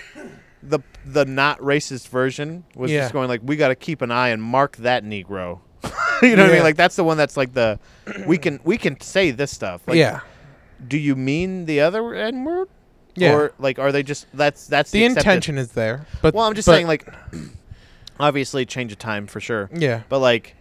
A: the the not racist version was
B: Yeah.
A: just going like we got to keep an eye and mark that Negro. *laughs* you know what I
B: Yeah.
A: mean? Like that's the one that's like the we can we can say this stuff. Like,
B: yeah.
A: Do you mean the other N word?
B: Yeah.
A: Or like are they just that's that's the,
B: the
A: accepted-
B: intention is there, but
A: Well, I'm just
B: but-
A: saying like *clears throat* obviously change of time for sure.
B: Yeah.
A: But like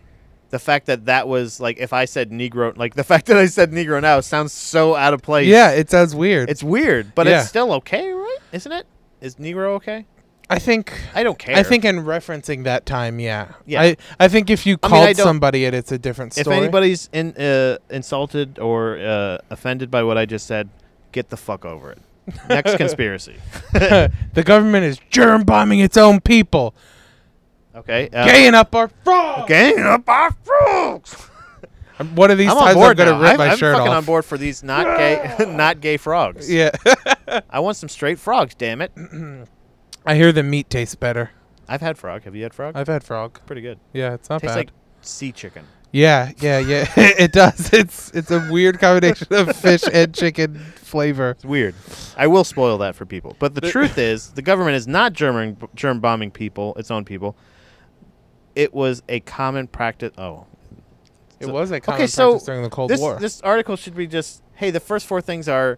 A: the fact that that was like if I said Negro, like the *laughs* fact that I said Negro now sounds so out of place.
B: Yeah, it sounds weird.
A: it's weird, but
B: Yeah.
A: it's still okay, right? Isn't it? Is Negro okay?
B: I think
A: I don't care.
B: I think in referencing that time, yeah.
A: Yeah.
B: I, I think if you
A: I mean,
B: called
A: I don't-
B: somebody it, it's a different
A: if
B: story.
A: anybody's in, uh, insulted or uh, offended by what I just said, get the fuck over it.
B: *laughs*
A: Next conspiracy.
B: the government is germ bombing its own people,
A: okay. Uh,
B: gaying up our frogs.
A: gang up our frogs.
B: Um, One of these
A: I'm
B: times
A: on board
B: I'm
A: now.
B: gonna rip
A: I'm,
B: my
A: I'm
B: shirt
A: fucking
B: off.
A: on board for these not
B: *laughs*
A: gay, *laughs* not gay frogs.
B: Yeah, *laughs*
A: I want some straight frogs. Damn it.
B: I hear the meat tastes better.
A: I've had frog. Have you had frog?
B: I've had frog.
A: Pretty good.
B: Yeah, it's not
A: Tastes
B: bad.
A: like sea chicken.
B: yeah, yeah, yeah. *laughs* it does. It's it's a weird combination of fish and chicken flavor.
A: It's weird. I will spoil that for people. But the truth is, the government is not germ germ bombing people, its own people. It was a common practice. Oh,
B: *laughs* It
A: So-
B: was a common
A: okay. So
B: practice during the Cold
A: this
B: War.
A: this article should be just hey, the first four things are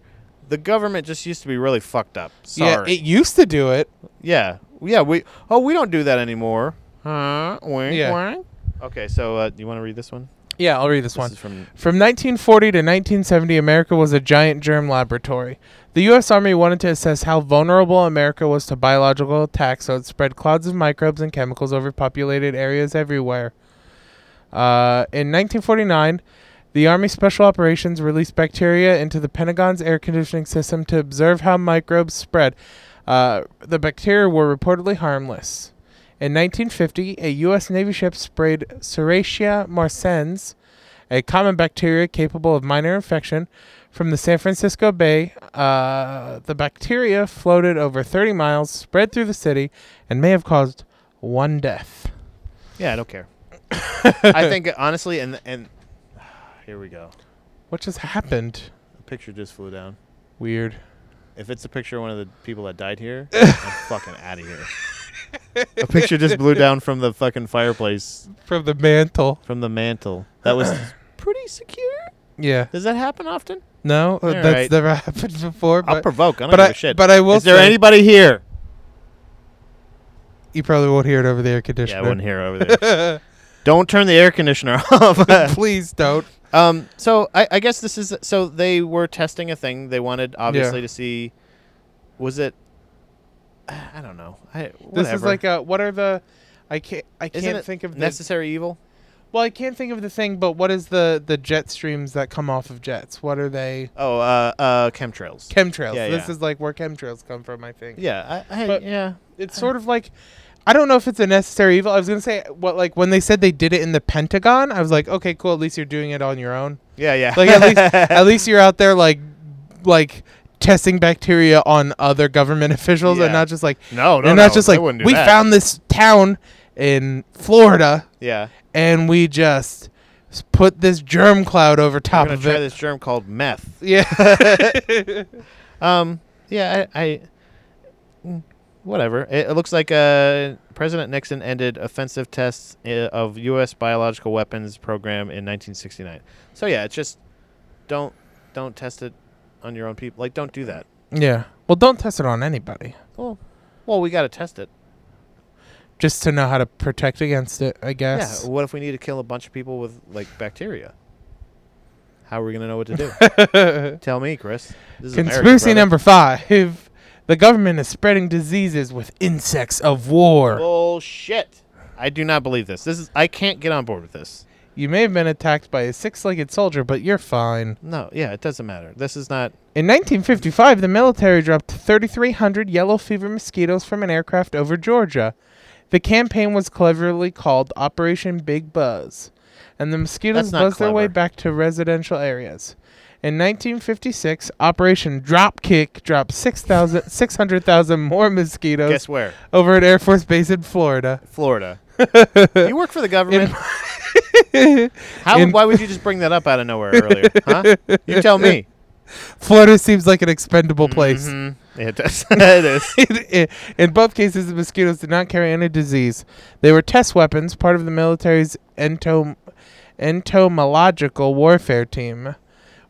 A: the government just used to be really fucked up.
B: yeah,
A: Sorry.
B: it used to do it.
A: Yeah. Yeah. we oh we don't do that anymore. Huh? Wink,
B: Yeah.
A: wink. Okay. So uh, you want to read this one?
B: Yeah, I'll read this
A: This
B: one.
A: is from
B: From 1940 to 1970, America was a giant germ laboratory. The U.S. Army wanted to assess how vulnerable America was to biological attack, so it spread clouds of microbes and chemicals over populated areas everywhere. Uh, in 1949, the Army Special Operations released bacteria into the Pentagon's air conditioning system to observe how microbes spread. Uh, the bacteria were reportedly harmless. In 1950, a U.S. Navy ship sprayed Serratia marsens, a common bacteria capable of minor infection, from the San Francisco Bay. Uh, the bacteria floated over 30 miles, spread through the city, and may have caused one death.
A: yeah. I don't
B: *laughs*
A: care. I think honestly, and and *sighs* here we go.
B: What just happened?
A: A picture just flew down.
B: Weird.
A: If it's a picture of one of the people that died *laughs* here, I'm fucking out of here. *laughs* A picture just blew down from the fucking fireplace,
B: From the mantle.
A: from the mantle. That was *coughs* pretty secure.
B: Yeah.
A: Does that happen often?
B: No, uh,
A: All
B: that's
A: right.
B: never *laughs* happened before.
A: I'll
B: But,
A: provoke. I don't
B: but
A: give
B: I-
A: a shit.
B: but I will
A: Is there
B: say-
A: anybody here?
B: you probably won't hear it over the air conditioner.
A: Yeah, I wouldn't hear over
B: *laughs*
A: there. don't turn the air conditioner *laughs* off.
B: Please
A: *laughs*
B: don't.
A: um. So I, I guess this is. So they were testing a thing. They wanted obviously to see. Was it? I don't know. I,
B: This is
A: whatever.
B: like a, what are the? I can't. I
A: Isn't
B: can't
A: it
B: think of the.
A: necessary evil.
B: well, I can't think of the thing. But what is the the jet streams that come off of jets? What are they?
A: Oh, uh, uh, chemtrails.
B: Chemtrails.
A: Yeah,
B: this
A: yeah.
B: is like where chemtrails come from. I think.
A: Yeah, I, I
B: But-
A: yeah.
B: It's sort of like. I don't know if it's a necessary evil. I was gonna say what like when they said they did it in the Pentagon, I was like, okay, cool. At least you're doing it on your own.
A: Yeah, yeah.
B: Like at least
A: *laughs*
B: at least you're out there like like testing bacteria on other government *laughs* officials and
A: Yeah.
B: not just like
A: no, no,
B: and
A: no,
B: not just
A: they
B: like
A: wouldn't do
B: we
A: that.
B: found this town in Florida
A: Yeah,
B: and we just s- put this germ cloud over
A: I'm
B: top
A: gonna
B: of
A: try
B: it.
A: this germ called meth.
B: Yeah.
A: Um, yeah, I, I mm, whatever. It, it looks like uh, President Nixon ended offensive tests uh, of U.S. biological weapons program in 1969. So yeah, it's just don't don't test it on your own people. Like, don't do that.
B: yeah. Well, don't test it on anybody.
A: Well, well, we gotta test it.
B: Just to know how to protect against it, I
A: Yeah.
B: guess.
A: What if we need to kill a bunch of people with like bacteria? How are we gonna know what to do? Tell me, Chris. This is America,
B: Conspiracy
A: brother.
B: number 5. The government is spreading diseases with insects of war.
A: Bullshit. I do not believe this. This is I can't get on board with this.
B: You may have been attacked by a six legged soldier, but you're fine.
A: No, yeah, it doesn't matter. This is not
B: In 1955, the military dropped 3,300 yellow fever mosquitoes from an aircraft over Georgia. The campaign was cleverly called Operation Big Buzz, and the mosquitoes
A: That's not
B: buzzed their way
A: clever.
B: back to residential areas. In 1956, Operation Dropkick dropped 6,000 600,000 more mosquitoes
A: guess where?
B: over an Air Force base in Florida. *laughs*
A: Florida. you work for the government. *laughs* How
B: in-
A: why would you just bring that up out
B: *laughs*
A: of nowhere earlier? Huh? You tell me.
B: Florida seems like an expendable place.
A: Mhm. It does. *laughs* it is.
B: *laughs* in, in both cases, the mosquitoes did not carry any disease. They were test weapons, part of the military's entom- entomological warfare team,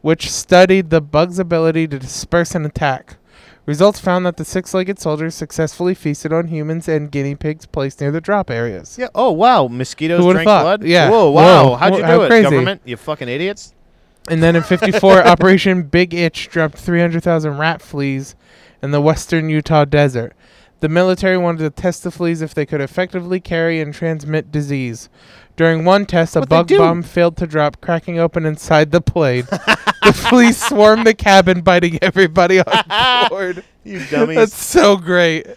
B: which studied the bug's ability to disperse and attack. Results found that the six legged soldiers successfully feasted on humans and guinea pigs placed near the drop areas.
A: Yeah. Oh wow, mosquitoes
B: Who would've
A: drink
B: thought?
A: blood.
B: Yeah.
A: Whoa, wow.
B: Whoa,
A: How'd you
B: wh-
A: do
B: how
A: it,
B: crazy.
A: government? You fucking idiots.
B: And then
A: *laughs*
B: in 54, Operation Big Itch dropped 300,000 rat fleas in the western Utah desert. The military wanted to test the fleas if they could effectively carry and transmit disease. During one test, a
A: What'd they
B: bug
A: do?
B: bomb failed to drop, cracking open inside the plane. the fleas swarmed the cabin, biting
A: *laughs*
B: everybody on board.
A: You dummies.
B: *laughs* That's
A: That's,
B: so great.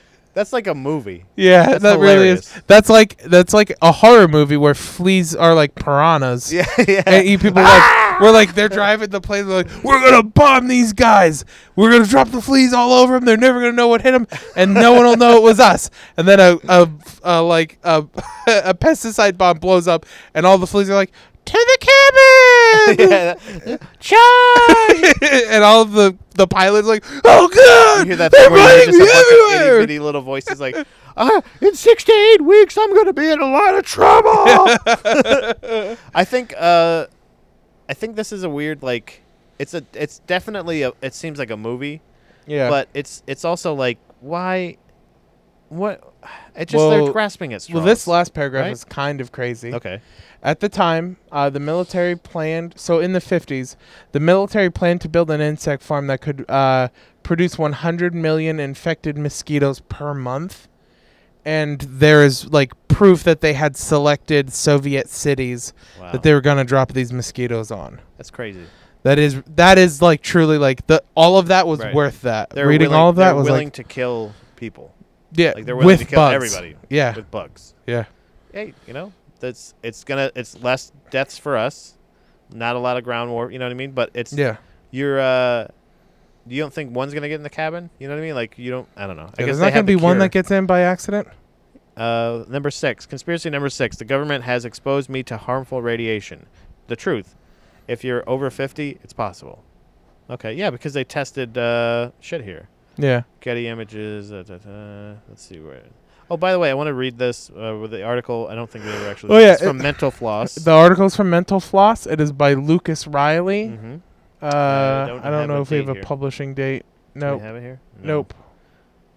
A: like a
B: *laughs*
A: movie. *laughs*
B: Yeah,
A: That's
B: that really
A: hilarious.
B: is. That's like that's like a horror movie where fleas are like piranhas
A: *laughs* Yeah. yeah. Ah!
B: and eat people like we're like they're driving the plane they're like we're gonna bomb these guys we're gonna drop the fleas all over them they're never gonna know what hit them and no one will know it was us and then a, a, a like a, *laughs* a pesticide bomb blows up and all the fleas are like to the cabin
A: *laughs* yeah. that- Charge!
B: *laughs* and all of the the pilots like oh god
A: You hear that
B: they're
A: thing where you're
B: biting
A: just a
B: me
A: bunch of itty
B: everywhere
A: bitty little voices like, *laughs*
B: *laughs*
A: uh, in six to eight weeks, I'm going to be in a lot of *laughs* trouble. I think, uh, I think this is a weird like, it's a, it's definitely a, it seems like a movie,
B: yeah
A: but it's, it's also like, why, what, it's just
B: Well-
A: they're grasping at straws.
B: well this last paragraph
A: right?
B: is kind of crazy
A: okay,
B: At the time, uh, the military planned, so in the 50s, the military planned to build an insect farm that could uh, produce 100 million infected mosquitoes per month. And there is like proof that they had selected Soviet cities
A: wow,
B: that they were going to drop these mosquitoes on.
A: that's crazy.
B: That is that is like truly like the all of that was
A: Right.
B: worth that.
A: They're
B: Reading
A: willing,
B: all of
A: they're
B: that was
A: willing
B: like
A: to kill people,
B: yeah,
A: like they're willing
B: with
A: to kill
B: bugs.
A: everybody
B: Yeah,
A: with bugs.
B: yeah.
A: hey, you know, that's it's gonna it's less deaths for us. Not a lot of ground war, you know what I mean? But it's
B: Yeah.
A: you're uh you don't think one's gonna get in the cabin? You know what I mean? Like you don't I don't know. I
B: yeah
A: guess
B: there's
A: they
B: not going to
A: had
B: be
A: the
B: one
A: cure.
B: that gets in by accident.
A: Uh, number six, conspiracy number six. The government has exposed me to harmful radiation. The truth. If you're over fifty, it's possible. Okay, yeah, because they tested uh, shit here.
B: Yeah.
A: Getty Images. Uh, da, da. Let's see where. Oh, by the way, I want to read this uh, with the article. I don't think we were actually.
B: Oh, yeah,
A: it's from
B: it-
A: Mental Floss.
B: *laughs* The article's from Mental Floss. It is by Lucas Riley.
A: mm-hmm.
B: Uh,
A: I don't
B: I don't
A: have
B: know
A: a
B: if we have
A: date
B: a
A: here.
B: publishing date.
A: Do
B: Nope.
A: we have it here? No.
B: Nope.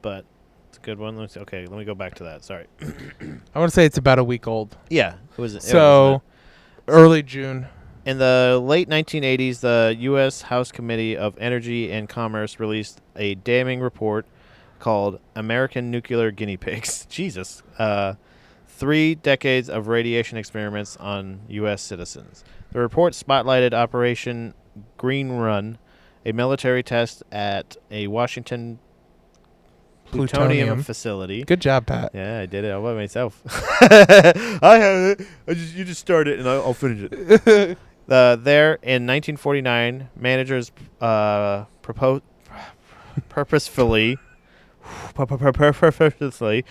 A: But it's a good one. Let's, okay, let me go back to that. Sorry.
B: I want to say it's about a week old.
A: Yeah. It was. it was
B: so early June.
A: the- in the late 1980s, the U.S. House Committee of Energy and Commerce released a damning report called "American Nuclear Guinea Pigs." *laughs* Jesus. Uh, three decades of radiation experiments on U.S. citizens. The report spotlighted Operation Green Run, a military test at a Washington plutonium.
B: Plutonium.
A: facility.
B: Good job, Pat.
A: Yeah, I did it all by
B: *laughs*
A: myself. *laughs* I have it. I just, you just start it and I'll, I'll finish it. Uh, there in 1949, managers uh, proposed purposefully, *laughs* pu- pu- pu- pu- purposefully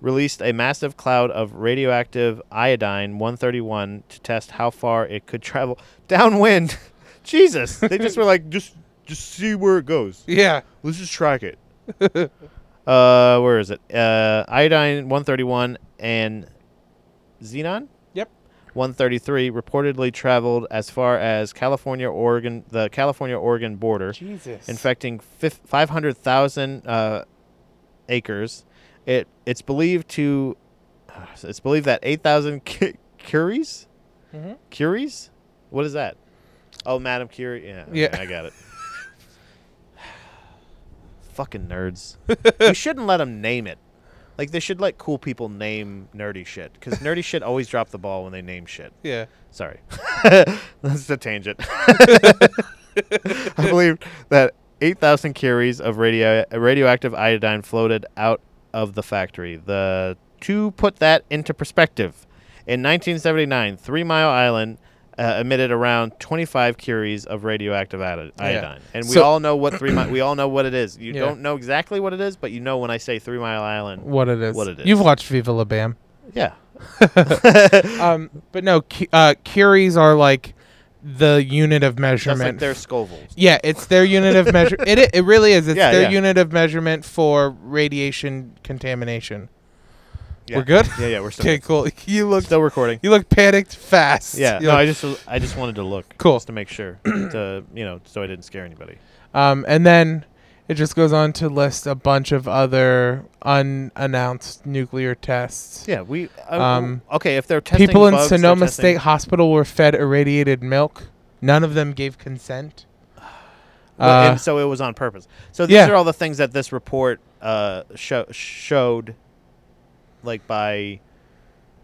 A: released a massive cloud of radioactive iodine 131 to test how far it could travel downwind. *laughs* Jesus, they just were like, just just see where it goes.
B: Yeah.
A: Let's just track it. uh, where is it? Uh, iodine 131 and xenon
B: Yep.
A: 133 reportedly traveled as far as California, Oregon, the California Oregon border,
B: Jesus.
A: infecting fif- 500,000 uh, acres. It it's believed to uh, it's believed that 8,000 cu- curies
B: Mhm.
A: Curies? What is that? Oh, Madame Curie. Yeah, okay,
B: Yeah.
A: I got it. Fucking nerds. you shouldn't let them name it. Like they should let cool people name nerdy shit because nerdy shit always drop the ball when they name shit.
B: yeah.
A: *laughs* Sorry, that's a tangent. *laughs* I believe that 8,000 curies of radio radioactive iodine floated out of the factory. The to put that into perspective, in 1979, Three Mile Island uh, emitted around 25 curies of radioactive iodi- iodine, and we
B: So-
A: all know what Three Mile. We all know what it is. You
B: Yeah.
A: don't know exactly what it is, but you know when I say Three Mile Island.
B: What it is.
A: What it is.
B: You've watched Viva La Bam.
A: Yeah.
B: Um, but no, cu- uh, Curies are like the unit of
A: Just
B: measurement.
A: like their Scovilles.
B: yeah, it's their unit of measure. It i- it really is. It's
A: Yeah,
B: their
A: yeah.
B: unit of measurement for radiation contamination.
A: Yeah.
B: We're good.
A: Yeah, yeah, we're still
B: *laughs* Okay, cool. You look
A: still recording.
B: you look panicked fast.
A: Yeah,
B: You
A: no,
B: look-
A: I just I just wanted to look
B: Cool.
A: just to make *clears throat* sure to you know so I didn't scare anybody.
B: Um, and then it just goes on to list a bunch of other unannounced nuclear tests.
A: Yeah, we uh,
B: Um,
A: okay if they're testing
B: People in
A: bugs, they're
B: Sonoma
A: testing-
B: State Hospital were fed irradiated milk. None of them gave consent.
A: Well,
B: Uh,
A: and so it was on purpose. So these
B: yeah.
A: are all the things that this report uh, show, showed, like by,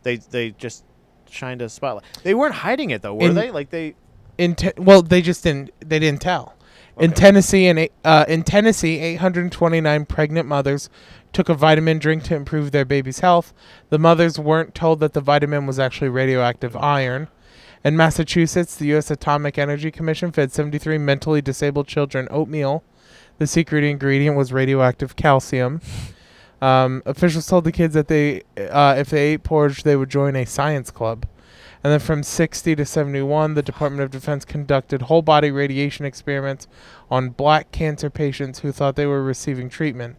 A: they they just shined a spotlight. They weren't hiding it though, were
B: In-
A: they? Like they
B: in te- well, they just didn't. They didn't tell. In
A: Okay.
B: Tennessee, and eight- uh, in Tennessee, 829 pregnant mothers took a vitamin drink to improve their baby's health. The mothers weren't told that the vitamin was actually radioactive iron. In Massachusetts, the U.S. Atomic Energy Commission fed 73 mentally disabled children oatmeal. The secret ingredient was radioactive calcium. Um, officials told the kids that they, uh, if they ate porridge, they would join a science club. And then from 60 to 71, the Department of Defense conducted whole body radiation experiments on black cancer patients who thought they were receiving treatment.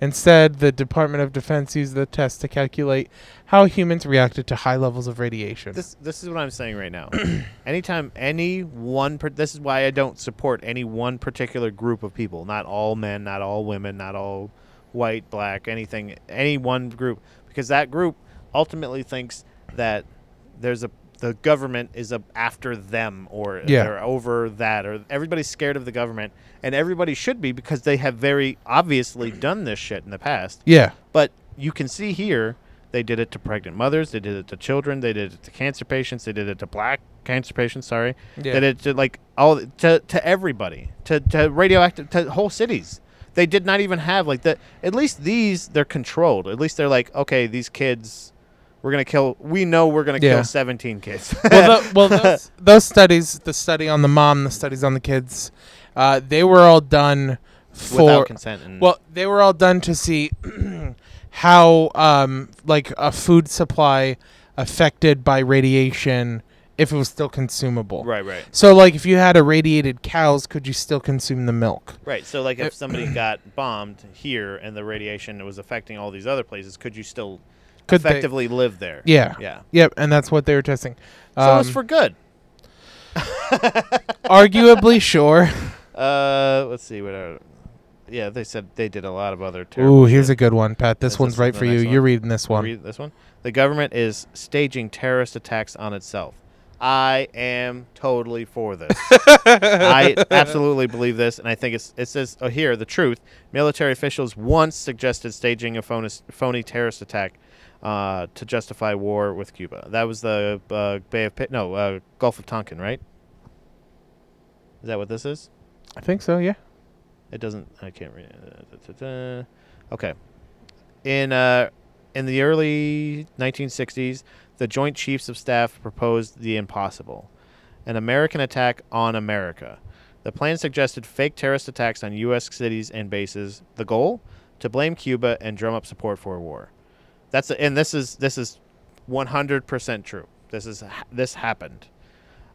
B: Instead, the Department of Defense used the test to calculate how humans reacted to high levels of radiation.
A: this this is what I'm saying right now. *clears throat* Anytime any one per- this is why I don't support any one particular group of people. Not all men, not all women, not all white, black, anything, any one group because that group ultimately thinks that there's a the government is a, after them or
B: Yeah.
A: they're over that or everybody's scared of the government and everybody should be because they have very obviously done this shit in the past.
B: yeah.
A: But you can see here they did it to pregnant mothers, they did it to children, they did it to cancer patients, they did it to black cancer patients, sorry.
B: Yeah.
A: They did it to like all to, to everybody, to, to radioactive to whole cities. They did not even have like the at least these they're controlled. At least they're like, okay, these kids we're gonna kill we know we're gonna
B: Yeah.
A: kill seventeen kids. *laughs*
B: well, tho- well those, those studies, the study on the mom, the studies on the kids, uh, they were all done
A: *laughs*
B: for
A: without consent and
B: Well, they were all done to see *clears throat* how um, like a food supply affected by radiation if it was still consumable.
A: Right, right.
B: So like if you had irradiated cows, could you still consume the milk?
A: Right. So, like, if
B: *clears throat*
A: somebody got bombed here and the radiation was affecting all these other places, could you still
B: Could they-
A: effectively live there?
B: Yeah.
A: Yeah.
B: Yep, and that's what they were testing.
A: So it was
B: Um,
A: for good.
B: *laughs*
A: *laughs*
B: arguably sure.
A: Uh, let's see what. Are, yeah, they said they did a lot of other. Terrible
B: Ooh, here's a
A: shit.
B: good one, Pat. This
A: Is
B: one's
A: this
B: right
A: the
B: for you.
A: next one?
B: You're reading this one.
A: Read this one. The government is staging terrorist attacks on itself. I am totally for this. I absolutely believe this, and I think it's it says oh, here the truth. Military officials once suggested staging a phony, phony terrorist attack uh, to justify war with Cuba. That was the uh, Bay of Pit, no uh, Gulf of Tonkin, right? Is that what this is?
B: I think
A: *laughs*
B: so. Yeah.
A: It doesn't. I can't read. It. Uh, da, da, da. Okay. In uh, in the early 1960s, the Joint Chiefs of Staff proposed the impossible, an American attack on America. The plan suggested fake terrorist attacks on U.S. cities and bases. The goal: to blame Cuba and drum up support for a war. That's and this is this is 100% true. This is this happened.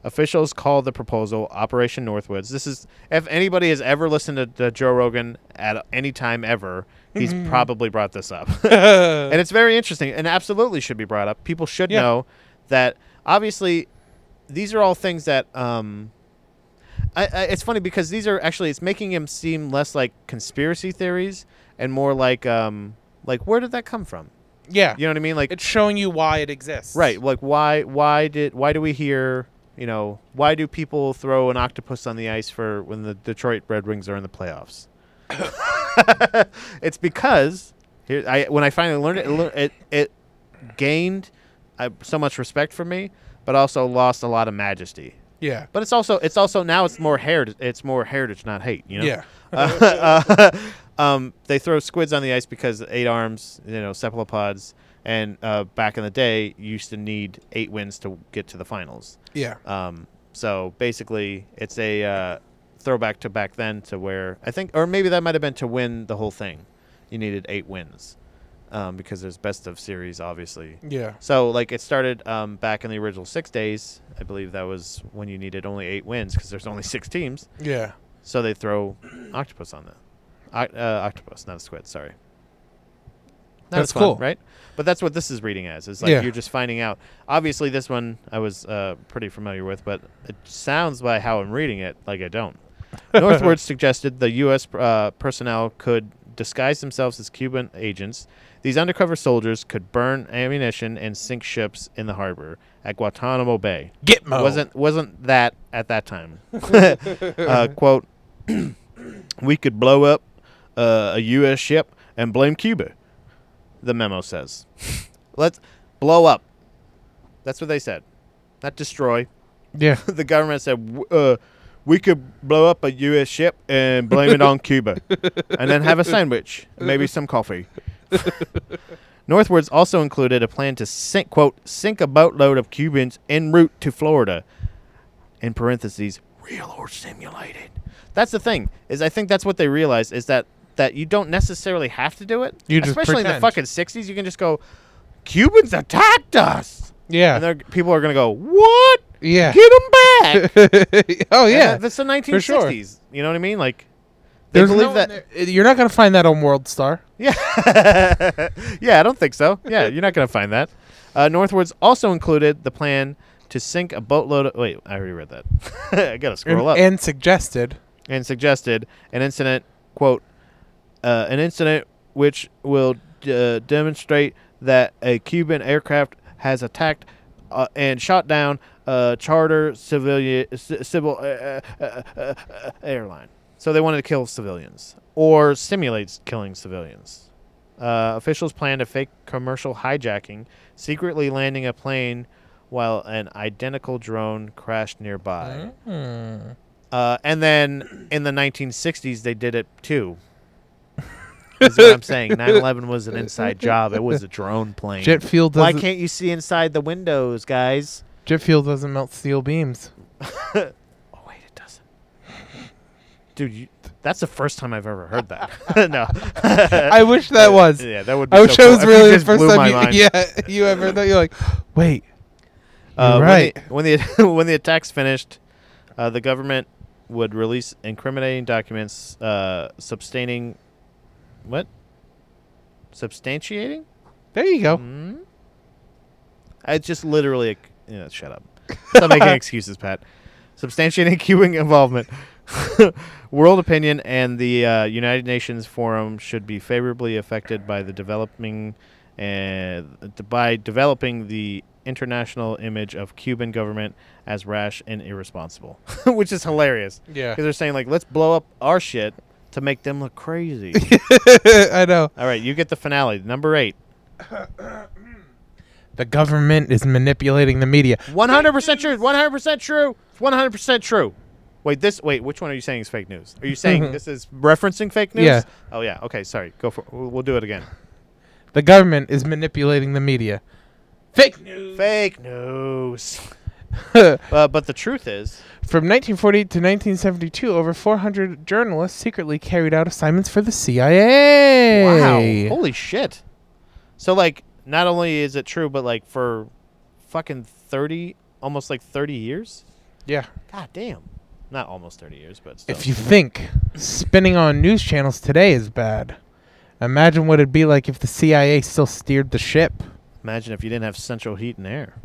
A: Officials called the proposal Operation Northwoods. This is if anybody has ever listened to, to Joe Rogan at any time ever, he's probably brought this up. and it's very interesting and absolutely should be brought up. People should
B: Yeah.
A: know that obviously these are all things that um I, I, it's funny because these are actually it's making him seem less like conspiracy theories and more like um like where did that come from?
B: Yeah.
A: You know what I mean? Like
B: It's showing you why it exists.
A: Right. Like why why did why do we hear you know why do people throw an octopus on the ice for when the Detroit Red Wings are in the playoffs? *laughs* it's because here I when I finally learned it it lear- it, it gained uh, so much respect for me, but also lost a lot of majesty.
B: Yeah.
A: But it's also it's also now it's more heritage it's more heritage not hate you know
B: Yeah.
A: *laughs* uh, *laughs* um, they throw squids on the ice because eight arms, you know, cephalopods, and uh, back in the day, you used to need eight wins to get to the finals.
B: Yeah.
A: Um, so basically, it's a uh, throwback to back then to where I think, or maybe that might have been to win the whole thing. You needed eight wins. um, because there's best of series, obviously.
B: Yeah.
A: So like it started um, back in the original six days. I believe that was when you needed only eight wins because there's only six teams.
B: Yeah.
A: So they throw octopus on that. Oc- uh, octopus, not a squid. Sorry. Not
B: That's
A: as fun,
B: cool.
A: right? But that's what this is reading as. It's like
B: Yeah.
A: you're just finding out. Obviously, this one I was uh, pretty familiar with, but it sounds by how I'm reading it like I
B: *laughs*
A: don't. Northward suggested the U.S. Uh, personnel could disguise themselves as Cuban agents. These undercover soldiers could burn ammunition and sink ships in the harbor at Guantanamo Bay
B: Gitmo.
A: wasn't wasn't that at that *laughs* time. uh, quote: *coughs* We could blow up uh, a U.S. ship and blame Cuba. The memo says, *laughs* "Let's blow up." That's what they said, not destroy. *laughs*
B: Yeah.
A: The government said, "W- uh, "We could blow up a U.S. ship and blame it on Cuba, and then have a sandwich, and maybe some coffee." *laughs* Northwards also included a plan to sink quote sink a boatload of Cubans en route to Florida. In parentheses, real or simulated. That's the thing is I think that's what they realized is that that you don't necessarily have to do it.
B: You just
A: Especially in the
B: pretend.
A: fucking sixties, you can just go, Cubans attacked us,
B: Uh.
A: and
B: Yeah.
A: then people are gonna go, what? *laughs*
B: Yeah. *laughs*
A: Get them back.
B: oh
A: And
B: yeah.
A: that- that's the nineteen
B: for sure.
A: sixties. You know what I mean? Like they believe that.
B: you're not gonna find that on World Star.
A: Yeah. yeah, I don't think so. Yeah, *laughs* you're not going to find that. Uh, Northwoods also included the plan to sink a boatload of. Wait, I already read that. *laughs* I got to
B: And,
A: scroll up.
B: and suggested.
A: And suggested an incident, quote, uh, an incident which will uh, demonstrate that a Cuban aircraft has attacked uh, and shot down a charter civilian c- civil uh, uh, uh, uh, uh, airline. So they wanted to kill civilians or simulate killing civilians. Uh, officials planned a fake commercial hijacking, secretly landing a plane while an identical drone crashed nearby. Uh, and then in the 1960s, they did it too. *laughs* Is what I'm saying. 9/11 was an inside job. It was a drone plane.
B: Jet fuel
A: Why
B: doesn't.
A: can't you see inside the windows, guys?
B: jet fuel doesn't melt steel beams.
A: Oh wait, it doesn't. Dude, you, that's the first time I've ever heard that. *laughs* no,
B: I wish *laughs* that was.
A: Uh, *laughs* Yeah, that would. Be
B: I
A: so
B: wish
A: cool.
B: that was
A: If you
B: really the
A: just
B: first
A: blew my
B: time. You,
A: mind.
B: *laughs* Yeah, you ever thought you're like, wait,
A: Uh,
B: You're right.
A: When the *laughs* when the, when the attacks finished, uh, the government would release incriminating documents uh, substaining what? Substantiating?
B: there you go.
A: Hmm? I just literally yeah, shut up. Stop making excuses, Pat. Substantiating *laughs* Cuban involvement. World opinion and the uh, United Nations Forum should be favorably affected by the developing and by developing the international image of Cuban government as rash and irresponsible, *laughs* which is hilarious
B: Yeah,
A: because they're saying like, let's blow up our shit to make them look crazy.
B: *laughs* I know.
A: All right, you get the finale, number eight.
B: The government is manipulating the media.
A: One hundred percent true. One hundred percent true. One hundred percent true. Wait, this. Wait, which one are you saying is fake news? Are you saying
B: Mhm.
A: this is referencing fake news?
B: Yeah.
A: Oh yeah. Okay. Sorry. Go for. We'll, we'll do it again.
B: The government is manipulating the media. Fake *laughs* news.
A: Fake news.
B: From
A: Uh, but the truth is,
B: 1948 to 1972, over 400 journalists secretly carried out assignments for the CIA.
A: wow, holy shit. So like, not only is it true, but like for fucking thirty, almost like thirty years.
B: Yeah.
A: God damn. Not almost thirty years, but still.
B: If you think spinning on news channels today is bad, imagine what it'd be like if the CIA still steered the ship. *laughs*
A: imagine if you didn't have central heat and air.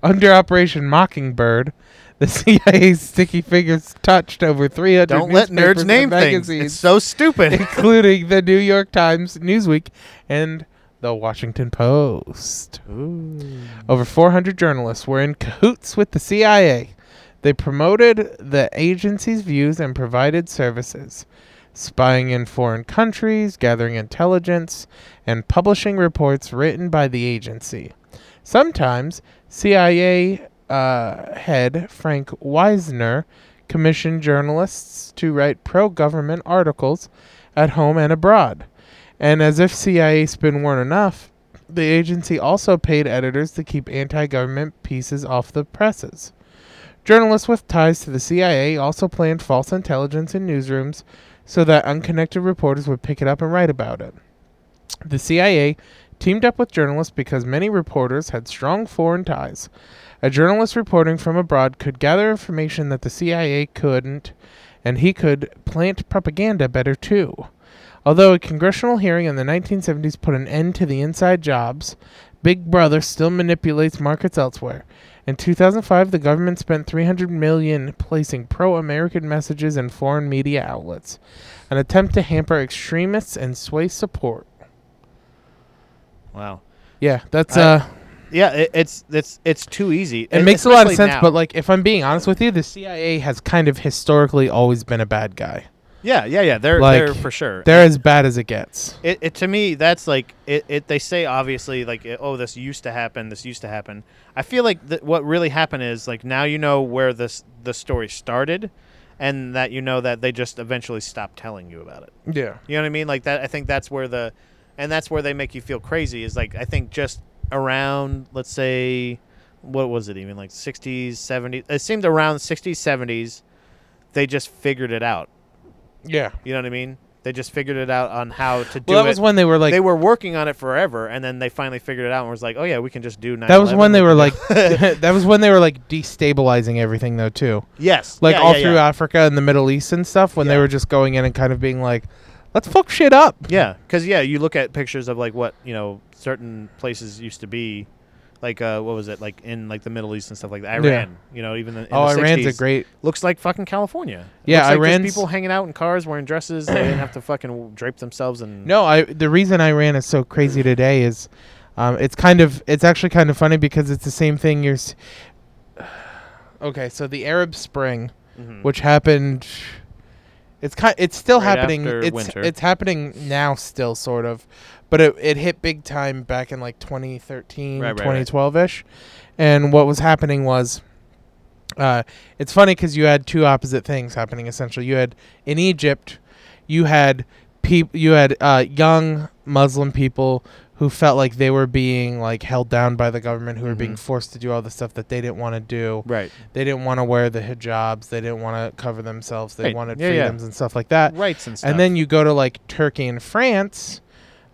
B: Under Operation Mockingbird, the CIA's sticky fingers touched over 300
A: Don't let
B: newspapers
A: nerds
B: and
A: name things. *laughs*
B: magazines,
A: It's so stupid.
B: *laughs* including the New York Times, Newsweek, and the Washington Post.
A: Ooh.
B: Over 400 journalists were in cahoots with the CIA. They promoted the agency's views and provided services, spying in foreign countries, gathering intelligence, and publishing reports written by the agency. Sometimes, CIA uh, head Frank Wisner commissioned journalists to write pro government articles at home and abroad. And as if CIA spin weren't enough, the agency also paid editors to keep anti government pieces off the presses. Journalists with ties to the CIA also planned false intelligence in newsrooms so that unconnected reporters would pick it up and write about it. The CIA teamed up with journalists because many reporters had strong foreign ties. A journalist reporting from abroad could gather information that the CIA couldn't, and he could plant propaganda better too. Although a congressional hearing in the 1970s put an end to the inside jobs, Big Brother still manipulates markets elsewhere. In 2005, the government spent 300 million placing pro-American messages in foreign media outlets, an attempt to hamper extremists and sway support.
A: Wow.
B: Yeah, that's
A: I-
B: uh
A: Yeah, it, it's it's it's too easy.
B: it
A: e-
B: makes a lot of
A: especially
B: sense,
A: now.
B: but like if I'm being honest with you, the CIA has kind of historically always been a bad guy.
A: yeah, yeah, yeah. They're
B: like,
A: they're for sure.
B: They're as bad as it gets.
A: it, it to me that's like it, it they say obviously like it- oh this used to happen this used to happen i feel like th- what really happened is like now you know where this the story started and that you know that they just eventually stopped telling you about it
B: Yeah.
A: you know what i mean like that i think that's where the and that's where they make you feel crazy is like i think just around let's say what was it even like 60s 70s it seemed around 60s 70s they just figured it out
B: Yeah.
A: you know what i mean they just figured it out on how to do
B: Well, that
A: it
B: was when they were like
A: they were working on it forever, and then they finally figured it out and was like, "Oh yeah, we can just do." 9
B: that was when they were like *laughs* that was when they were like destabilizing everything though too.
A: yes,
B: Like
A: yeah,
B: all
A: yeah,
B: through
A: yeah.
B: Africa and the Middle East and stuff when they
A: Yeah.
B: were just going in and kind of being like let's fuck shit up.
A: Yeah, because yeah, you look at pictures of like what you know certain places used to be, like uh, what was it like in like the Middle East and stuff like that. Iran, you know, even the, in
B: oh,
A: the
B: Iran's
A: 60s,
B: a great
A: looks like fucking California. It
B: Yeah,
A: looks like just
B: Iran's-
A: people hanging out in cars wearing dresses. They didn't have to fucking drape themselves and
B: No, I the reason Iran is so crazy today is um, it's kind of it's actually kind of funny because it's the same thing you're s- *sighs* Okay, so the Arab Spring
A: Mhm.
B: which happened it's kind it's still
A: Right
B: happening
A: after
B: it's
A: winter.
B: it's happening now still sort of but it, it hit big time back in like 2013
A: Right, right, right.
B: 2012ish and what was happening was uh, it's funny because you had two opposite things happening essentially you had in egypt you had peop- you had uh, young muslim people who felt like they were being like held down by the government who were being
A: Mhm.
B: forced to do all the stuff that they didn't want to do
A: right,
B: they didn't want to wear the hijabs. They didn't want to cover themselves. They
A: Right.
B: wanted
A: Yeah, yeah.
B: freedoms and stuff like that.
A: rights and stuff.
B: And then you go to like Turkey and France,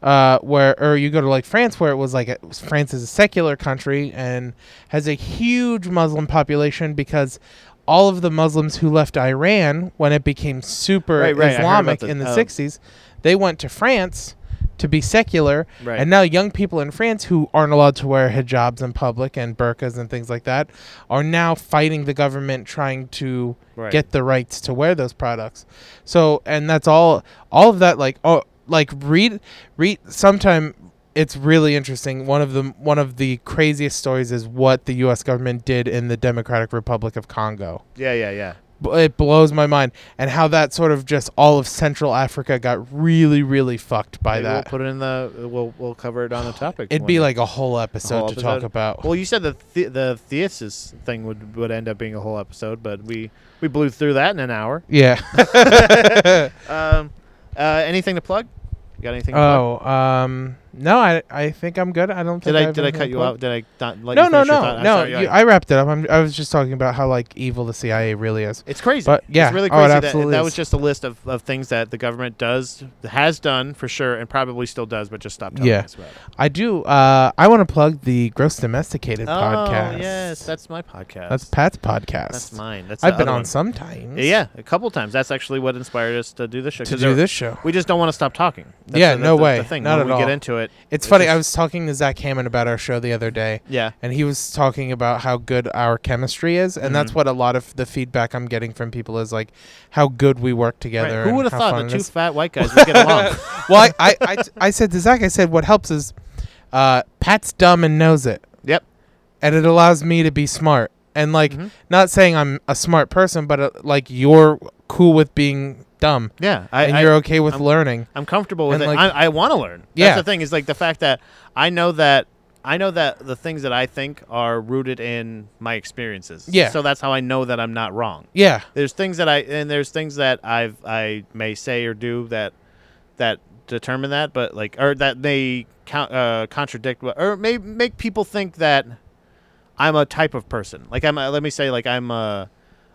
B: uh, where or you go to like France, where it was like a, France is a secular country and has a huge Muslim population because all of the Muslims who left Iran when it became super
A: Right, right. I heard about
B: Islamic
A: the-
B: in the
A: oh.
B: '60s, they went to France to be secular
A: right,
B: and now young people in France who aren't allowed to wear hijabs in public and burqas and things like that are now fighting the government trying to
A: right.
B: get the rights to wear those products. So and that's all all of that like oh like read read sometime it's really interesting. One of the one of the craziest stories is what the US government did in the Democratic Republic of Congo
A: yeah, yeah, yeah.
B: b- it blows my mind and how that sort of just all of central africa got really really fucked by
A: Maybe
B: that
A: we'll put it in the we'll we'll cover it on the topic.
B: It'd
A: one
B: be
A: day.
B: like a whole episode
A: whole
B: to talk
A: episode.
B: about.
A: Well, you said the the, the thesis thing would would end up being a whole episode, but we we blew through that in an hour. *laughs*
B: Yeah.
A: Um, uh, anything to plug? You got anything? To plug?
B: oh, um, no, I, I think I'm good. I don't. Think
A: Did
B: I,
A: I
B: have
A: did I
B: anything
A: cut
B: to
A: you
B: plug.
A: out? Did I not let
B: No,
A: you
B: no,
A: finish your
B: no,
A: thought? I'm
B: no.
A: sorry,
B: You,
A: alright.
B: I wrapped it up. I'm, I was just talking about how like evil the CIA really is.
A: it's crazy.
B: but, yeah.
A: it's really
B: Oh, it
A: crazy. that,
B: absolutely
A: that
B: is.
A: was just a list of, of things that the government does has done for sure, and probably still does, but just stopped telling
B: Yeah.
A: us about it.
B: I do. Uh, I want to plug the Gross Domesticated podcast.
A: Oh yes, that's my podcast.
B: that's Pat's podcast.
A: That's mine. That's
B: I've
A: the
B: been
A: other
B: on
A: one.
B: sometimes.
A: Yeah, a couple times. That's actually what inspired us to do this show.
B: To
A: 'cause
B: do
A: there-
B: this show.
A: We just don't want to stop talking. That's
B: Yeah,
A: the-
B: no
A: the-
B: way.
A: The thing.
B: Not
A: when
B: at
A: we get
B: all.
A: into it,
B: It's funny. I
A: just-
B: was talking to Zach Hammond about our show the other day,
A: yeah,
B: and he was talking about how good our chemistry is, and that's
A: Mhm.
B: what a lot of the feedback I'm getting from people is like how good we work
A: Right.
B: together.
A: Who
B: and
A: would have
B: how
A: thought
B: fun
A: the two
B: it is.
A: fat white guys would get
B: *laughs*
A: along?
B: well, I, I, I, I said to Zach, I said what helps is uh, Pat's dumb and knows it,
A: yep.
B: and it allows me to be smart. And like,
A: Mhm.
B: not saying I'm a smart person, but uh, like you're cool with being dumb,
A: Yeah. I,
B: and
A: I,
B: you're okay with
A: I'm-
B: learning.
A: I'm comfortable with
B: and,
A: it.
B: like-
A: I, I want to learn.
B: Yeah.
A: That's the thing is like the fact that I know that I know that the things that I think are rooted in my experiences.
B: Yeah.
A: So that's how I know that I'm not wrong.
B: Yeah,
A: There's things that I and there's things that I've I may say or do that that determine that, but like or that may count, uh, contradict what or may make people think that I'm a type of person. Like I'm, a, let me say, like I'm a,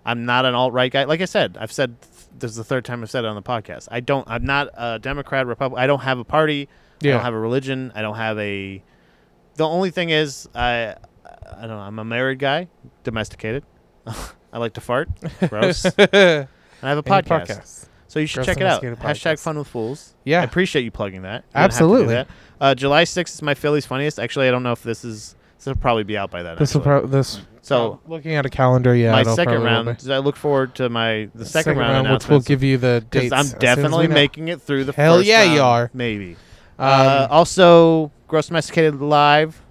A: I'm not an alt right guy. Like I said, I've said this is the third time I've said it on the podcast. I don't, I'm not a Democrat, Republic. I don't have a party. I
B: Yeah. *laughs*
A: don't have a religion. I don't have a. The only thing is, I, I don't know. I'm a married guy, domesticated. *laughs* I like to
B: *laughs*
A: fart, gross. and I have a
B: Any
A: podcast, so you should
B: Gross
A: check it out.
B: Domesticated
A: Hashtag
B: podcast.
A: Fun with Fools.
B: Yeah.
A: I appreciate you plugging that. You don't have to do
B: Absolutely.
A: that. Uh, July 6th is my Phillies funniest. Actually, I don't know if this is. This will probably be out by then.
B: This will
A: actually.
B: pro- this.
A: so
B: looking at a calendar, yeah.
A: my
B: it'll
A: second
B: probably
A: round.
B: be-
A: I look forward to my the second, round,
B: which will
A: announcements,
B: give you the
A: 'cause
B: dates. as soon
A: I'm
B: as we
A: definitely
B: know.
A: making it through the
B: Hell
A: first
B: yeah,
A: round,
B: you are.
A: Maybe.
B: Um,
A: uh, also, Gross Domesticated live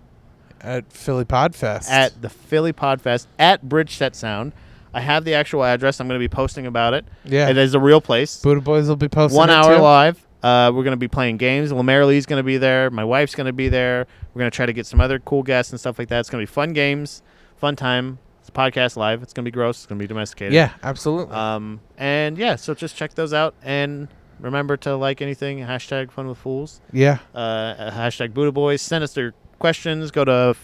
B: at Philly Podfest.
A: at the Philly Podfest at Bridgeset Sound. I have the actual address. I'm going to be posting about it.
B: yeah,
A: It is a real place.
B: Buddha Boys will be posting
A: One
B: it
A: hour
B: too.
A: live. Uh, we're going to be playing games. Lamar Lee's going to be there. My wife's going to be there. We're going to try to get some other cool guests and stuff like that. It's going to be fun games, fun time. It's a podcast live. It's going to be gross. It's going to be domesticated.
B: Yeah, absolutely.
A: Um, and yeah, so just check those out and remember to like anything. Hashtag fun with fools.
B: yeah,
A: Uh, hashtag Buddha Boys. Send us your questions. Go to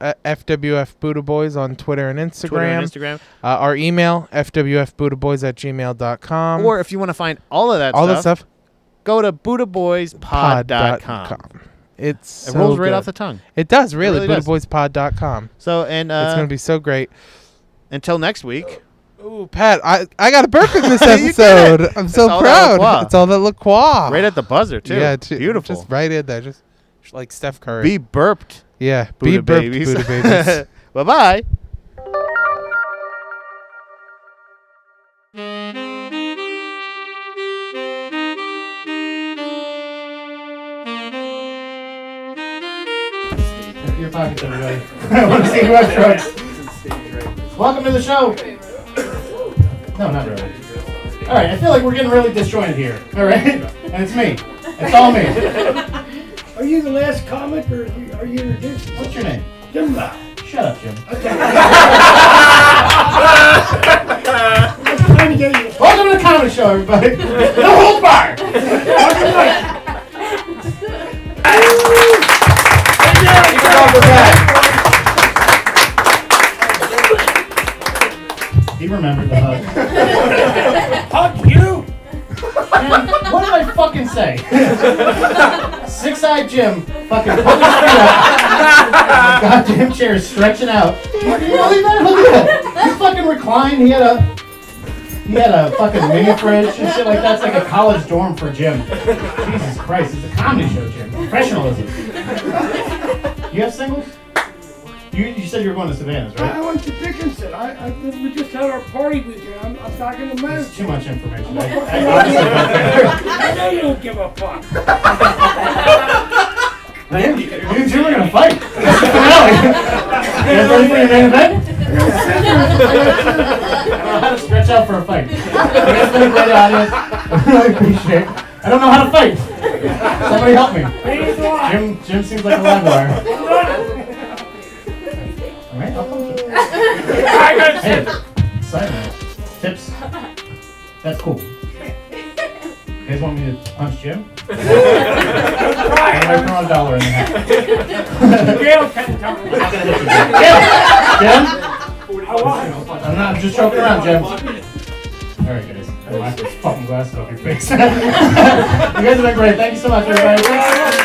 B: uh, FWF Buddha Boys on Twitter and Instagram.
A: Twitter and Instagram.
B: Uh, our email fwfbuddhaboys at gmail.com.
A: or if you want to find all of that
B: Um, all
A: stuff,
B: that stuff.
A: go to buddhaboyspod.com.
B: pod.com. It's
A: It
B: so
A: rolls right
B: good.
A: off the tongue.
B: It does really.
A: really does.
B: BuddhaBoysPod.com.
A: So, and
B: it's
A: uh,
B: gonna be so great.
A: until next week,
B: Ooh, Pat, I, I got a burp in this
A: *laughs* You did it.
B: episode. I'm so
A: It's all that
B: proud.
A: LaCroix.
B: it's all that LaCroix.
A: right at the buzzer, too.
B: Ah. Yeah, ju-
A: Beautiful.
B: Just right in there, just sh- like Steph Curry.
A: Be burped,
B: yeah,
A: Buddha
B: be burped,
A: babies. *laughs*
B: Buddha babies.
A: bye bye.
B: You're fine with everybody.
A: *laughs* I want to see who I trust. Welcome to the show. No, not really. All right, I feel like we're getting really disjointed here. All right, and it's me. It's all me.
C: *laughs* Are you the last comic or are you- are you introduced?
A: What's your name?
C: Jimba.
A: Shut up, Jim. *laughs*
C: I'm trying to get you.
A: Welcome to the comedy show, everybody. *laughs* No hold bar. He remembered the hug.
C: Fuck you!
A: What did I fucking say? Six eyed Jim fucking put his feet up. The goddamn chair is stretching out. Can you believe that? Look at that. He fucking reclined. He had a he had a fucking mini fridge and shit like that. It's like a college dorm for Jim. Jesus Christ, it's a comedy show, Jim. Professionalism. You have singles? You, you said you were going to Savannah's,
C: I I
A: right?
C: went to Dickinson. I, I, we just had our party weekend. I'm, I'm not gonna
A: That's
C: miss.
A: too much information. I, I, honestly don't care.
C: I know you don't give a fuck.
A: Man, you you two are gonna fight. That's the finale. You guys ready for your main event? I don't know how to stretch out for a fight. You guys been a great audience. I really appreciate it. I don't know how to fight. Somebody help me.
C: Neither do I.
A: Jim, Jim seems like a live wire. All right, I'll punch you.
C: I got
A: Hey, side note, tips. That's cool. You guys want me to punch
C: *laughs*
A: Jim? I'm
C: right.
A: not a dollar in the hat.
C: I'm in jail ten times.
A: I'm not gonna hit you, Jim. Jim?
C: I was.
A: I'm not I'm just joking around, Jim. All right, guys. I laughed this fucking glasses off your face. you guys have been great. Thank you so much, everybody.